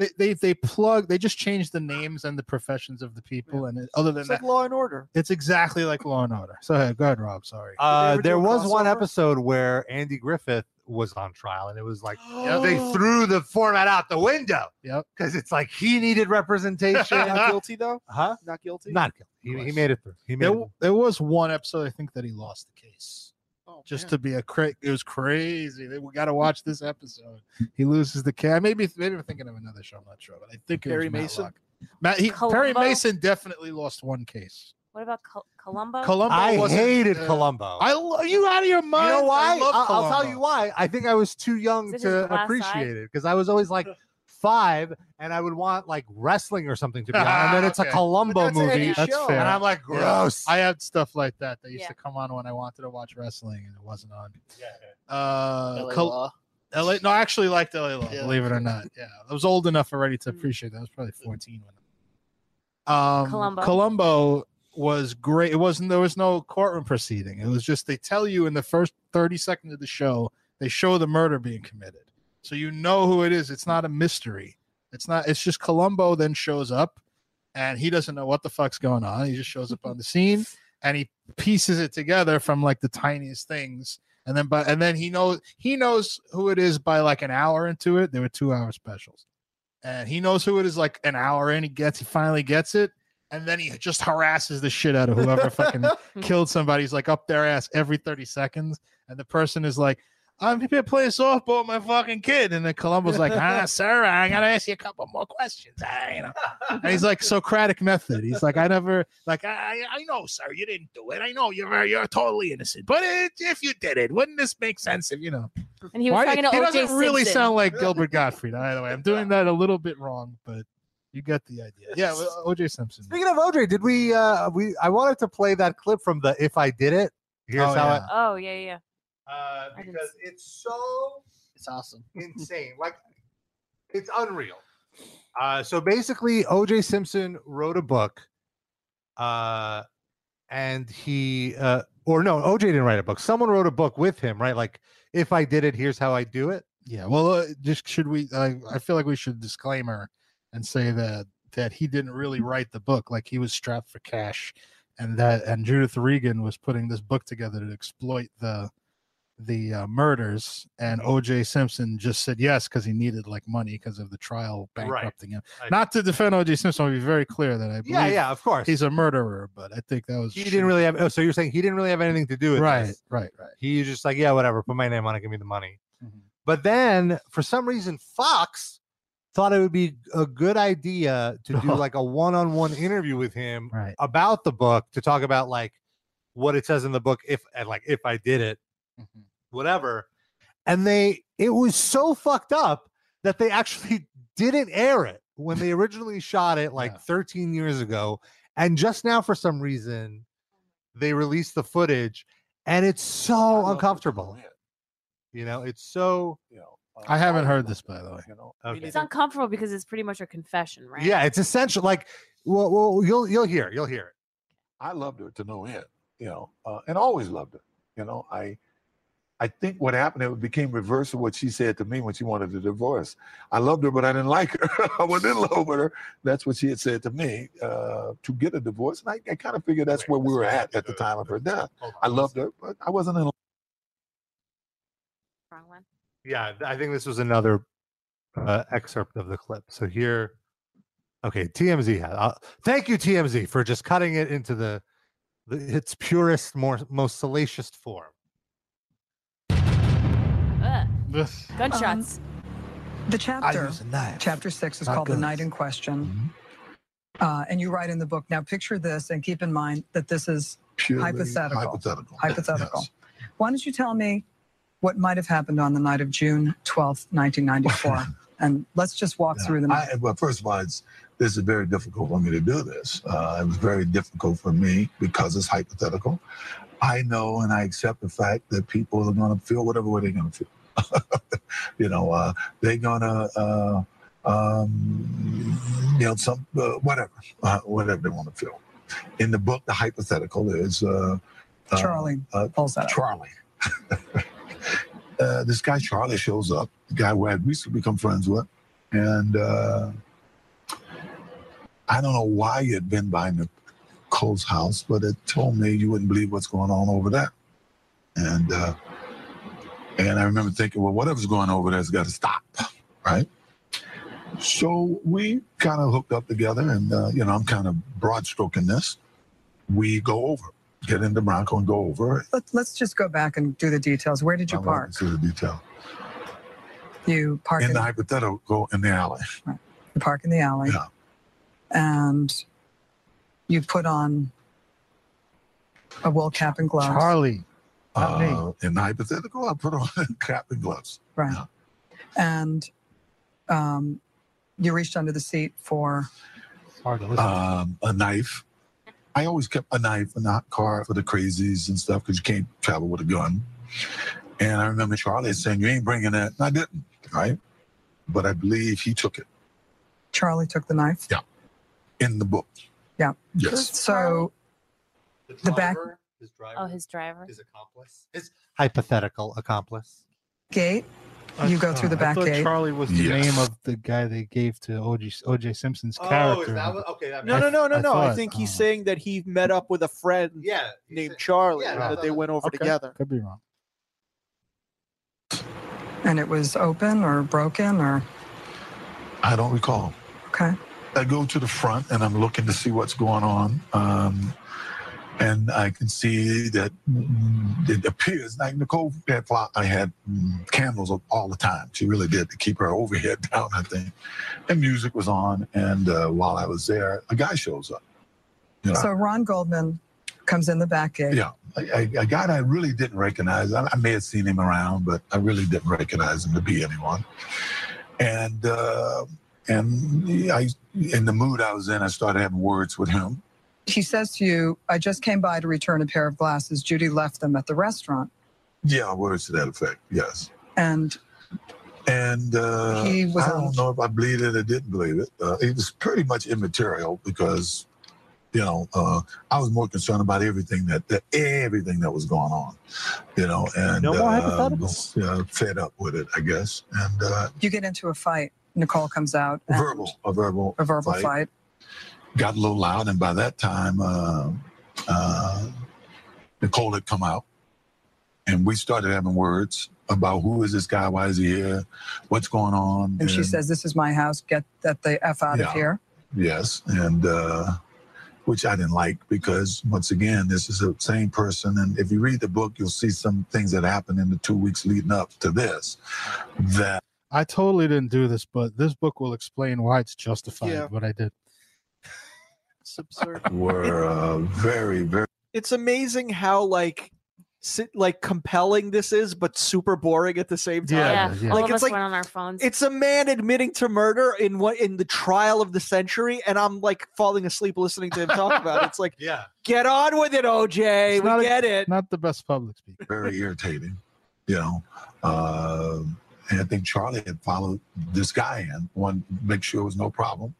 [SPEAKER 5] they, they they plug they just change the names and the professions of the people, and it- other than
[SPEAKER 4] It's
[SPEAKER 5] that,
[SPEAKER 4] like Law and Order.
[SPEAKER 5] It's exactly like Law and Order. So hey, go ahead, Rob. Sorry.
[SPEAKER 2] Uh,
[SPEAKER 4] ever do
[SPEAKER 2] there
[SPEAKER 4] a
[SPEAKER 2] was one
[SPEAKER 4] crossover?
[SPEAKER 2] episode where Andy Griffith was on trial, and it was like you know, they threw the format out the window
[SPEAKER 5] Yep.
[SPEAKER 2] because it's like he needed representation.
[SPEAKER 4] Not
[SPEAKER 2] huh?
[SPEAKER 4] guilty though. Not guilty.
[SPEAKER 2] Not guilty. He, he made it through. He made
[SPEAKER 5] There,
[SPEAKER 2] it.
[SPEAKER 5] w- there was one episode I think that he lost the case.
[SPEAKER 4] Oh,
[SPEAKER 5] Just
[SPEAKER 4] man.
[SPEAKER 5] to be a crick, it was crazy. They- We got to watch this episode. He loses the case. Maybe maybe I'm thinking of another show. I'm not sure, but I think it
[SPEAKER 4] Perry
[SPEAKER 5] was
[SPEAKER 4] Mason?
[SPEAKER 5] Matlock. Matt, he, Perry
[SPEAKER 3] Columbo?
[SPEAKER 5] Mason definitely lost one case.
[SPEAKER 3] What about Col- Columbo?
[SPEAKER 5] Columbo.
[SPEAKER 2] I
[SPEAKER 5] wasn't,
[SPEAKER 2] hated
[SPEAKER 5] uh,
[SPEAKER 2] Columbo.
[SPEAKER 5] I lo- are you out of your mind?
[SPEAKER 2] you know why?
[SPEAKER 5] I love
[SPEAKER 2] I will tell
[SPEAKER 5] Columbo.
[SPEAKER 2] you why. I think I was too young
[SPEAKER 3] Is it his
[SPEAKER 2] to
[SPEAKER 3] glass eye?
[SPEAKER 2] appreciate it because I was always like five, and I would want like wrestling or something to be on, and then it's
[SPEAKER 5] Okay.
[SPEAKER 2] a
[SPEAKER 4] But
[SPEAKER 2] Columbo
[SPEAKER 4] that's
[SPEAKER 2] movie,
[SPEAKER 4] any
[SPEAKER 5] That's
[SPEAKER 4] show.
[SPEAKER 5] fair.
[SPEAKER 2] and I'm like,
[SPEAKER 5] Yeah.
[SPEAKER 2] gross.
[SPEAKER 5] I had stuff like that that used
[SPEAKER 3] Yeah.
[SPEAKER 5] to come on when I wanted to watch wrestling and it wasn't on.
[SPEAKER 2] Yeah,
[SPEAKER 5] Uh,
[SPEAKER 8] LA
[SPEAKER 5] Col-
[SPEAKER 8] Law.
[SPEAKER 5] LA no, I actually liked LA Law,
[SPEAKER 8] Yeah.
[SPEAKER 5] believe it or not. Yeah, I was
[SPEAKER 4] Hmm.
[SPEAKER 5] old enough already to appreciate that. I was probably 14 when. Um,
[SPEAKER 3] Columbo.
[SPEAKER 5] Columbo was great. It wasn't there was no courtroom proceeding. It was just they tell you in the first 30 seconds of the show, they show the murder being committed. So you know who it is. It's not a mystery. It's not it's just Columbo then shows up and he doesn't know what the fuck's going on. He just shows up on the scene and he pieces it together from like the tiniest things. And then but and then he knows he knows who it is by like an hour into it. There were two hour specials. And he knows who it is like an hour in. He gets he finally gets it. And then he just harasses the shit out of whoever fucking killed somebody. He's like up their ass every 30 seconds. And the person is like, I'm here playing softball with my fucking kid. And then Columbo's like, ah, sir, I gotta ask you a couple more questions. Ah, you know. And he's like Socratic method. He's like, I never like I I know, sir, you didn't do it. I
[SPEAKER 4] Oh,
[SPEAKER 5] know you're you're totally innocent. But it, if you did it, wouldn't this make sense if you know?
[SPEAKER 3] And he was
[SPEAKER 5] Why-
[SPEAKER 3] talking to
[SPEAKER 5] he
[SPEAKER 3] O.J.
[SPEAKER 5] doesn't really
[SPEAKER 3] Simpson.
[SPEAKER 5] sound like Gilbert Gottfried. Either way, I'm doing that a little bit wrong, but you get the idea. Yeah, well, OJ Simpson.
[SPEAKER 2] Speaking of OJ, did we? Uh, we I wanted to play that clip from the "If I Did It." Here's
[SPEAKER 5] Oh,
[SPEAKER 2] how
[SPEAKER 5] yeah.
[SPEAKER 2] it.
[SPEAKER 3] Oh yeah, yeah.
[SPEAKER 2] Uh, because it's so
[SPEAKER 8] it's awesome,
[SPEAKER 2] insane, like it's unreal. Uh, so basically, OJ Simpson wrote a book, uh, and he, uh, or no, OJ didn't write a book. Someone wrote a book with him, right? Like, if I did it, here's how I do it.
[SPEAKER 5] Yeah. Well, uh, just should we? I I feel like we should disclaimer and say that that he didn't really write the book. Like he was strapped for cash, and that and Judith Regan was putting this book together to exploit the the uh, murders. And O.J. Simpson just said yes because he needed like money because of the trial
[SPEAKER 2] Right.
[SPEAKER 5] bankrupting him.
[SPEAKER 2] I-
[SPEAKER 5] Not to defend O.J. Simpson. I'll be very clear that I believe
[SPEAKER 2] Yeah, yeah, of course.
[SPEAKER 5] he's a murderer, but I think that was
[SPEAKER 2] he didn't really have. Oh, so you're saying he didn't really have anything to do with
[SPEAKER 5] Right,
[SPEAKER 2] this.
[SPEAKER 5] right, right. Mm-hmm.
[SPEAKER 2] He was just like, yeah, whatever, put my name on it, give me the money. But then, for some reason, Fox thought it would be a good idea to do like a one-on-one interview with him
[SPEAKER 5] Right.
[SPEAKER 2] about the book to talk about like what it says in the book, if and like if I did it, whatever. And they, it was so fucked up that they actually didn't air it when they originally shot it like 13 years ago, and just now for some reason they released the footage, and it's so uncomfortable. You know, it's so.
[SPEAKER 5] I haven't heard this by the way.
[SPEAKER 2] Okay.
[SPEAKER 3] It's uncomfortable because it's pretty much a confession, right?
[SPEAKER 2] Yeah, it's essential. Like, well, well, you'll you'll hear, you'll hear it.
[SPEAKER 17] I loved her to no end, you know, uh, and always loved her. You know, I, I think what happened it became reverse of what she said to me when she wanted a divorce. I loved her, but I didn't like her. I was in love with her. That's what she had said to me uh, to get a divorce, and I, I kind of figured that's where we were at at the time of her death. I loved her, but I wasn't in. love.
[SPEAKER 2] Yeah, th- I think this was another uh, excerpt of the clip. So here, okay, TMZ. ha- Uh, thank you, TMZ, for just cutting it into the, the its purest, more most salacious form.
[SPEAKER 3] Ugh.
[SPEAKER 5] Yes.
[SPEAKER 3] Gunshots.
[SPEAKER 2] Um,
[SPEAKER 18] The chapter, chapter six, is
[SPEAKER 19] not
[SPEAKER 18] called "The
[SPEAKER 19] guns.
[SPEAKER 18] Night in Question,"
[SPEAKER 17] Mm-hmm.
[SPEAKER 18] uh, and you write in the book. Now, picture this, and keep in mind that this is
[SPEAKER 17] Purely
[SPEAKER 18] hypothetical.
[SPEAKER 17] hypothetical.
[SPEAKER 18] Hypothetical. Why don't you tell me what might have happened on the night of June twelfth, nineteen ninety-four? and let's just walk through the night.
[SPEAKER 17] I, well, first of all, it's, this is very difficult for me to do this. Uh, it was very difficult for me because it's hypothetical. I know and I accept the fact that people are going to feel whatever way they're going to feel. you know, uh, they're going to, uh, um, you know, some uh, whatever, uh, whatever they want to feel. In the book, the hypothetical is uh, uh,
[SPEAKER 18] Charlie
[SPEAKER 17] Uh, Charlie. uh, this guy Charlie shows up, the guy who I had recently become friends with, and uh, I don't know why you had been by Nicole's house, but it told me you wouldn't believe what's going on over there. And uh, and I remember thinking, well, whatever's going over there's got to stop, right? So we kind of hooked up together, and uh, you know, I'm kind of broad stroking this. We go over, get into Bronco and go over.
[SPEAKER 18] Let, let's just go back and do the details. Where did you park?
[SPEAKER 17] To the detail.
[SPEAKER 18] You park
[SPEAKER 17] in
[SPEAKER 18] in,
[SPEAKER 17] the hypothetical in the alley.
[SPEAKER 18] you park in the alley, and you put on a wool cap and gloves.
[SPEAKER 5] Charlie.
[SPEAKER 17] Uh, in the hypothetical, I put on cap and gloves.
[SPEAKER 18] Right. And um, you reached under the seat for
[SPEAKER 17] Um, a knife. I always kept a knife in the car for the crazies and stuff because you can't travel with a gun. And I remember Charlie saying, "You ain't bringing that." And I didn't, right? But I believe he took it
[SPEAKER 18] Charlie took the knife.
[SPEAKER 17] in the book.
[SPEAKER 18] Yeah.
[SPEAKER 17] Yes.
[SPEAKER 18] So The back-
[SPEAKER 2] driver, his driver,
[SPEAKER 3] Oh, his driver.
[SPEAKER 2] his accomplice, his hypothetical accomplice.
[SPEAKER 18] gate. You go through the
[SPEAKER 5] I
[SPEAKER 18] back
[SPEAKER 5] thought
[SPEAKER 18] gate.
[SPEAKER 5] Charlie was the
[SPEAKER 2] Yes.
[SPEAKER 5] name of the guy they gave to OJ, OJ Simpson's
[SPEAKER 2] Oh, is
[SPEAKER 5] character.
[SPEAKER 2] that what- okay, that
[SPEAKER 4] No, no,
[SPEAKER 5] th-
[SPEAKER 4] no, no, no. I
[SPEAKER 5] thought-
[SPEAKER 4] think he's saying that he met up with a friend
[SPEAKER 2] yeah,
[SPEAKER 4] named Charlie
[SPEAKER 5] yeah,
[SPEAKER 4] and
[SPEAKER 5] I
[SPEAKER 4] that
[SPEAKER 5] thought
[SPEAKER 4] they
[SPEAKER 5] that-
[SPEAKER 4] went over
[SPEAKER 5] okay,
[SPEAKER 4] together.
[SPEAKER 5] Could be wrong.
[SPEAKER 18] And it was open or broken or
[SPEAKER 17] I don't recall.
[SPEAKER 18] Okay.
[SPEAKER 17] I go to the front and I'm looking to see what's going on. Um, and I can see that mm, it appears like Nicole had, fly, I had mm, candles up all the time. She really did to keep her overhead down, I think. And music was on. And uh, while I was there, a guy shows up. You know,
[SPEAKER 18] so. Ron Goldman comes in the back gate.
[SPEAKER 17] yeah, a, a- a guy that I really didn't recognize. I, I may have seen him around, but I really didn't recognize him to be anyone. And uh, and I, in the mood I was in, I started having words with him.
[SPEAKER 18] He says to you, "I just came by to return a pair of glasses. Judy left them at the restaurant."
[SPEAKER 17] Yeah, words to that effect. Yes.
[SPEAKER 18] And
[SPEAKER 17] And uh,
[SPEAKER 18] He was
[SPEAKER 17] I don't
[SPEAKER 18] on-
[SPEAKER 17] know if I believed it or didn't believe it. Uh, it was pretty much immaterial because, you know, uh, I was more concerned about everything that, that everything that was going on, you know, and
[SPEAKER 18] No more
[SPEAKER 17] uh,
[SPEAKER 18] hypotheticals.
[SPEAKER 17] was, uh, fed up with it, I guess. And uh,
[SPEAKER 18] you get into a fight. Nicole comes out. and-
[SPEAKER 17] verbal, a verbal,
[SPEAKER 18] A verbal fight.
[SPEAKER 17] Got a little loud, and by that time, uh, uh, Nicole had come out, and we started having words about who is this guy, why is he here, what's going on,
[SPEAKER 18] And she says, "This is my house. Get that the f out
[SPEAKER 17] Yeah.
[SPEAKER 18] of here."
[SPEAKER 17] Yes, and uh, which I didn't like because once again, this is the same person, and if you read the book, you'll see some things that happened in the two weeks leading up to this. That
[SPEAKER 5] I totally didn't do this, but this book will explain why it's justified
[SPEAKER 4] Yeah.
[SPEAKER 5] what I did.
[SPEAKER 4] It's absurd.
[SPEAKER 17] were uh, very, very.
[SPEAKER 4] it's amazing how like si- like compelling this is, but super boring at the same time.
[SPEAKER 3] All
[SPEAKER 4] Like
[SPEAKER 3] of
[SPEAKER 4] it's
[SPEAKER 3] us
[SPEAKER 4] like
[SPEAKER 3] went on our phones.
[SPEAKER 4] it's a man admitting to murder in what in the trial of the century, and I'm like falling asleep listening to him talk about it. It's like
[SPEAKER 2] yeah,
[SPEAKER 4] get on with it, OJ.
[SPEAKER 5] not
[SPEAKER 4] we
[SPEAKER 5] a-
[SPEAKER 4] get it.
[SPEAKER 5] Not the best public speaker.
[SPEAKER 17] very irritating, you know. Uh, and I think Charlie had followed this guy in, one make sure it was no problem,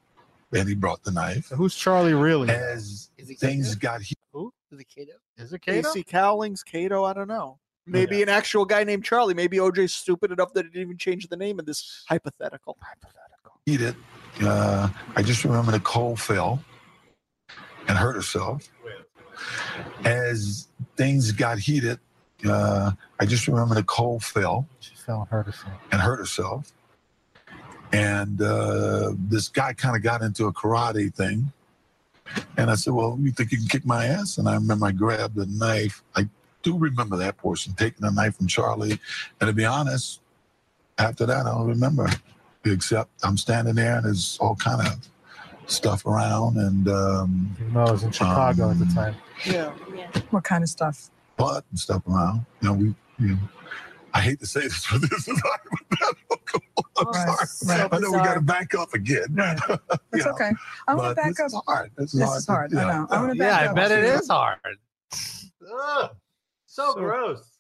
[SPEAKER 17] and he brought the knife.
[SPEAKER 5] Who's Charlie really?
[SPEAKER 17] As
[SPEAKER 8] Is it
[SPEAKER 17] things
[SPEAKER 8] Cato?
[SPEAKER 17] got heated,
[SPEAKER 8] Who is it? Kato?
[SPEAKER 5] Is it
[SPEAKER 4] Casey Cowlings, Cato, I don't know. Maybe an actual guy named Charlie. Maybe OJ's stupid enough that he didn't even change the name of this hypothetical.
[SPEAKER 17] heated. Uh, I just remember Nicole fell and hurt herself. As things got heated, uh, I just remember Nicole fell
[SPEAKER 5] She fell and hurt herself.
[SPEAKER 17] and hurt herself. And uh, this guy kind of got into a karate thing. And I said, Well, you think you can kick my ass? And I remember I grabbed the knife. I do remember that portion, taking the knife from Charlie. And to be honest, after that, I don't remember, except I'm standing there and there's all kind of stuff around. And um,
[SPEAKER 5] Even though I was in Chicago at the time.
[SPEAKER 4] Yeah.
[SPEAKER 18] What kind of stuff?
[SPEAKER 17] butt and stuff around. You know, we, you know, I hate to say this, but this is hypothetical. I'm
[SPEAKER 18] Right,
[SPEAKER 17] sorry.
[SPEAKER 18] right.
[SPEAKER 17] I know we got to back up again.
[SPEAKER 18] It's
[SPEAKER 17] Yeah,
[SPEAKER 18] okay. I want
[SPEAKER 17] but
[SPEAKER 18] to back
[SPEAKER 17] this
[SPEAKER 18] up.
[SPEAKER 17] Is hard. This is
[SPEAKER 18] This
[SPEAKER 17] hard.
[SPEAKER 18] is hard. I
[SPEAKER 17] Yeah.
[SPEAKER 18] know. I want to
[SPEAKER 2] yeah,
[SPEAKER 18] back
[SPEAKER 2] I
[SPEAKER 18] up.
[SPEAKER 2] bet it is hard. Ugh, so, gross.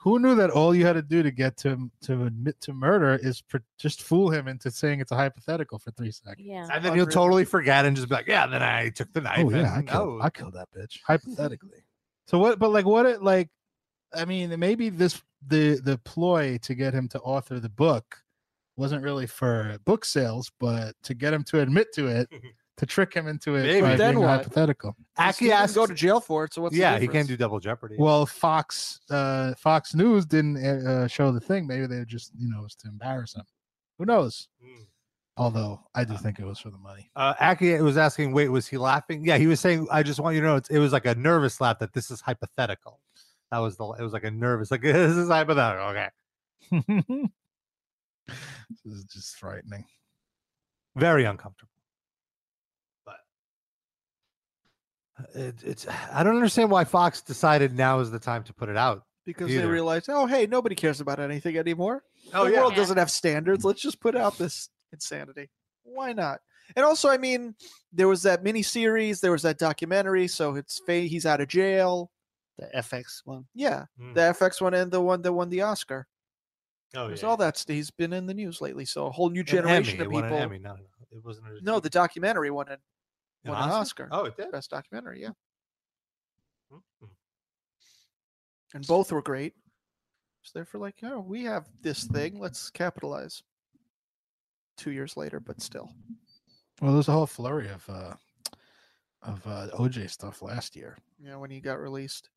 [SPEAKER 5] Who knew that all you had to do to get to him to admit to murder is pr- just fool him into saying it's a hypothetical for three seconds?
[SPEAKER 3] yeah.
[SPEAKER 2] And then he'll totally forget and just be like, yeah. And then I took the knife.
[SPEAKER 5] Oh yeah, I
[SPEAKER 2] and-
[SPEAKER 5] killed,
[SPEAKER 2] oh.
[SPEAKER 5] I killed that bitch hypothetically. so what? But like, what? It like, I mean, maybe this the the ploy to get him to author the book wasn't really for book sales, but to get him to admit to it, to trick him into it
[SPEAKER 2] Maybe.
[SPEAKER 5] by
[SPEAKER 2] Then
[SPEAKER 5] being
[SPEAKER 2] what?
[SPEAKER 5] hypothetical.
[SPEAKER 2] Aki
[SPEAKER 4] He didn't
[SPEAKER 2] asked,
[SPEAKER 4] go to jail for it, so what's the
[SPEAKER 2] yeah, he
[SPEAKER 4] difference?
[SPEAKER 2] can't do double jeopardy.
[SPEAKER 5] Well, Fox uh, Fox News didn't uh, uh, show the thing. Maybe they just you know it was to embarrass him. Who knows?
[SPEAKER 4] Hmm.
[SPEAKER 5] Although I do think it was for the money.
[SPEAKER 2] uh, Aki was asking, wait, was he laughing? Yeah, he was saying, I just want you to know, it's, it was like a nervous laugh that this is hypothetical. That was the, it was like a nervous, like, this is hypothetical. Okay.
[SPEAKER 5] This is just frightening.
[SPEAKER 2] Very uncomfortable. But it, it's, I don't understand why Fox decided now is the time to put it out.
[SPEAKER 4] because they
[SPEAKER 2] either.
[SPEAKER 4] realized, oh hey, nobody cares about anything anymore.
[SPEAKER 2] Oh,
[SPEAKER 4] the
[SPEAKER 2] yeah.
[SPEAKER 4] world
[SPEAKER 3] Yeah.
[SPEAKER 4] doesn't have standards. Let's just put out this insanity. Why not? And also, I mean, there was that mini series, there was that documentary, so it's fa- he's out of jail.
[SPEAKER 8] The FX one.
[SPEAKER 4] Yeah,
[SPEAKER 2] Mm.
[SPEAKER 4] the FX one and the one that won the Oscar.
[SPEAKER 2] Oh,
[SPEAKER 4] There's all that. St- he's been in the news lately, so a whole new
[SPEAKER 2] An
[SPEAKER 4] generation
[SPEAKER 2] Emmy. It won
[SPEAKER 4] of
[SPEAKER 2] an
[SPEAKER 4] people.
[SPEAKER 2] Emmy. No, no, no. It wasn't. a-
[SPEAKER 4] No, the documentary won an,
[SPEAKER 2] an
[SPEAKER 4] won an Oscar.
[SPEAKER 2] Oh, it did.
[SPEAKER 4] Best documentary, yeah. and both were great. So they're for like, oh, we have this thing, let's capitalize. Two years later, but still,
[SPEAKER 5] Well, there's a whole flurry of uh, of uh, OJ stuff last year.
[SPEAKER 4] you know, when he got released,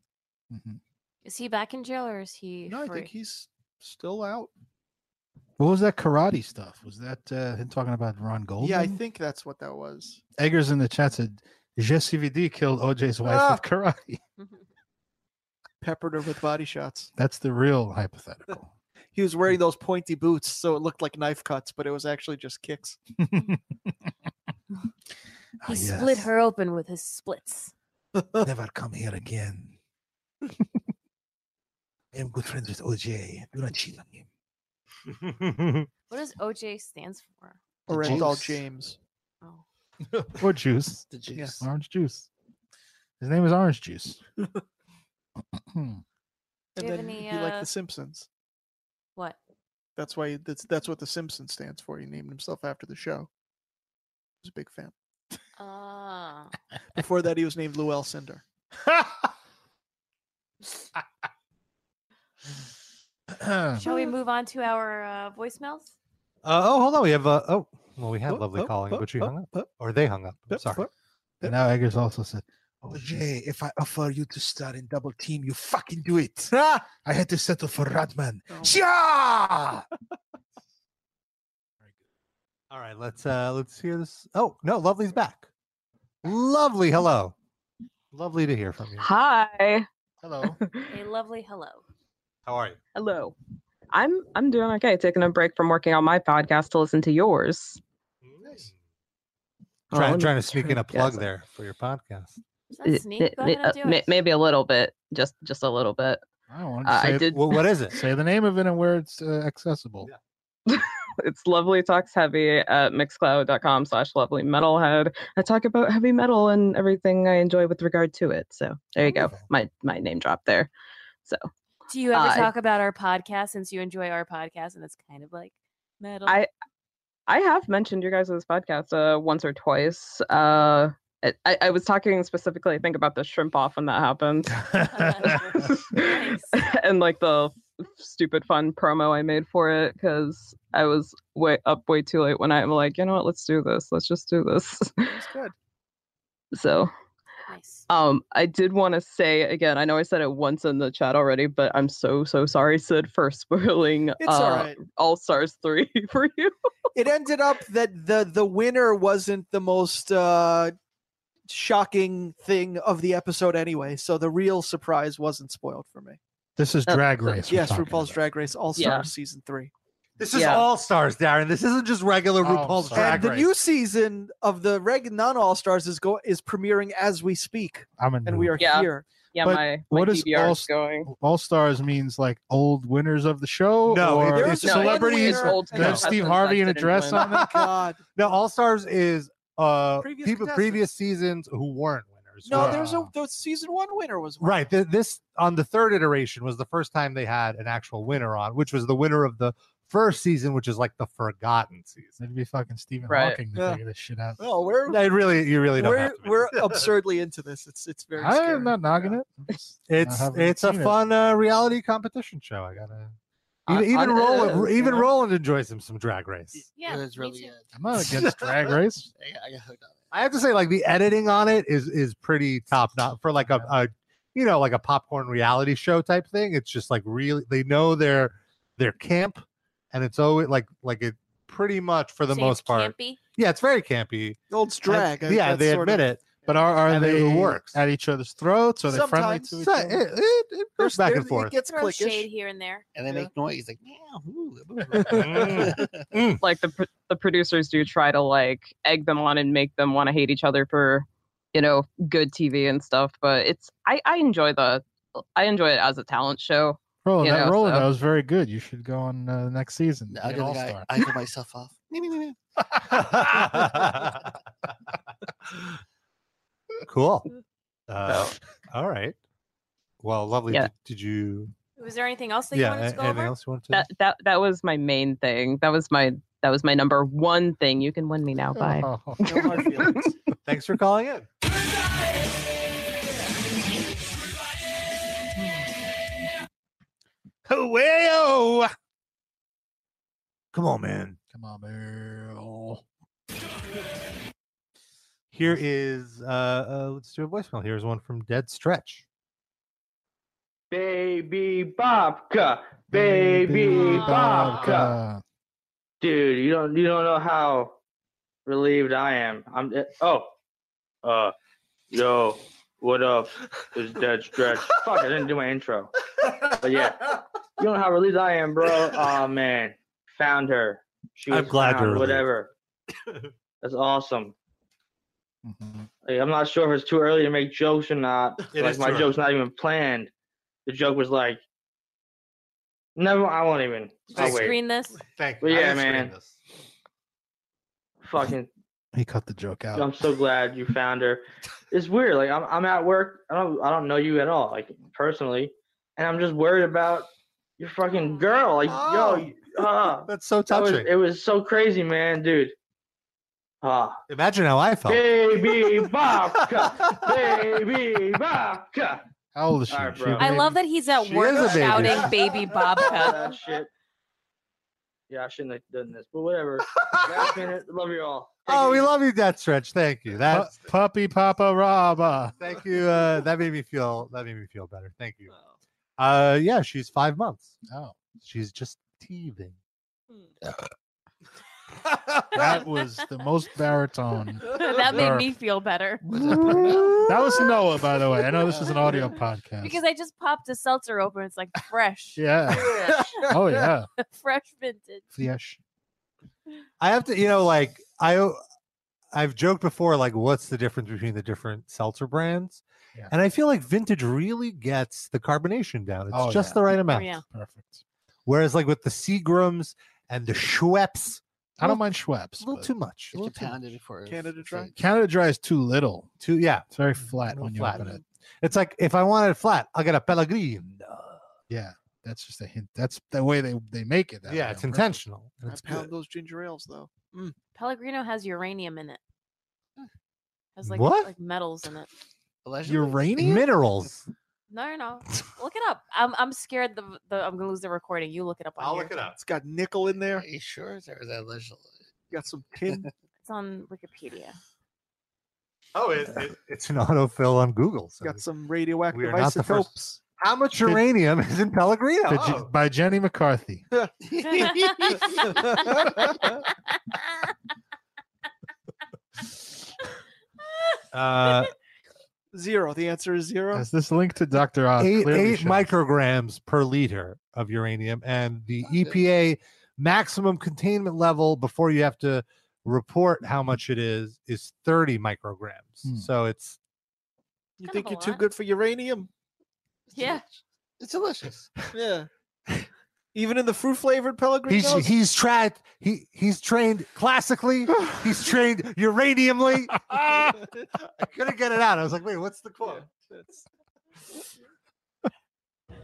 [SPEAKER 3] Is he back in jail or is he?
[SPEAKER 4] no, I think he's still out.
[SPEAKER 5] What was that karate stuff? Was that uh, him talking about Ron Goldman?
[SPEAKER 4] Yeah, I think that's what that was.
[SPEAKER 5] Eggers in the chat said JCVD killed OJ's wife
[SPEAKER 4] Ah!
[SPEAKER 5] with karate.
[SPEAKER 4] Peppered her with body shots.
[SPEAKER 5] That's the real hypothetical.
[SPEAKER 4] He was wearing those pointy boots, so it looked like knife cuts, but it was actually just kicks. Ah,
[SPEAKER 5] Ah,
[SPEAKER 3] He split her open with his splits.
[SPEAKER 2] Never come here again. I am good friends with OJ. Do not cheat on him.
[SPEAKER 3] What does OJ stands for?
[SPEAKER 4] Orenthal James.
[SPEAKER 5] or juice.
[SPEAKER 8] The
[SPEAKER 4] juice.
[SPEAKER 5] Orange juice. His name is Orange Juice.
[SPEAKER 3] Do
[SPEAKER 4] And
[SPEAKER 3] you have
[SPEAKER 4] then
[SPEAKER 3] any,
[SPEAKER 4] he liked
[SPEAKER 3] uh,
[SPEAKER 4] The Simpsons.
[SPEAKER 3] What?
[SPEAKER 4] That's why he- that's that's what The Simpsons stands for. He named himself after the show. He was a big fan.
[SPEAKER 3] Ah.
[SPEAKER 4] Before that, he was named Lou Cinder.
[SPEAKER 3] Shall we move on to our uh, voicemails?
[SPEAKER 2] Uh, oh, hold on. We have uh, oh, well, we had lovely
[SPEAKER 5] oh,
[SPEAKER 2] calling,
[SPEAKER 5] oh,
[SPEAKER 2] but she
[SPEAKER 5] oh,
[SPEAKER 2] hung up, or they hung up. I'm sorry.
[SPEAKER 5] And now Eggers also said, "Oh,
[SPEAKER 19] OJ, if I offer you to start in double team, you fucking do it. I
[SPEAKER 5] Ah!
[SPEAKER 19] had to settle for Rodman. Shia!
[SPEAKER 2] All right, let's uh, let's hear this. Oh no, lovely's back. Lovely, hello. Lovely to hear from you.
[SPEAKER 20] Hi.
[SPEAKER 5] Hello.
[SPEAKER 3] A lovely hello.
[SPEAKER 2] How are you?
[SPEAKER 20] Hello. I'm I'm doing okay. Taking a break from working on my podcast to listen to yours. Oh,
[SPEAKER 2] Trying,
[SPEAKER 20] let me
[SPEAKER 2] trying to sneak in
[SPEAKER 20] turn-
[SPEAKER 2] a plug
[SPEAKER 20] yes.
[SPEAKER 2] there for your podcast.
[SPEAKER 20] Eh, eh, eh, uh, may- maybe a little bit, just just a little bit.
[SPEAKER 5] I don't want to
[SPEAKER 20] Uh,
[SPEAKER 5] say
[SPEAKER 20] I did.
[SPEAKER 2] what is it?
[SPEAKER 5] Say the name of it and where it's uh, accessible.
[SPEAKER 20] it's lovely talks heavy at mixcloud.com slash lovely metalhead i talk about heavy metal and everything i enjoy with regard to it so there you go my my name drop there so
[SPEAKER 3] Do you ever
[SPEAKER 20] Uh,
[SPEAKER 3] talk about our podcast since you enjoy our podcast and it's kind of like metal?
[SPEAKER 20] i i have mentioned your guys' podcast uh once or twice uh I, I- I was talking specifically, I think, about the shrimp off when that happened, and like the f- stupid fun promo I made for it because I was way up way too late when I'm like, you know what, let's do this, let's just do this.
[SPEAKER 4] That's good.
[SPEAKER 20] So um I did want to say again, I know I said it once in the chat already, but I'm so so sorry, Sid, for spoiling uh,
[SPEAKER 4] It's all right.
[SPEAKER 20] All Stars 3 for you.
[SPEAKER 4] it ended up that the the winner wasn't the most uh, shocking thing of the episode anyway. So the real surprise wasn't spoiled for me.
[SPEAKER 5] This
[SPEAKER 2] Uh,
[SPEAKER 5] is Drag Race. we're
[SPEAKER 4] Yes,
[SPEAKER 5] talking
[SPEAKER 4] RuPaul's Drag Race All Stars
[SPEAKER 5] Yeah.
[SPEAKER 4] season three.
[SPEAKER 2] This is All Stars, Darren. This isn't just regular
[SPEAKER 4] Oh,
[SPEAKER 2] RuPaul's Drag
[SPEAKER 4] and the
[SPEAKER 2] Race.
[SPEAKER 4] new season of the reg non All Stars is go is premiering as we speak.
[SPEAKER 5] I'm a
[SPEAKER 4] and we
[SPEAKER 5] noob.
[SPEAKER 4] are
[SPEAKER 5] Yeah.
[SPEAKER 4] here.
[SPEAKER 20] Yeah,
[SPEAKER 5] But
[SPEAKER 20] my, my
[SPEAKER 5] what is
[SPEAKER 20] DVR
[SPEAKER 5] all
[SPEAKER 20] is going.
[SPEAKER 5] All Stars means like old winners of the show.
[SPEAKER 2] No, it-
[SPEAKER 5] or
[SPEAKER 2] There's no, it
[SPEAKER 5] celebrities.
[SPEAKER 2] is old
[SPEAKER 5] They have
[SPEAKER 2] contestants
[SPEAKER 5] Steve
[SPEAKER 2] that
[SPEAKER 5] Harvey in a
[SPEAKER 2] didn't
[SPEAKER 5] dress
[SPEAKER 2] win.
[SPEAKER 5] on. Them.
[SPEAKER 4] God.
[SPEAKER 2] No, All Stars is uh
[SPEAKER 4] Previous
[SPEAKER 2] people previous seasons who weren't winners.
[SPEAKER 4] No,
[SPEAKER 2] Wow.
[SPEAKER 4] there's a the season one winner was one.
[SPEAKER 2] right. th- this on the third iteration was the first time they had an actual winner on, which was the winner of the first season, which is like the forgotten season.
[SPEAKER 5] It'd be fucking Stephen
[SPEAKER 2] Right.
[SPEAKER 5] Hawking to
[SPEAKER 2] Yeah.
[SPEAKER 5] figure this shit out.
[SPEAKER 4] Well, we're
[SPEAKER 2] No, it really, you really don't.
[SPEAKER 4] we're,
[SPEAKER 2] Have to.
[SPEAKER 4] we're absurdly into this. It's it's very
[SPEAKER 5] I
[SPEAKER 4] scary.
[SPEAKER 5] am not knocking it. I'm just- I
[SPEAKER 2] It's
[SPEAKER 5] haven't
[SPEAKER 2] it's a
[SPEAKER 5] seen it.
[SPEAKER 2] fun uh, reality competition show. I gotta even,
[SPEAKER 5] I-
[SPEAKER 2] even
[SPEAKER 5] I-
[SPEAKER 2] Roland
[SPEAKER 5] uh,
[SPEAKER 2] even
[SPEAKER 5] yeah.
[SPEAKER 2] Roland enjoys him some Drag Race.
[SPEAKER 3] Yeah,
[SPEAKER 8] it was really uh, good.
[SPEAKER 5] I'm not against Drag Race.
[SPEAKER 8] Yeah, I got hooked on
[SPEAKER 2] I have to say, like the editing on it is is pretty top notch for like a, a you know like a popcorn reality show type thing. It's just like really they know their their camp, and it's always like like it pretty much for the
[SPEAKER 5] So it's
[SPEAKER 2] most part.
[SPEAKER 3] campy?
[SPEAKER 2] Yeah, it's very campy.
[SPEAKER 4] Well, it's drag.
[SPEAKER 2] And- yeah,
[SPEAKER 4] That's
[SPEAKER 2] they
[SPEAKER 4] sort
[SPEAKER 2] admit
[SPEAKER 4] of-
[SPEAKER 2] it.
[SPEAKER 5] But are are
[SPEAKER 2] And
[SPEAKER 5] they
[SPEAKER 2] it works.
[SPEAKER 5] at each other's throats? Are they friendly
[SPEAKER 4] Sometimes.
[SPEAKER 5] to each
[SPEAKER 2] So
[SPEAKER 5] other?
[SPEAKER 2] it- it- it goes back and forth.
[SPEAKER 3] Throw shade here and there.
[SPEAKER 8] And they make noise like meow. Ooh,
[SPEAKER 20] like the pr- the producers do try to like egg them on and make them want to hate each other for you know good TV and stuff. But it's I I enjoy the I enjoy it as a talent show.
[SPEAKER 5] Roland,
[SPEAKER 20] you
[SPEAKER 5] that
[SPEAKER 20] know,
[SPEAKER 5] Roland,
[SPEAKER 20] so-
[SPEAKER 5] that was very good. You should go on uh, next season.
[SPEAKER 8] I
[SPEAKER 5] an
[SPEAKER 8] don't think
[SPEAKER 5] all-star.
[SPEAKER 8] I, I cut myself off.
[SPEAKER 2] cool. Uh, all right. Well, lovely.
[SPEAKER 20] Yeah.
[SPEAKER 2] Did, did you?
[SPEAKER 3] Was there anything else that
[SPEAKER 2] Yeah,
[SPEAKER 3] you wanted to
[SPEAKER 2] a-
[SPEAKER 3] go
[SPEAKER 2] anything
[SPEAKER 3] over?
[SPEAKER 2] else you wanted to?
[SPEAKER 20] That that that was my main thing. That was my that was my number one thing. You can win me now. Bye.
[SPEAKER 2] Thanks for calling in.
[SPEAKER 19] Well,
[SPEAKER 2] Come on, man.
[SPEAKER 5] Come on, Meryl.
[SPEAKER 2] Here is uh, uh let's do a voicemail. Here's one from Dead Stretch.
[SPEAKER 21] Baby Bobka, baby Bobka. Dude, you don't you don't know how relieved I am. I'm uh, oh, uh, yo, what up? It's dead stretch. Fuck, I didn't do my intro. But yeah, you don't know how relieved I am, bro. Oh man, found her. She
[SPEAKER 2] I'm
[SPEAKER 21] was
[SPEAKER 2] glad
[SPEAKER 21] found,
[SPEAKER 2] you're relieved.
[SPEAKER 21] whatever. That's awesome. Like, I'm not sure if it's too early to make jokes or not.
[SPEAKER 22] It
[SPEAKER 21] like
[SPEAKER 22] is
[SPEAKER 21] my
[SPEAKER 22] too
[SPEAKER 21] joke's not even planned. The joke was like, "Never, I won't even."
[SPEAKER 3] Did
[SPEAKER 21] I'll
[SPEAKER 3] you
[SPEAKER 21] Oh, wait.
[SPEAKER 3] screen this?
[SPEAKER 2] Thank
[SPEAKER 21] But yeah, man. Fucking,
[SPEAKER 5] He cut the joke out.
[SPEAKER 21] I'm so glad you found her. It's weird. Like I'm, I'm at work. I don't, I don't know you at all, like personally, and I'm just worried about your fucking girl. Like,
[SPEAKER 5] Oh.
[SPEAKER 21] yo, uh,
[SPEAKER 2] that's so
[SPEAKER 21] That was,
[SPEAKER 2] touching.
[SPEAKER 21] it was so crazy, man, dude. Ah,
[SPEAKER 2] Imagine how I felt.
[SPEAKER 21] baby babka, baby babka.
[SPEAKER 5] How old is she?
[SPEAKER 21] All right,
[SPEAKER 5] She
[SPEAKER 21] bro.
[SPEAKER 5] a
[SPEAKER 3] I
[SPEAKER 5] baby?
[SPEAKER 3] love that he's at
[SPEAKER 5] She is
[SPEAKER 3] work
[SPEAKER 5] a baby.
[SPEAKER 3] shouting "Baby Bobka."
[SPEAKER 21] that shit. Yeah, I shouldn't have done this, but whatever. Last minute, love you all.
[SPEAKER 2] Oh, we love you, Death Stretch. Thank you. That
[SPEAKER 5] Pu- puppy Papa Raba.
[SPEAKER 2] thank you. Uh, that made me feel that made me feel better. Thank you. Uh yeah, she's five months.
[SPEAKER 5] Oh,
[SPEAKER 2] She's just teething. Hmm. Uh,
[SPEAKER 5] that was the most baritone.
[SPEAKER 3] that made
[SPEAKER 5] burp.
[SPEAKER 3] me feel better
[SPEAKER 5] That was Noah, by the way. I know this is an audio podcast.
[SPEAKER 3] because I just popped a seltzer open. It's like fresh.
[SPEAKER 5] Yeah. Oh, yeah.
[SPEAKER 3] fresh vintage.
[SPEAKER 5] Flesh.
[SPEAKER 2] I have to, you know, like I, uh, I've joked before, like what's the difference between the different seltzer brands?
[SPEAKER 5] Yeah.
[SPEAKER 2] And I feel like vintage really gets the carbonation down. It's
[SPEAKER 5] Oh,
[SPEAKER 2] just
[SPEAKER 5] yeah.
[SPEAKER 2] the right amount.
[SPEAKER 3] yeah.
[SPEAKER 5] Perfect.
[SPEAKER 2] Whereas like with the Seagrams and the Schweppes,
[SPEAKER 5] I don't
[SPEAKER 2] little-
[SPEAKER 5] mind Schweppes.
[SPEAKER 2] a little
[SPEAKER 5] but
[SPEAKER 2] too much. a
[SPEAKER 8] Get you
[SPEAKER 2] little too
[SPEAKER 8] pounded before Canada
[SPEAKER 4] Dry.
[SPEAKER 5] Canada Dry is too little.
[SPEAKER 2] Too yeah,
[SPEAKER 5] It's very flat
[SPEAKER 2] little
[SPEAKER 5] when you
[SPEAKER 2] flat.
[SPEAKER 5] open it.
[SPEAKER 2] It's like if I want it flat, I'll get a Pellegrin.
[SPEAKER 5] Yeah. That's just a hint. That's the way they, they make it. That
[SPEAKER 2] yeah,
[SPEAKER 5] way
[SPEAKER 2] it's
[SPEAKER 5] on purpose.
[SPEAKER 2] intentional. and
[SPEAKER 4] I
[SPEAKER 2] It's
[SPEAKER 4] pound
[SPEAKER 2] good.
[SPEAKER 4] those ginger ales though. Mm.
[SPEAKER 3] Pellegrino has uranium in it. Has like
[SPEAKER 2] What?
[SPEAKER 3] like metals in it.
[SPEAKER 5] Uranium?
[SPEAKER 2] minerals.
[SPEAKER 3] No, no, no. Look it up. I'm I'm scared. The, the I'm gonna lose the recording. You look it up. On here.
[SPEAKER 2] up.
[SPEAKER 4] It's got nickel in there.
[SPEAKER 8] Are you sure? There was that allegedly.
[SPEAKER 4] Got some tin.
[SPEAKER 3] It's on Wikipedia.
[SPEAKER 2] Oh, it, it's an autofill on Google. So
[SPEAKER 4] got some radioactive
[SPEAKER 2] we are not the
[SPEAKER 4] isotopes.
[SPEAKER 2] first. How much uranium is in Pellegrino?
[SPEAKER 5] By Je-
[SPEAKER 2] Oh.
[SPEAKER 5] By Jenny McCarthy.
[SPEAKER 2] Uh,
[SPEAKER 4] zero. The answer is zero.
[SPEAKER 5] Has this link to Dr. Oz?
[SPEAKER 2] eight,
[SPEAKER 5] clearly
[SPEAKER 2] eight
[SPEAKER 5] shows-
[SPEAKER 2] micrograms per liter of uranium, and the EPA maximum containment level before you have to report how much it is is 30 micrograms.
[SPEAKER 5] Hmm.
[SPEAKER 2] So it's
[SPEAKER 4] You
[SPEAKER 3] Kind
[SPEAKER 4] think
[SPEAKER 3] of a
[SPEAKER 4] you're too
[SPEAKER 3] lot.
[SPEAKER 4] good for uranium?
[SPEAKER 3] Yeah.
[SPEAKER 8] It's delicious.
[SPEAKER 4] Yeah. Even in the fruit flavored
[SPEAKER 2] he's
[SPEAKER 4] Pellegrino.
[SPEAKER 2] he's tried he he's trained classically, he's trained uraniumly. Ah, I couldn't get it out. I was like, wait, what's the quote?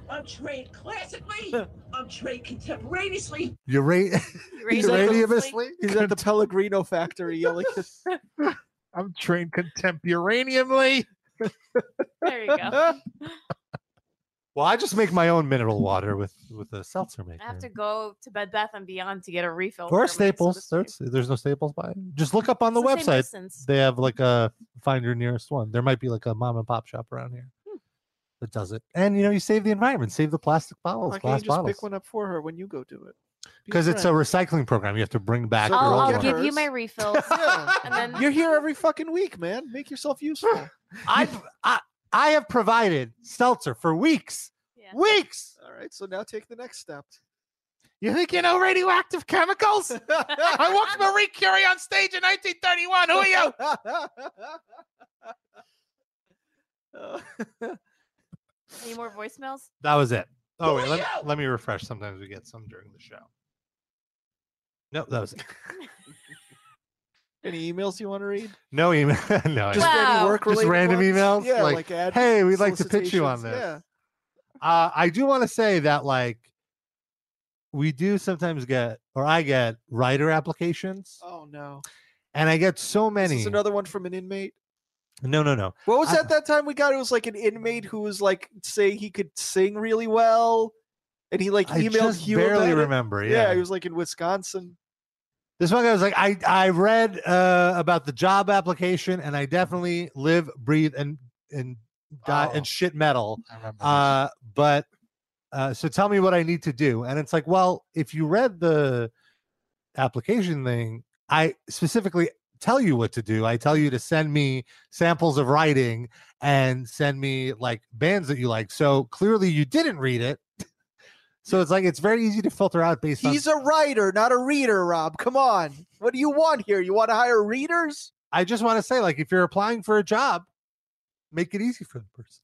[SPEAKER 16] I'm trained classically. I'm trained contemporaneously.
[SPEAKER 2] Ura-
[SPEAKER 4] He's like the-
[SPEAKER 2] uraniumly?
[SPEAKER 4] He's at the Pellegrino factory yelling. at-
[SPEAKER 5] I'm trained contemporaneously.
[SPEAKER 3] There you go.
[SPEAKER 2] Well, I just make my own mineral water with with a seltzer maker.
[SPEAKER 3] I have to go to Bed Bath and Beyond to get a refill.
[SPEAKER 2] or
[SPEAKER 3] for my
[SPEAKER 2] Staples.
[SPEAKER 3] soda
[SPEAKER 2] There's, there's no Staples by. Just look up on the,
[SPEAKER 3] It's the same
[SPEAKER 2] website.
[SPEAKER 3] distance.
[SPEAKER 2] They have like a find your nearest one. There might be like a mom and pop shop around here
[SPEAKER 3] Hmm.
[SPEAKER 2] that does it. And you know, you save the environment, save the plastic bottles,
[SPEAKER 4] Why can't
[SPEAKER 2] glass
[SPEAKER 4] you just
[SPEAKER 2] bottles,
[SPEAKER 4] pick one up for her when you go do it? Be
[SPEAKER 2] because it's a
[SPEAKER 4] friend.
[SPEAKER 2] recycling program. You have to bring back.
[SPEAKER 4] So
[SPEAKER 2] your
[SPEAKER 3] I'll,
[SPEAKER 2] old
[SPEAKER 3] I'll
[SPEAKER 2] one.
[SPEAKER 3] give you
[SPEAKER 4] Hers.
[SPEAKER 3] my refills.
[SPEAKER 4] Yeah.
[SPEAKER 3] and then
[SPEAKER 4] You're here every fucking week, man. Make yourself useful.
[SPEAKER 2] I've I, I have provided seltzer for weeks,
[SPEAKER 3] Yeah.
[SPEAKER 2] weeks.
[SPEAKER 4] All right, so now take the next step.
[SPEAKER 5] You think you know radioactive chemicals? I walked Marie Curie on stage in 1931. Who are you?
[SPEAKER 3] any more voicemails?
[SPEAKER 2] That was it. Oh
[SPEAKER 3] Who
[SPEAKER 2] wait,
[SPEAKER 3] are
[SPEAKER 2] let,
[SPEAKER 3] you?
[SPEAKER 2] let me refresh. Sometimes we get some during the show. No, that was it.
[SPEAKER 4] Any emails you want to read?
[SPEAKER 2] No email. no, I-
[SPEAKER 4] Just
[SPEAKER 3] Wow.
[SPEAKER 4] any work
[SPEAKER 2] just random emails.
[SPEAKER 4] Yeah,
[SPEAKER 2] like,
[SPEAKER 4] like, ad
[SPEAKER 2] hey, we'd like to pitch you on
[SPEAKER 4] solicitations,
[SPEAKER 2] this. Uh, I do want to say that like we do sometimes get, or I get writer applications,
[SPEAKER 4] Yeah. Oh no.
[SPEAKER 2] and I get so
[SPEAKER 4] This
[SPEAKER 2] many.
[SPEAKER 4] is another one from an inmate.
[SPEAKER 2] no, no, no.
[SPEAKER 4] What was
[SPEAKER 2] I-
[SPEAKER 4] that that time we got? It was like an inmate who was like saying he could sing really well, and he like
[SPEAKER 2] I
[SPEAKER 4] emailed
[SPEAKER 2] just
[SPEAKER 4] Hugh.
[SPEAKER 2] barely
[SPEAKER 4] about it.
[SPEAKER 2] remember, yeah.
[SPEAKER 4] he was like in Wisconsin.
[SPEAKER 2] This one guy was like, I, I read uh, about the job application and I definitely live, breathe, and and die and shit metal. Uh, but uh, so tell me what I need to do. And it's like, well, if you read the application thing, I specifically tell you what to do. I tell you to send me samples of writing and send me like bands that you like. So clearly you didn't read it. So it's like it's very easy to filter out based on
[SPEAKER 4] He's a writer, not a reader, Rob. Come on. What do you want here? You want to hire readers?
[SPEAKER 2] I just want to say, like, if you're applying for a job, make it easy for the person.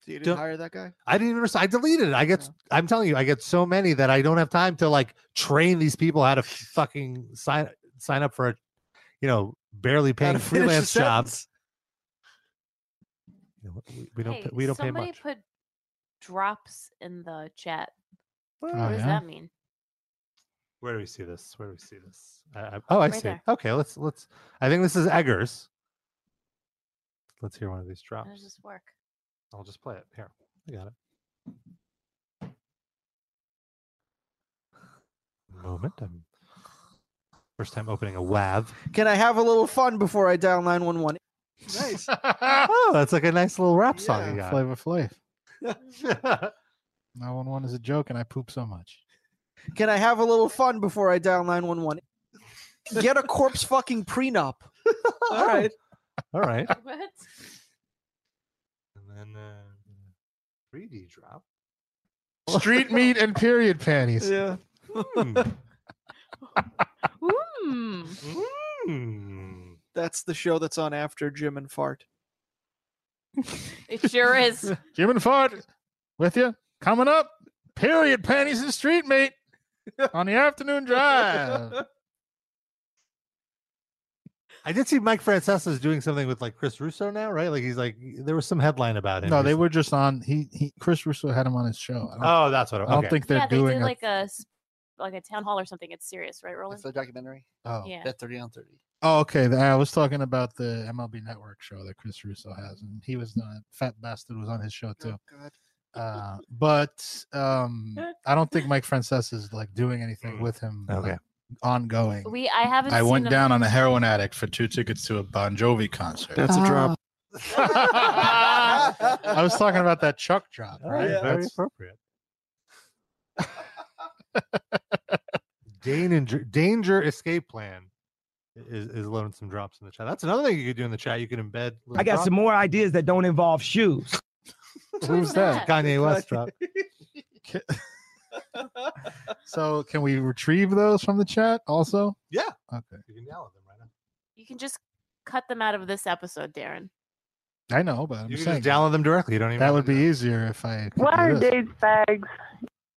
[SPEAKER 4] So you didn't
[SPEAKER 2] Don't-
[SPEAKER 4] hire Oh. that guy?
[SPEAKER 2] I didn't even. I deleted it. I get. I'm telling you, I get so many that I don't have time to like train these people how to fucking sign sign up for a, you know, barely paying
[SPEAKER 4] finish the
[SPEAKER 2] freelance
[SPEAKER 4] sentence.
[SPEAKER 2] jobs. You know, we, we don't.
[SPEAKER 3] Hey,
[SPEAKER 2] pay, we don't pay
[SPEAKER 3] somebody
[SPEAKER 2] much.
[SPEAKER 3] put drops in the chat. What
[SPEAKER 2] Oh,
[SPEAKER 3] does
[SPEAKER 2] yeah?
[SPEAKER 3] that mean?
[SPEAKER 2] Where do we see this? Where do we see this? I, I, oh, I
[SPEAKER 3] Right
[SPEAKER 2] see.
[SPEAKER 3] there.
[SPEAKER 2] Okay, let's let's. I think this is Eggers. Let's hear one of these drops.
[SPEAKER 3] How does this work?
[SPEAKER 2] I'll just play it here. I got it. Moment. I'm first time opening a WAV.
[SPEAKER 4] Can I have a little fun before I dial 911? Nice.
[SPEAKER 2] oh, that's like a nice little rap song. you
[SPEAKER 5] Yeah,
[SPEAKER 2] got.
[SPEAKER 5] Flavor Flav.
[SPEAKER 2] Can
[SPEAKER 5] Nine one one is a joke, and I poop so much.
[SPEAKER 4] I have a little fun before I dial 911? Get a corpse fucking prenup. All right.
[SPEAKER 2] All right.
[SPEAKER 3] What?
[SPEAKER 2] And then uh, 3D drop.
[SPEAKER 5] Street meat and period panties.
[SPEAKER 4] Yeah.
[SPEAKER 5] Hmm.
[SPEAKER 3] Hmm.
[SPEAKER 5] Hmm.
[SPEAKER 4] That's the show that's on after Jim and Fart.
[SPEAKER 3] It sure is.
[SPEAKER 5] Jim and Fart with you. Coming up, period panties and street meat on the afternoon drive.
[SPEAKER 2] I did see Mike Francesa's doing something with like Chris Russo now, right? Like he's like there was some headline about him.
[SPEAKER 5] No, they
[SPEAKER 2] recently.
[SPEAKER 5] were just on. He, he Chris Russo had him on his show. I don't-
[SPEAKER 2] Oh, that's what.
[SPEAKER 5] I
[SPEAKER 2] it-
[SPEAKER 5] don't
[SPEAKER 2] okay.
[SPEAKER 5] think they're
[SPEAKER 3] yeah, they
[SPEAKER 5] doing.
[SPEAKER 3] did
[SPEAKER 5] a-
[SPEAKER 3] like a s- like a town hall or something. It's serious, right, Roland?
[SPEAKER 8] It's a documentary.
[SPEAKER 5] Oh.
[SPEAKER 3] yeah.
[SPEAKER 8] That 30 on 30.
[SPEAKER 5] oh, okay. the- I was talking about the MLB Network show that Chris Russo has, and he was on it. Fat Bastard was on his show too. Uh, but um, I don't think Mike Frances is like doing anything with him. like,
[SPEAKER 2] Mm. Okay.
[SPEAKER 5] ongoing.
[SPEAKER 3] We I haven't.
[SPEAKER 1] I
[SPEAKER 3] seen
[SPEAKER 1] went
[SPEAKER 3] a-
[SPEAKER 1] down on a heroin addict for two tickets to a Bon Jovi concert.
[SPEAKER 5] That's
[SPEAKER 3] Uh-huh.
[SPEAKER 5] a drop.
[SPEAKER 1] I
[SPEAKER 5] I was talking about that Chuck drop,
[SPEAKER 1] Oh,
[SPEAKER 5] right?
[SPEAKER 1] yeah. Very
[SPEAKER 2] appropriate. danger danger escape plan is, is loading some drops in the chat. That's another thing you could do in the chat. You could embed. little
[SPEAKER 22] I got
[SPEAKER 2] drop-
[SPEAKER 22] some more ideas that don't involve shoes.
[SPEAKER 5] Who's that?
[SPEAKER 2] Kanye West drop.
[SPEAKER 5] So, can we retrieve those from the chat also?
[SPEAKER 2] Yeah.
[SPEAKER 5] Okay.
[SPEAKER 2] You can download them right
[SPEAKER 3] You can just cut them out of this episode, Darren.
[SPEAKER 5] I know, but I'm
[SPEAKER 2] You can just
[SPEAKER 5] saying
[SPEAKER 2] download them directly. You don't even.
[SPEAKER 5] that would be easier if I. could
[SPEAKER 22] Why
[SPEAKER 5] do
[SPEAKER 22] are
[SPEAKER 5] this.
[SPEAKER 22] dudes fags?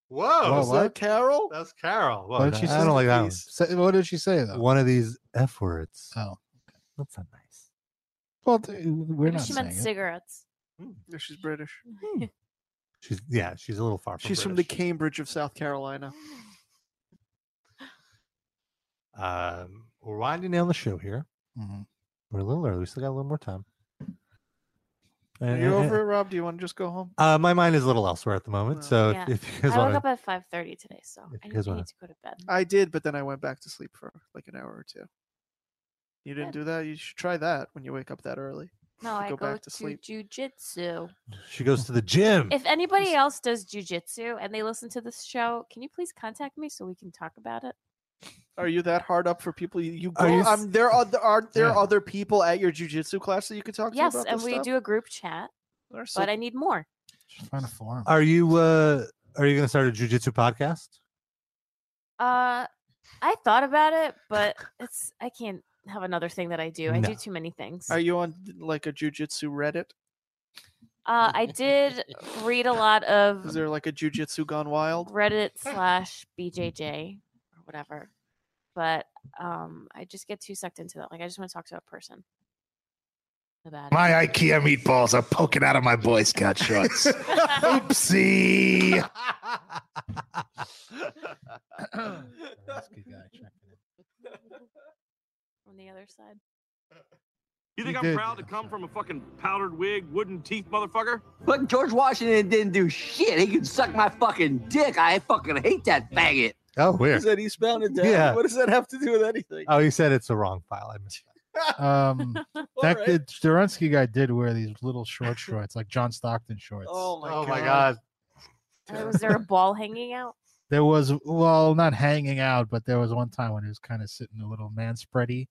[SPEAKER 2] Whoa,
[SPEAKER 5] Whoa,
[SPEAKER 2] is
[SPEAKER 5] what?
[SPEAKER 2] that Carol? That's Carol. Whoa,
[SPEAKER 5] What did she
[SPEAKER 2] I
[SPEAKER 5] say?
[SPEAKER 2] don't like that one.
[SPEAKER 5] Say- what did she say though?
[SPEAKER 2] One of these f words.
[SPEAKER 5] Oh, okay.
[SPEAKER 2] that's not nice.
[SPEAKER 5] Well, th- we're
[SPEAKER 3] Maybe
[SPEAKER 5] not
[SPEAKER 3] she meant
[SPEAKER 5] saying it.
[SPEAKER 3] cigarettes.
[SPEAKER 2] Hmm.
[SPEAKER 4] No, she's British.
[SPEAKER 2] She's yeah, she's a little far from.
[SPEAKER 4] She's from the Cambridge of South Carolina.
[SPEAKER 2] the. Um, we're winding down the show here.
[SPEAKER 5] Mhm.
[SPEAKER 2] We're a little early. We still got a little more time.
[SPEAKER 4] Are
[SPEAKER 5] Eh,
[SPEAKER 2] And-
[SPEAKER 4] you
[SPEAKER 2] and-
[SPEAKER 4] over it, Rob? Do you want to just go home?
[SPEAKER 2] Uh, my mind is a little elsewhere at the moment. So if, if you guys
[SPEAKER 3] I woke
[SPEAKER 2] want
[SPEAKER 3] up at five thirty today, so I
[SPEAKER 2] you
[SPEAKER 3] need,
[SPEAKER 2] guys
[SPEAKER 3] I
[SPEAKER 2] wanna-
[SPEAKER 3] need to go to bed.
[SPEAKER 4] I did, but then I went back to sleep for like an hour or two. You didn't do that. You should try that when you wake up that early.
[SPEAKER 3] No,
[SPEAKER 4] You
[SPEAKER 3] I go,
[SPEAKER 4] go back
[SPEAKER 3] to,
[SPEAKER 4] to sleep.
[SPEAKER 3] jujitsu.
[SPEAKER 2] she goes to the gym.
[SPEAKER 3] If anybody else does jujitsu and they listen to this show, can you please contact me so we can talk about it?
[SPEAKER 4] Are you that hard up for people? You, you go.
[SPEAKER 2] Are you s-
[SPEAKER 4] um, there are aren't there
[SPEAKER 2] Yeah.
[SPEAKER 4] other people at your jujitsu class that you could talk to?
[SPEAKER 3] yes,
[SPEAKER 4] about
[SPEAKER 3] and
[SPEAKER 4] this
[SPEAKER 3] we
[SPEAKER 4] stuff?
[SPEAKER 3] do a group chat,
[SPEAKER 4] Or so-
[SPEAKER 3] but I need more.
[SPEAKER 5] Find a forum.
[SPEAKER 2] Are you uh are you gonna start a jujitsu podcast?
[SPEAKER 3] Uh, I thought about it, but it's I can't have another thing that I do. I
[SPEAKER 4] No.
[SPEAKER 3] do too many things.
[SPEAKER 4] Are you on like a jujitsu Reddit?
[SPEAKER 3] Uh, I did read a lot of
[SPEAKER 4] Is there like a jujitsu gone wild?
[SPEAKER 3] Reddit slash BJJ or whatever, but um, I just get too sucked into that. Like, I just want to talk to a person about it.
[SPEAKER 1] My IKEA meatballs are poking out of my Boy Scout shorts. Oopsie.
[SPEAKER 3] From the other side.
[SPEAKER 5] He
[SPEAKER 23] You think I'm
[SPEAKER 5] did,
[SPEAKER 23] proud to come from a fucking powdered wig, wooden teeth motherfucker?
[SPEAKER 7] But George Washington didn't do shit. He could suck my fucking dick. I fucking hate that faggot.
[SPEAKER 2] Oh,
[SPEAKER 4] Is
[SPEAKER 2] weird.
[SPEAKER 4] that eastbound and down?
[SPEAKER 2] Yeah.
[SPEAKER 4] What does that have to do with anything?
[SPEAKER 2] Oh, he said it's the wrong file. I missed
[SPEAKER 5] Um, that
[SPEAKER 4] right.
[SPEAKER 5] kid, Dorensky guy did wear these little short shorts, like John Stockton shorts.
[SPEAKER 4] Oh my
[SPEAKER 2] Oh my
[SPEAKER 5] God.
[SPEAKER 3] Uh, was there a ball hanging out?
[SPEAKER 5] There was, well, not hanging out, but there was one time when he was kind of sitting a little man spready.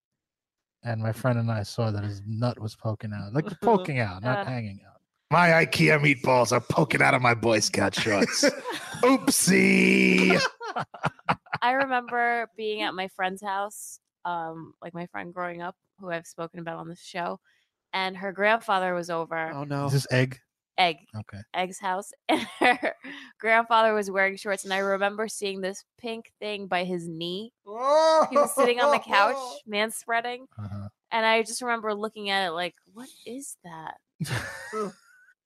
[SPEAKER 5] And my friend and I saw that his nut was poking out, like poking out, not
[SPEAKER 1] Uh.
[SPEAKER 5] hanging out.
[SPEAKER 1] My IKEA meatballs are poking out of my Boy Scout shorts. Oopsie.
[SPEAKER 3] I remember being at my friend's house, um, like my friend growing up, who I've spoken about on the show, and her grandfather was over.
[SPEAKER 4] Oh no!
[SPEAKER 5] Is this egg?
[SPEAKER 3] Egg.
[SPEAKER 5] Okay.
[SPEAKER 3] Egg's house, and her grandfather was wearing shorts, and I remember seeing this pink thing by his knee. He was sitting on the couch, man spreading,
[SPEAKER 5] Uh-huh.
[SPEAKER 3] and I just remember looking at it like, "What is that?"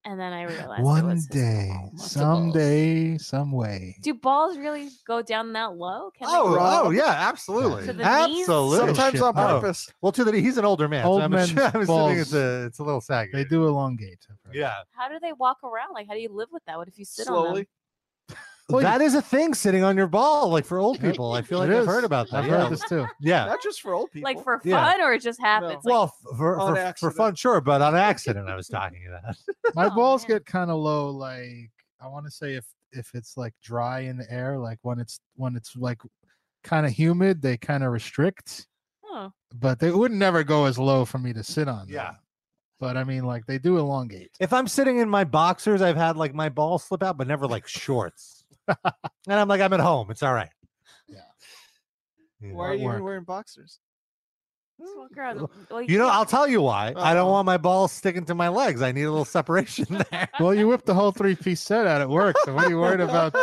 [SPEAKER 3] and then I realized, it
[SPEAKER 5] One
[SPEAKER 3] was his-
[SPEAKER 5] day, someday, some way.
[SPEAKER 3] do balls really go down that low? Can they
[SPEAKER 2] Oh,
[SPEAKER 3] go
[SPEAKER 2] oh
[SPEAKER 3] up?
[SPEAKER 2] yeah, absolutely,
[SPEAKER 3] To the knees?
[SPEAKER 2] absolutely.
[SPEAKER 5] Sometimes on
[SPEAKER 2] Oh.
[SPEAKER 5] purpose.
[SPEAKER 2] Well, to the he's an older man.
[SPEAKER 5] Old
[SPEAKER 2] so I'm,
[SPEAKER 5] men's
[SPEAKER 2] assuming- I'm assuming it's
[SPEAKER 5] balls.
[SPEAKER 2] a it's a little saggy.
[SPEAKER 5] They do elongate.
[SPEAKER 2] Yeah,
[SPEAKER 3] How do they walk around? Like, how do you live with that? What if you sit on them?
[SPEAKER 4] Slowly.
[SPEAKER 2] that is a thing sitting on your ball, like for old people. I feel
[SPEAKER 5] It
[SPEAKER 2] like I've
[SPEAKER 5] is.
[SPEAKER 2] heard about that.
[SPEAKER 5] I've
[SPEAKER 2] yeah.
[SPEAKER 5] heard this too.
[SPEAKER 2] Yeah.
[SPEAKER 4] Not just for old people.
[SPEAKER 3] Like for
[SPEAKER 2] Yeah.
[SPEAKER 3] fun, or it just happens?
[SPEAKER 2] well,
[SPEAKER 3] Like,
[SPEAKER 2] f- for,
[SPEAKER 5] On
[SPEAKER 2] for, for fun, sure, but on accident, I was talking to that.
[SPEAKER 3] Oh,
[SPEAKER 5] My balls get kind of low. Like I want to say if if it's like dry in the air, like when it's when it's like kind of humid, they kind of restrict.
[SPEAKER 3] oh,
[SPEAKER 5] But they would never go as low for me to sit on.
[SPEAKER 2] Yeah.
[SPEAKER 5] though. But I mean, like they do elongate.
[SPEAKER 2] If I'm sitting in my boxers, I've had like my balls slip out, but never like shorts. and I'm like, I'm at home. It's all right. Yeah.
[SPEAKER 4] Why are you even wearing boxers?
[SPEAKER 3] just walk around. Well,
[SPEAKER 2] You know, I'll tell you why. I don't
[SPEAKER 5] Uh-huh.
[SPEAKER 4] Uh-oh.
[SPEAKER 2] want my balls sticking to my legs. I need a little separation there.
[SPEAKER 5] well, you whipped the whole three piece set out at work. So what are you worried about?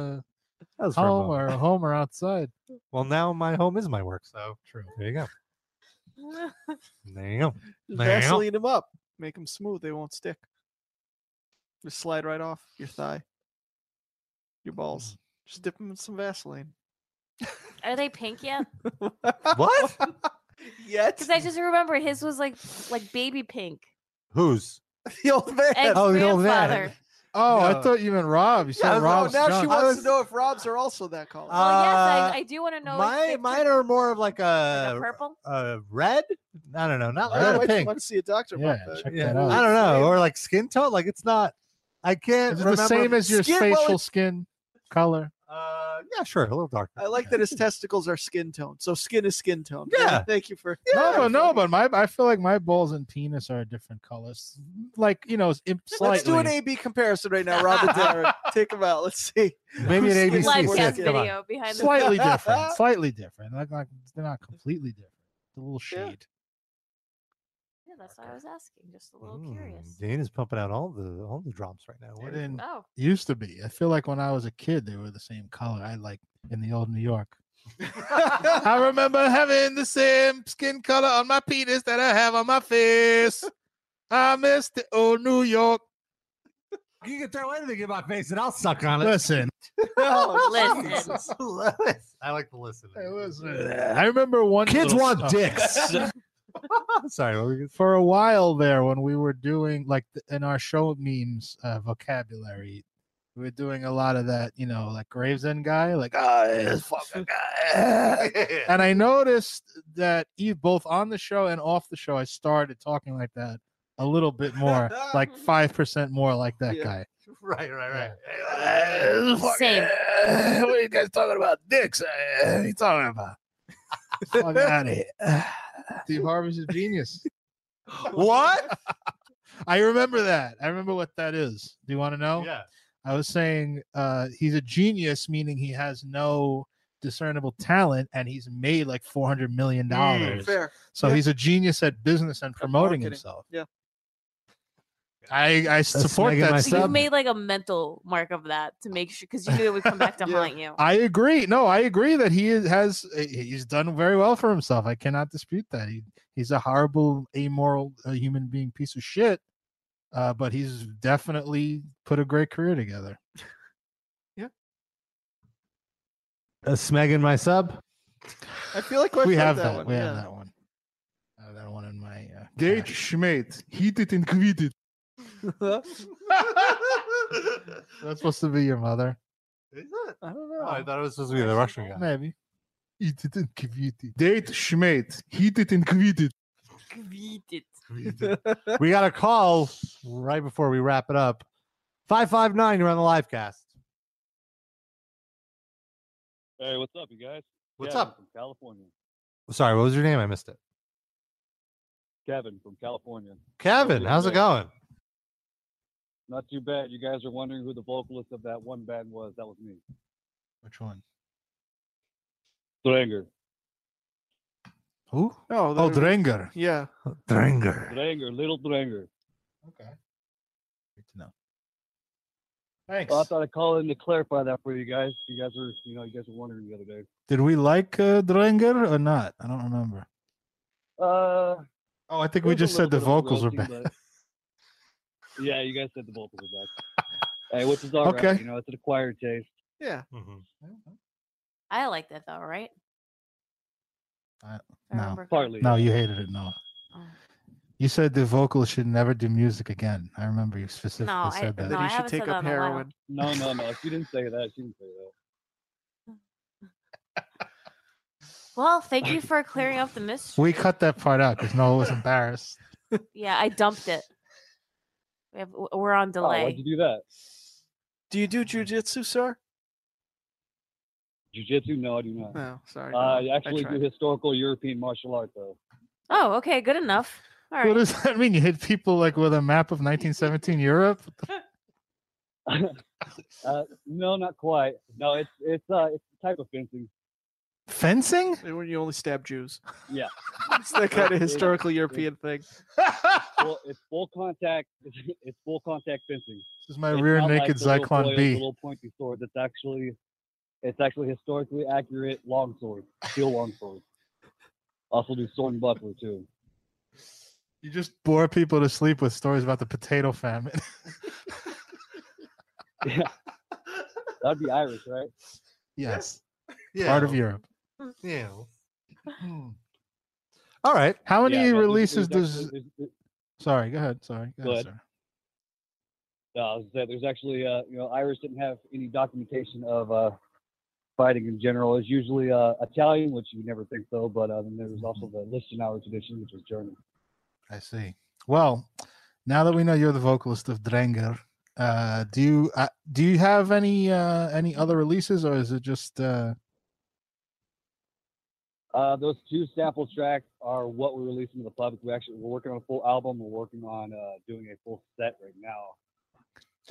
[SPEAKER 5] Uh,
[SPEAKER 2] was for a
[SPEAKER 5] home or
[SPEAKER 2] moment.
[SPEAKER 5] home or outside?
[SPEAKER 2] Well, now my home is my work. So
[SPEAKER 5] true.
[SPEAKER 2] There you go. There you go.
[SPEAKER 4] Just
[SPEAKER 2] There you go.
[SPEAKER 4] Vaseline them up. Make them smooth. They won't stick. Just slide right off your thigh, your balls.
[SPEAKER 2] Mm.
[SPEAKER 4] Just dip them in some Vaseline.
[SPEAKER 3] Are they pink yet?
[SPEAKER 2] What?
[SPEAKER 4] Yet?
[SPEAKER 3] Because I just remember his was like like baby pink.
[SPEAKER 2] Who's?
[SPEAKER 4] The old man.
[SPEAKER 2] Oh, the old man.
[SPEAKER 3] grandfather.
[SPEAKER 5] Oh, I
[SPEAKER 2] No.
[SPEAKER 5] thought you meant Rob. You said
[SPEAKER 2] Yeah, no,
[SPEAKER 5] Rob's
[SPEAKER 4] now she
[SPEAKER 5] junk.
[SPEAKER 4] wants to know if Robs are also that color.
[SPEAKER 3] Well, yes,
[SPEAKER 2] Uh,
[SPEAKER 3] I, I do want to know. if
[SPEAKER 2] My
[SPEAKER 3] they-
[SPEAKER 2] mine are more of like a,
[SPEAKER 3] purple?
[SPEAKER 2] a red. I don't know, not
[SPEAKER 4] I
[SPEAKER 2] not
[SPEAKER 4] don't
[SPEAKER 2] a
[SPEAKER 4] wait
[SPEAKER 2] pink.
[SPEAKER 4] to see a doctor about that.
[SPEAKER 5] check
[SPEAKER 2] Yeah,
[SPEAKER 5] that out.
[SPEAKER 2] I don't know, or like skin tone. Like it's not. I can't.
[SPEAKER 5] Is it
[SPEAKER 2] remember
[SPEAKER 5] the same as your
[SPEAKER 4] Skin- well,
[SPEAKER 5] facial
[SPEAKER 4] it's-
[SPEAKER 5] skin color?
[SPEAKER 2] Uh, yeah, sure, a little darker.
[SPEAKER 4] I like that his testicles are skin tone. So skin is skin tone.
[SPEAKER 2] Yeah.
[SPEAKER 4] Thank you for.
[SPEAKER 5] No, but no, but my I feel like my balls and penis are different colors. Like you know, imp- slightly.
[SPEAKER 4] Let's do an A B comparison right now, Rob and Derek. Take them out. Let's see.
[SPEAKER 5] Maybe an
[SPEAKER 4] Who's
[SPEAKER 5] ABC
[SPEAKER 4] skin
[SPEAKER 5] set,
[SPEAKER 4] tone.
[SPEAKER 5] come on. slightly different, slightly different. Like, like they're not completely different. It's a little shade.
[SPEAKER 3] Yeah, that's why I was asking. Just a
[SPEAKER 2] Hmm.
[SPEAKER 3] little curious.
[SPEAKER 2] Dane is pumping out all the all the drops right now. What
[SPEAKER 5] It
[SPEAKER 2] is-
[SPEAKER 5] didn't
[SPEAKER 3] Oh.
[SPEAKER 5] used to be. I feel like when I was a kid, they were the same color. I like in the old New York. I remember having the same skin color on my penis that I have on my face. I miss the old New York.
[SPEAKER 2] You can throw anything in my face and I'll suck on it.
[SPEAKER 5] Listen,
[SPEAKER 2] Oh,
[SPEAKER 3] Listen.
[SPEAKER 2] Jesus. I like to listen.
[SPEAKER 5] I remember one.
[SPEAKER 2] Kids
[SPEAKER 5] little-
[SPEAKER 2] want
[SPEAKER 5] oh.
[SPEAKER 2] dicks. Sorry, what were you-
[SPEAKER 5] for a while there when we were doing like th- in our show memes uh, vocabulary we were doing a lot of that you know like gravesend guy like ah this fucking guy and i noticed that you both on the show and off the show i started talking like that a little bit more like 5% more like that guy
[SPEAKER 2] Right, right, right.
[SPEAKER 3] Same.
[SPEAKER 5] what are you guys talking about dicks what are you talking about fuck out of here steve harvey's a genius
[SPEAKER 2] what?
[SPEAKER 5] I remember that. I remember what that is. Do you want to know?
[SPEAKER 2] Yeah.
[SPEAKER 5] I was saying uh, he's a genius, meaning he has no discernible talent, and he's made like four hundred million dollars.
[SPEAKER 4] Mm, fair.
[SPEAKER 5] So
[SPEAKER 4] Yeah.
[SPEAKER 5] he's a genius at business and promoting
[SPEAKER 4] Marketing.
[SPEAKER 5] himself.
[SPEAKER 4] Yeah.
[SPEAKER 5] I I support
[SPEAKER 2] making
[SPEAKER 5] that.
[SPEAKER 2] my
[SPEAKER 3] So you
[SPEAKER 5] sentiment.
[SPEAKER 3] made like a mental mark of that to make sure because you knew it would come back to haunt you.
[SPEAKER 5] I agree. No, I agree that he is, has eh, he's done very well for himself. I cannot dispute that. He he's a horrible, amoral uh, human being, piece of shit. Uh, but he's definitely put a great career together.
[SPEAKER 2] A smeg in my sub.
[SPEAKER 4] I feel like I've
[SPEAKER 5] we
[SPEAKER 4] heard
[SPEAKER 5] have
[SPEAKER 4] that
[SPEAKER 5] that.
[SPEAKER 4] one,
[SPEAKER 5] We
[SPEAKER 4] yeah.
[SPEAKER 5] have that one. I have that one in my. Uh, Schmidt, heat it and quit it.
[SPEAKER 4] Huh?
[SPEAKER 5] That's supposed to be your mother.
[SPEAKER 2] I don't know. Oh, I thought it was supposed to be the Russian guy.
[SPEAKER 5] Maybe. Eat it and kvit it. Date schmate. Heat it and kvit it.
[SPEAKER 2] we got a call right before we wrap it up. 559, you're on the live cast.
[SPEAKER 10] Hey, what's up, you guys?
[SPEAKER 2] What's
[SPEAKER 10] Kevin
[SPEAKER 2] up?
[SPEAKER 10] From California.
[SPEAKER 2] Sorry, what was your name? I missed it.
[SPEAKER 10] Kevin from California.
[SPEAKER 2] Kevin, how's it going?
[SPEAKER 10] Not too bad. You guys are wondering who the vocalist of that one band was. That was me.
[SPEAKER 5] Which one?
[SPEAKER 10] Stranger.
[SPEAKER 2] Who?
[SPEAKER 4] Oh,
[SPEAKER 5] oh
[SPEAKER 10] they're-
[SPEAKER 5] Drenger.
[SPEAKER 4] Yeah.
[SPEAKER 2] Drenger.
[SPEAKER 10] Dranger, little Dranger.
[SPEAKER 5] Okay. Good to know. Thanks.
[SPEAKER 10] Well, I thought I'd call in to clarify that for you guys. You guys were, you know, you guys were wondering the other day.
[SPEAKER 5] Did we like uh, Drenger or not? I don't remember.
[SPEAKER 10] Uh,
[SPEAKER 5] Oh, I think
[SPEAKER 10] it
[SPEAKER 5] we
[SPEAKER 10] was a
[SPEAKER 5] just said the
[SPEAKER 10] little bit of
[SPEAKER 5] vocals were
[SPEAKER 10] roasting,
[SPEAKER 5] bad.
[SPEAKER 10] but- yeah, you guys said the vocals were bad. hey, which is all right.
[SPEAKER 5] Okay.
[SPEAKER 10] You know, it's an acquired taste.
[SPEAKER 4] Yeah.
[SPEAKER 3] I like that though, right?
[SPEAKER 5] No.
[SPEAKER 10] Partly.
[SPEAKER 5] No, you hated it. No.
[SPEAKER 10] Oh.
[SPEAKER 5] You said the vocals should never do music again. I remember you specifically
[SPEAKER 10] I-
[SPEAKER 5] said that.
[SPEAKER 10] no, That he I should haven't
[SPEAKER 3] take said up that in a while. heroin.
[SPEAKER 10] No, no, no. She didn't say that. She didn't say that.
[SPEAKER 3] Well, thank you for clearing up the mystery.
[SPEAKER 5] We cut that part out because Noah was embarrassed.
[SPEAKER 3] Yeah, I dumped it. We have, w- we're
[SPEAKER 5] Oh,
[SPEAKER 3] on delay.
[SPEAKER 10] you do that?
[SPEAKER 4] Do you do jujitsu, sir?
[SPEAKER 10] Jiu-jitsu? No, I do not.
[SPEAKER 4] No, sorry.
[SPEAKER 10] I
[SPEAKER 4] I
[SPEAKER 10] actually do
[SPEAKER 4] tried.
[SPEAKER 10] historical European martial art, though.
[SPEAKER 3] Oh, okay, good enough. All right.
[SPEAKER 5] What does that mean? You hit people like with a map of 1917 Europe?
[SPEAKER 10] Uh, no, not quite. No, it's it's uh, it's a type of fencing.
[SPEAKER 5] Fencing?
[SPEAKER 4] When you only stab Jews.
[SPEAKER 10] Yeah,
[SPEAKER 4] It's that kind of
[SPEAKER 10] It- it-
[SPEAKER 4] historical
[SPEAKER 10] it-
[SPEAKER 4] European thing.
[SPEAKER 10] full, it's full contact. It's full contact fencing.
[SPEAKER 5] This is my
[SPEAKER 10] It's
[SPEAKER 5] rear
[SPEAKER 10] not
[SPEAKER 5] naked
[SPEAKER 10] the little
[SPEAKER 5] Zyklon
[SPEAKER 10] foil,
[SPEAKER 5] B.
[SPEAKER 10] Little pointy sword. That's actually, it's actually historically accurate longsword, steel longsword. Also do sword and buckler too.
[SPEAKER 5] You just bore people to sleep with stories about the potato famine.
[SPEAKER 10] That'd be Irish, right?
[SPEAKER 5] yes. Part of Europe.
[SPEAKER 2] Yeah.
[SPEAKER 5] All right. How many
[SPEAKER 10] Yeah, no, there's-
[SPEAKER 5] releases
[SPEAKER 10] there's
[SPEAKER 5] does.
[SPEAKER 10] actually- there's-
[SPEAKER 5] Sorry, go ahead. Sorry. Go
[SPEAKER 10] Go
[SPEAKER 5] ahead.
[SPEAKER 10] ahead. No, I was gonna say, there's actually, uh, you know, Irish didn't have any documentation of uh, fighting in general. It's usually uh, Italian, which you never think so, but uh, then there was also the Lichtenauer tradition, which was German.
[SPEAKER 5] sir. Mm-hmm. I see. Well, now that we know you're the vocalist of Drenger, uh, do you uh, do you have any uh, any other releases or is it just uh,
[SPEAKER 10] Uh, those two sample tracks are what we're releasing to the public. We actually we're working on a full album. We're working on uh, doing a full set right now.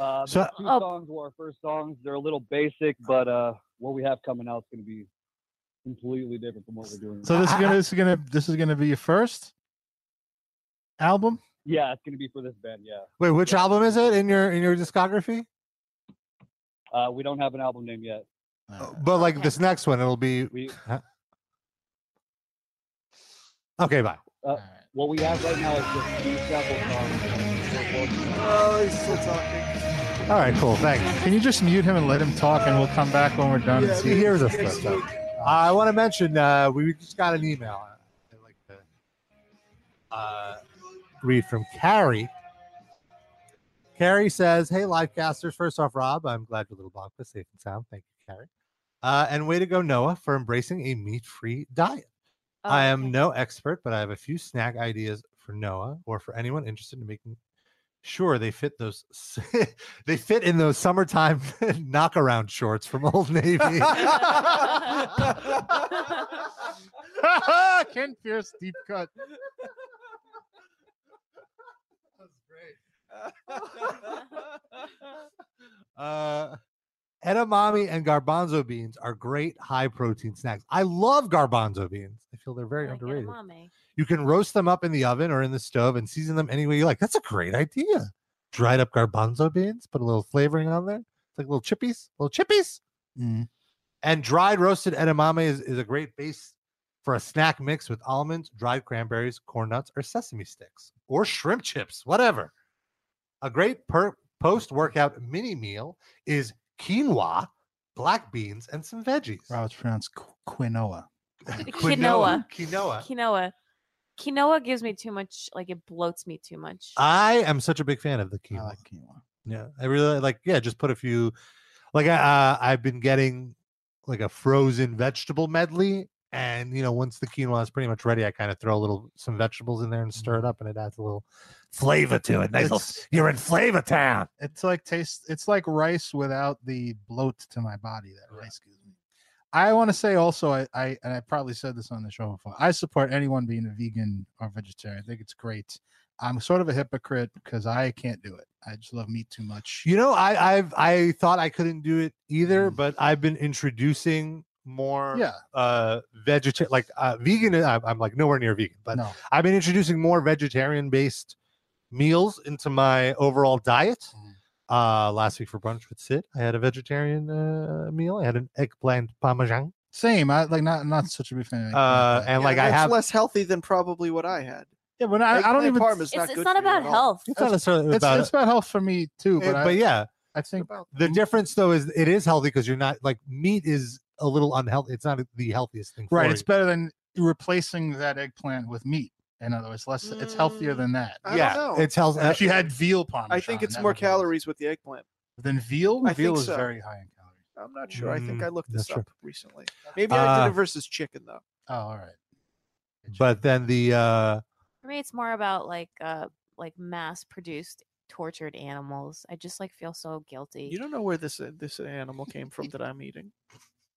[SPEAKER 10] Uh,
[SPEAKER 5] So-
[SPEAKER 10] those two songs were our first songs. They're a little basic, but uh, what we have coming out is going to be completely different from what we're doing.
[SPEAKER 5] so this is gonna this is gonna this is gonna be your first album?
[SPEAKER 10] Yeah, it's going to be for this band. Yeah.
[SPEAKER 2] Wait, which album is it in your in your discography?
[SPEAKER 10] Uh, we don't have an album name yet.
[SPEAKER 2] But like this next one, it'll be. Huh? Okay, bye.
[SPEAKER 10] Uh, What we have right now is just two sample songs.
[SPEAKER 4] Oh, he's still talking.
[SPEAKER 5] All right, cool. Thanks. Can you just mute him and let him talk, and we'll come back when we're done?
[SPEAKER 2] Yeah,
[SPEAKER 5] and see
[SPEAKER 2] he hears us,
[SPEAKER 5] stuff.
[SPEAKER 2] though. I want to mention uh, we just got an email. I'd like to uh, read from Carrie. Carrie says, "Hey, livecasters. First off, Rob, I'm glad your little box is safe and sound. Thank you, Carrie. Uh, and way to go, Noah, for embracing a meat-free diet. I am no expert, but I have a few snack ideas for Noah or for anyone interested in making sure they fit those they fit in those summertime knockaround shorts from Old Navy."
[SPEAKER 5] Ken Pierce deep cut.
[SPEAKER 2] Uh, edamame and garbanzo beans are great high protein snacks. I love garbanzo beans. I feel they're very underrated.
[SPEAKER 3] Edamame.
[SPEAKER 2] You can roast them up in the oven or in the stove and season them any way you like. That's a great idea. Dried up garbanzo beans, put a little flavoring on there. It's like little chippies, little chippies.
[SPEAKER 5] Mm.
[SPEAKER 2] And dried roasted edamame is, is a great base for a snack mix with almonds, dried cranberries, corn nuts, or sesame sticks, or shrimp chips, whatever. A great per- post workout mini meal is quinoa, black beans, and some veggies.
[SPEAKER 5] Wow, it's pronounced qu- quinoa.
[SPEAKER 3] Quinoa.
[SPEAKER 2] Quinoa.
[SPEAKER 3] Quinoa. Quinoa gives me too much. Like it bloats me too much.
[SPEAKER 2] I am such a big fan of the quinoa.
[SPEAKER 5] I like quinoa.
[SPEAKER 2] Yeah, I really like. Yeah, just put a few. Like I, uh, I've been getting like a frozen vegetable medley, and you know, once the quinoa is pretty much ready, I kind of throw a little some vegetables in there and stir it up, and it adds a little flavor to it. Nice little-
[SPEAKER 5] Mm-hmm. It's-
[SPEAKER 2] you're in Flavor Town.
[SPEAKER 5] It's like taste. It's like rice without the bloat to my body. That rice gives me. I want to say also, I, I and I probably said this on the show before. I support anyone being a vegan or vegetarian. I think it's great. I'm sort of a hypocrite because I can't do it. I just love meat too much.
[SPEAKER 2] You know, I I've I thought I couldn't do it either, but I've been introducing more
[SPEAKER 5] Mm-hmm. Yeah.
[SPEAKER 2] uh vegetarian like uh vegan I'm, I'm like nowhere near vegan but
[SPEAKER 5] No.
[SPEAKER 2] i've been introducing more vegetarian based meals into my overall diet
[SPEAKER 5] Mm-hmm.
[SPEAKER 2] uh last week for brunch with sid i had a vegetarian uh, meal i had an eggplant parmesan
[SPEAKER 5] Same. I like not not such a big fan. Of
[SPEAKER 2] uh and like i
[SPEAKER 4] that's
[SPEAKER 2] have
[SPEAKER 4] less healthy than probably what I had.
[SPEAKER 5] Yeah, but I, I don't
[SPEAKER 4] Eggplant
[SPEAKER 5] even.
[SPEAKER 4] parm is not It's- it's good not for you about at all. health.
[SPEAKER 2] It's not necessarily
[SPEAKER 5] it's,
[SPEAKER 2] about-
[SPEAKER 5] it's about health for me too. But, mm-hmm.
[SPEAKER 2] It-
[SPEAKER 5] I-
[SPEAKER 2] but yeah,
[SPEAKER 5] I think
[SPEAKER 2] the difference though is it is healthy because you're not like meat is a little unhealthy. It's not the healthiest thing.
[SPEAKER 5] right.
[SPEAKER 2] for
[SPEAKER 5] It's better than replacing that eggplant with meat. In other words, less. It's healthier than that.
[SPEAKER 4] Mm. I don't Yeah, know. it's health- uh,
[SPEAKER 5] healthy. If you had veal parmesan,
[SPEAKER 4] I think it's
[SPEAKER 5] that
[SPEAKER 4] more
[SPEAKER 5] would be-
[SPEAKER 4] calories with the eggplant.
[SPEAKER 5] than veal.
[SPEAKER 4] I
[SPEAKER 5] veal
[SPEAKER 4] think
[SPEAKER 5] is
[SPEAKER 4] so.
[SPEAKER 5] very high in calories.
[SPEAKER 4] I'm not sure. I think
[SPEAKER 2] Mm,
[SPEAKER 4] I looked this
[SPEAKER 2] that's true.
[SPEAKER 4] up recently. Maybe I did
[SPEAKER 2] Uh,
[SPEAKER 4] it versus chicken though.
[SPEAKER 5] Oh, all right.
[SPEAKER 2] you. But then the uh
[SPEAKER 3] For me, it's more about like uh like mass produced tortured animals. I just like feel so guilty.
[SPEAKER 4] You don't know where this uh, this animal came from that I'm eating.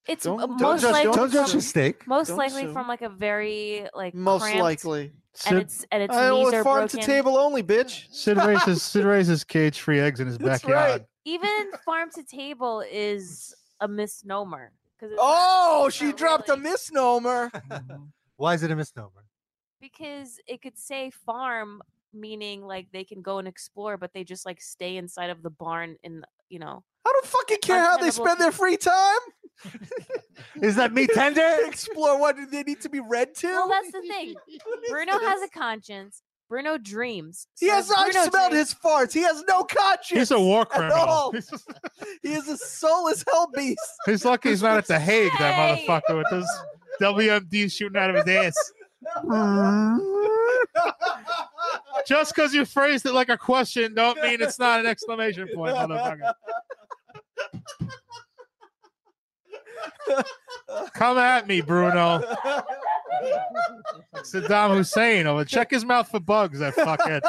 [SPEAKER 3] It's
[SPEAKER 4] Don't-
[SPEAKER 3] uh,
[SPEAKER 4] don't
[SPEAKER 3] most
[SPEAKER 4] judge-
[SPEAKER 3] likely
[SPEAKER 4] don't judge
[SPEAKER 3] from-
[SPEAKER 4] his steak.
[SPEAKER 3] Most
[SPEAKER 4] Don't
[SPEAKER 3] likely
[SPEAKER 4] sue.
[SPEAKER 3] from like a very like
[SPEAKER 4] Most
[SPEAKER 3] cramped-
[SPEAKER 4] likely.
[SPEAKER 3] and it's and its
[SPEAKER 4] I
[SPEAKER 3] knees
[SPEAKER 4] only
[SPEAKER 3] are
[SPEAKER 4] farm
[SPEAKER 3] broken.
[SPEAKER 4] to table only, bitch.
[SPEAKER 5] Sid raises Sid raises cage free eggs in his backyard.
[SPEAKER 3] Even farm to table is a misnomer. 'cause it's
[SPEAKER 4] Oh, she dropped a misnomer.
[SPEAKER 2] why is it a misnomer?
[SPEAKER 3] because it could say farm meaning like they can go and explore but they just like stay inside of the barn in the- you know
[SPEAKER 4] I don't fucking care how they
[SPEAKER 3] Untenable
[SPEAKER 4] spend their
[SPEAKER 3] people.
[SPEAKER 4] free time.
[SPEAKER 2] Is that meat tender?
[SPEAKER 4] Explore what do they need to be read to?
[SPEAKER 3] well that's the thing bruno has a conscience bruno dreams
[SPEAKER 4] He
[SPEAKER 3] so
[SPEAKER 4] has. I
[SPEAKER 3] Bruno
[SPEAKER 4] smelled
[SPEAKER 3] dreams-
[SPEAKER 4] his farts. He has no conscience.
[SPEAKER 5] He's a war
[SPEAKER 4] At
[SPEAKER 5] criminal.
[SPEAKER 4] all. he is a soulless hell beast.
[SPEAKER 5] He's lucky he's not at the Hague, that
[SPEAKER 4] Hey!
[SPEAKER 5] motherfucker with those WMD shooting out of his ass. Just because you phrased it like a question, don't mean it's not an exclamation point, motherfucker. Come at me, Bruno. Saddam Hussein over. Check his mouth for bugs. That fuckhead.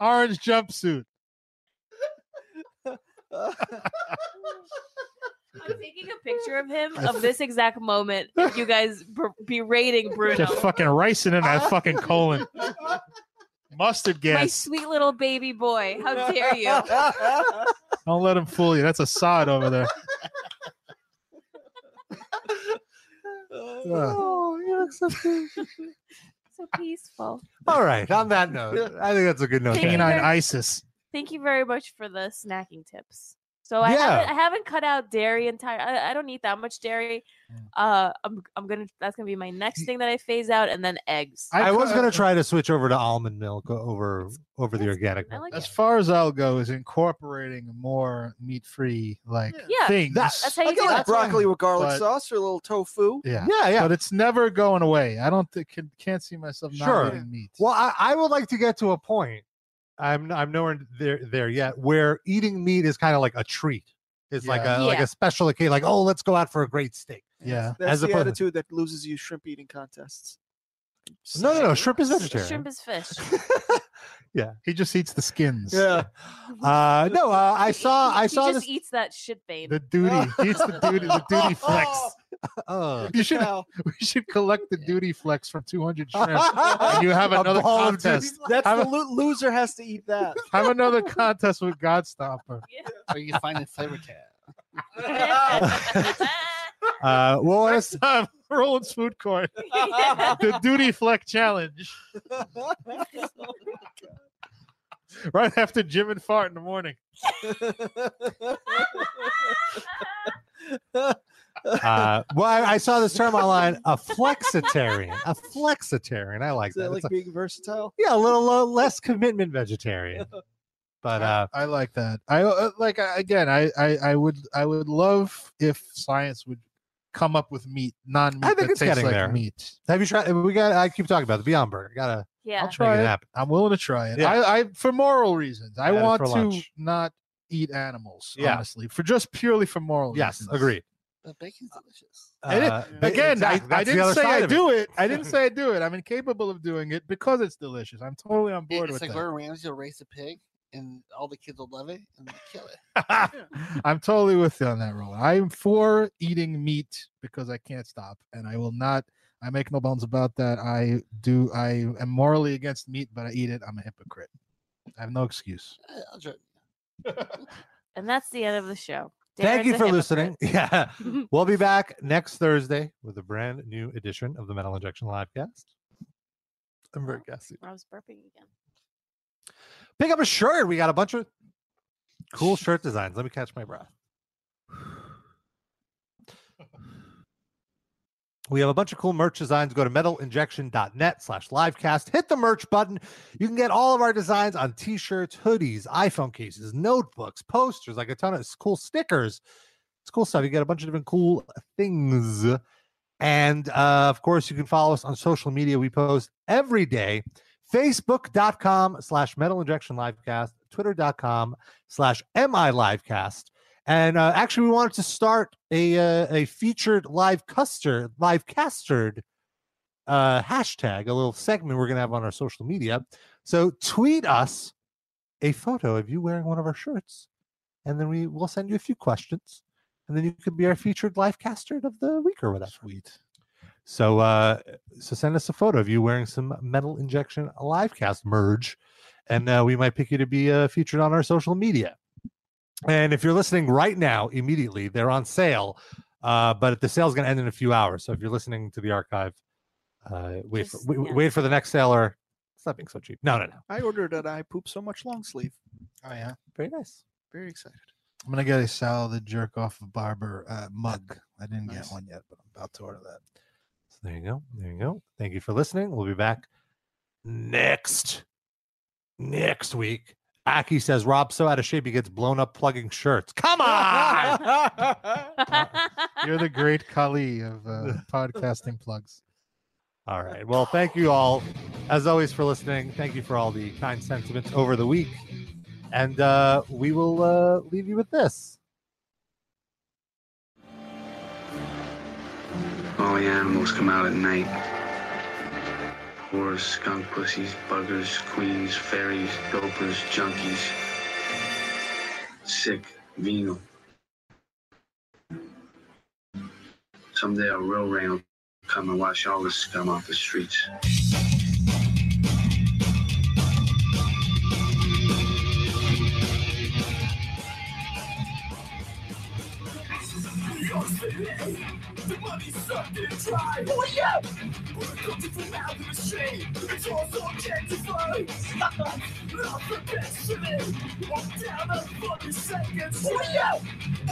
[SPEAKER 5] Orange jumpsuit.
[SPEAKER 3] i'm taking a picture of him of this exact moment of you guys b- berating bruno
[SPEAKER 5] Just fucking ricing in
[SPEAKER 3] Uh-huh.
[SPEAKER 5] that fucking colon. Mustard
[SPEAKER 3] my
[SPEAKER 5] gas.
[SPEAKER 3] sweet little baby boy how dare you
[SPEAKER 5] Don't let him fool you. That's a sod over there.
[SPEAKER 2] Oh, you look so peaceful.
[SPEAKER 3] so peaceful
[SPEAKER 2] All right. On that note, I think that's a good note. to end.
[SPEAKER 5] Canine ISIS.
[SPEAKER 3] thank you very much for the snacking tips. So I,
[SPEAKER 2] Yeah.
[SPEAKER 3] haven't, I haven't cut out dairy entire. I, I don't eat that much dairy.
[SPEAKER 2] Mm.
[SPEAKER 3] Uh, I'm I'm gonna that's gonna be my next thing that I phase out, and then eggs.
[SPEAKER 2] I, was gonna try to switch over to almond milk o- over over the organic
[SPEAKER 3] I
[SPEAKER 2] milk.
[SPEAKER 3] like
[SPEAKER 5] As far as I'll go, is incorporating more meat-free like
[SPEAKER 3] Yeah,
[SPEAKER 5] things.
[SPEAKER 4] that's how you I do like it. broccoli with garlic sauce or a little tofu.
[SPEAKER 5] Yeah,
[SPEAKER 2] Yeah, yeah.
[SPEAKER 5] But it's never going away. I don't think can, can't see myself not
[SPEAKER 2] Sure.
[SPEAKER 5] eating meat.
[SPEAKER 2] Well, I, I would like to get to a point. I'm I'm nowhere there there yet where eating meat is kind of like a treat. It's like a
[SPEAKER 5] Yeah.
[SPEAKER 2] like
[SPEAKER 5] Yeah.
[SPEAKER 2] a special occasion. Like oh, let's go out for a great steak.
[SPEAKER 5] Yeah.
[SPEAKER 4] That's
[SPEAKER 2] As
[SPEAKER 4] the
[SPEAKER 2] opposed-
[SPEAKER 4] attitude that loses you shrimp eating contests.
[SPEAKER 2] No, no, no. Shrimp is
[SPEAKER 4] S-
[SPEAKER 2] vegetarian.
[SPEAKER 3] shrimp is fish.
[SPEAKER 2] yeah,
[SPEAKER 5] he just eats the skins.
[SPEAKER 2] Yeah. Uh, no, uh, I saw I
[SPEAKER 3] he
[SPEAKER 2] saw
[SPEAKER 3] just
[SPEAKER 2] this
[SPEAKER 3] eats that shit bait.
[SPEAKER 5] The duty. He eats the duty. The duty flex.
[SPEAKER 2] Oh,
[SPEAKER 5] You should. We should collect the duty flex from 200 shrimp, and you have
[SPEAKER 4] A
[SPEAKER 5] another
[SPEAKER 4] ball of
[SPEAKER 5] contest.
[SPEAKER 4] duty- That's
[SPEAKER 5] have,
[SPEAKER 4] the lo- loser has to eat that.
[SPEAKER 5] have another contest with God Stomper.
[SPEAKER 8] Or you can find it in flavor tab.
[SPEAKER 2] uh, well,
[SPEAKER 5] next time Roland's food court, the duty flex challenge,
[SPEAKER 4] Oh
[SPEAKER 5] right after Jim and Fart in the morning.
[SPEAKER 2] uh, well, I, I saw this term online, a flexitarian. A flexitarian. I like
[SPEAKER 4] Is that
[SPEAKER 2] that.
[SPEAKER 4] like
[SPEAKER 2] It's a-
[SPEAKER 4] being versatile?
[SPEAKER 2] yeah, a little uh, less commitment vegetarian. But uh,
[SPEAKER 5] I like that. I uh, like I- again. I, I I would I would love if science would come up with meat, non meat
[SPEAKER 2] I
[SPEAKER 5] that
[SPEAKER 2] think it's
[SPEAKER 5] tastes
[SPEAKER 2] getting
[SPEAKER 5] like
[SPEAKER 2] there.
[SPEAKER 5] meat.
[SPEAKER 2] Have you tried? uh, We got. I keep talking about the Beyond Burger. Gotta.
[SPEAKER 3] Yeah.
[SPEAKER 5] I'll try
[SPEAKER 2] Make it
[SPEAKER 5] it.
[SPEAKER 2] happen.
[SPEAKER 5] I'm willing to try it.
[SPEAKER 2] Yeah.
[SPEAKER 5] I, I for moral reasons. I
[SPEAKER 2] Had it
[SPEAKER 5] want
[SPEAKER 2] for
[SPEAKER 5] to
[SPEAKER 2] lunch.
[SPEAKER 5] not eat animals.
[SPEAKER 2] Yeah.
[SPEAKER 5] honestly, for just purely for moral.
[SPEAKER 2] Yes,
[SPEAKER 5] reasons.
[SPEAKER 2] agreed.
[SPEAKER 8] But bacon's delicious.
[SPEAKER 5] And it-
[SPEAKER 2] Uh, ba-
[SPEAKER 5] again,
[SPEAKER 2] exact-
[SPEAKER 5] I, I
[SPEAKER 2] that's the
[SPEAKER 5] didn't
[SPEAKER 2] other
[SPEAKER 5] say
[SPEAKER 2] side
[SPEAKER 5] I
[SPEAKER 2] of
[SPEAKER 5] do it. I didn't say I do it. I'm incapable of doing it because it's delicious. I'm totally on board
[SPEAKER 8] It's
[SPEAKER 5] with
[SPEAKER 8] like
[SPEAKER 5] that.
[SPEAKER 8] Gordon Ramsay will raise a pig, and all the kids will love it and they kill it.
[SPEAKER 5] I'm totally with you on that, Roland. I'm for eating meat because I can't stop, and I will not. I make no bones about that. I do. I am morally against meat, but I eat it. I'm a hypocrite. I have no excuse.
[SPEAKER 8] I- I'll try-
[SPEAKER 3] And that's the end of the show.
[SPEAKER 2] Thank
[SPEAKER 3] Darren's
[SPEAKER 2] you
[SPEAKER 3] a
[SPEAKER 2] for listening.
[SPEAKER 3] hypocrite.
[SPEAKER 2] Yeah. we'll be back next Thursday with a brand new edition of the Metal Injection Livecast. I'm very gassy.
[SPEAKER 3] I was burping again.
[SPEAKER 2] Pick up a shirt. We got a bunch of cool shirt designs. Let me catch my breath. We have a bunch of cool merch designs. Go to metalinjection.net slash livecast. Hit the merch button. You can get all of our designs on t shirts, hoodies, iPhone cases, notebooks, posters, like a ton of cool stickers. It's cool stuff. You get a bunch of different cool things. And uh, of course, you can follow us on social media. We post every day facebook.com slash metal injection livecast, twitter.com slash mi livecast. And uh, actually, we wanted to start a uh, a featured live custard, live custard uh, hashtag, a little segment we're going to have on our social media. So tweet us a photo of you wearing one of our shirts, and then we will send you a few questions, and then you could be our featured live custard of the week or whatever.
[SPEAKER 5] Sweet.
[SPEAKER 2] So, uh, so send us a photo of you wearing some metal injection live cast merge, and uh, we might pick you to be uh, featured on our social media. And if you're listening right now, immediately, they're on sale. Uh, but the sale's going to end in a few hours. So if you're listening to the archive, uh, wait, for,
[SPEAKER 4] Just-
[SPEAKER 2] wait,
[SPEAKER 4] yeah.
[SPEAKER 2] wait for the next sale or stop being so cheap. No, no, no.
[SPEAKER 4] I ordered it. I poop so much long sleeve.
[SPEAKER 5] Oh yeah,
[SPEAKER 2] very nice.
[SPEAKER 4] Very excited.
[SPEAKER 5] I'm gonna get a Sal the jerk off of barber uh, mug. I didn't
[SPEAKER 4] Nice.
[SPEAKER 5] get one yet, but I'm about to order that.
[SPEAKER 2] So there you go. There you go. Thank you for listening. We'll be back next next week. Aki says Rob so out of shape he gets blown up plugging shirts. Come on.
[SPEAKER 5] You're the great Kali of uh, podcasting plugs.
[SPEAKER 2] All right. Well, thank you all, as always, for listening. Thank you for all the kind sentiments over the week. And uh, we will uh, leave you with this.
[SPEAKER 10] All the animals come out at night. Whores, skunk pussies, buggers, queens, fairies, dopers, junkies. Sick, venal. Someday a real rain will come and wash all this scum off the streets.
[SPEAKER 16] The money sucked and dry. Oh yeah! We're guilty from out the machine. It's all so objectified. Not the best for me. Walk down that fucking seconds. Oh yeah!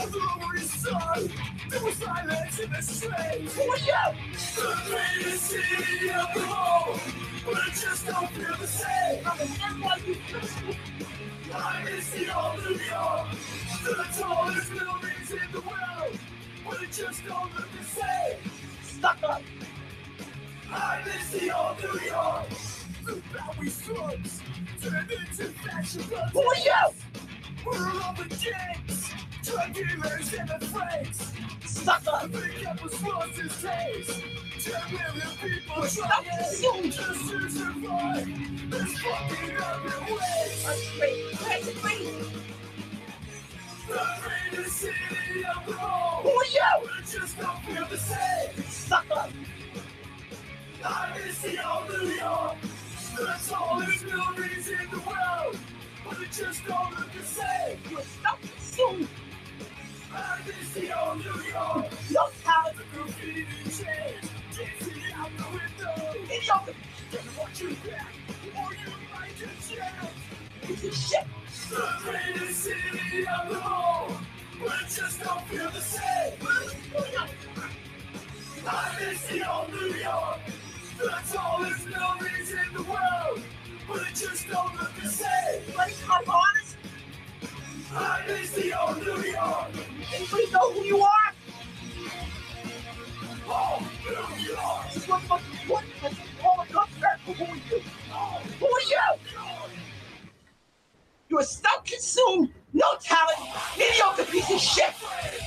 [SPEAKER 16] On the lower east side, there was silence in the streets. Oh yeah! The main city of the home, but I just don't feel the same. I'm an NYU I miss it all New York. The tallest buildings in the world, but it just don't look the same. Stuck up. I miss the old New York. The Bowie slums turned into fashion buzzards. Oh yeah! We're all the gangs, drug dealers and the friends. Stuck up. The makeup was lost his days. Ten million people trying just to survive. This fucking urban waste. I'm free. Crazy free. Oh yeah! We're just don't feel the same. Suck up. I miss the old New York. The tallest buildings in the world, but it just don't look the same. We're stuck soon. I miss the old New York. Look how the graffiti changed. Dancing out the window. Idiot. Get what you get, or you might get jailed. It's a shit. The greatest city of the world, but it just don't feel the same. I miss the old New York. The tallest buildings in the world, but it just don't look the same. Like, I'm honest. I miss the old New York. Anybody know who you are? oh, Mediocre piece of shit.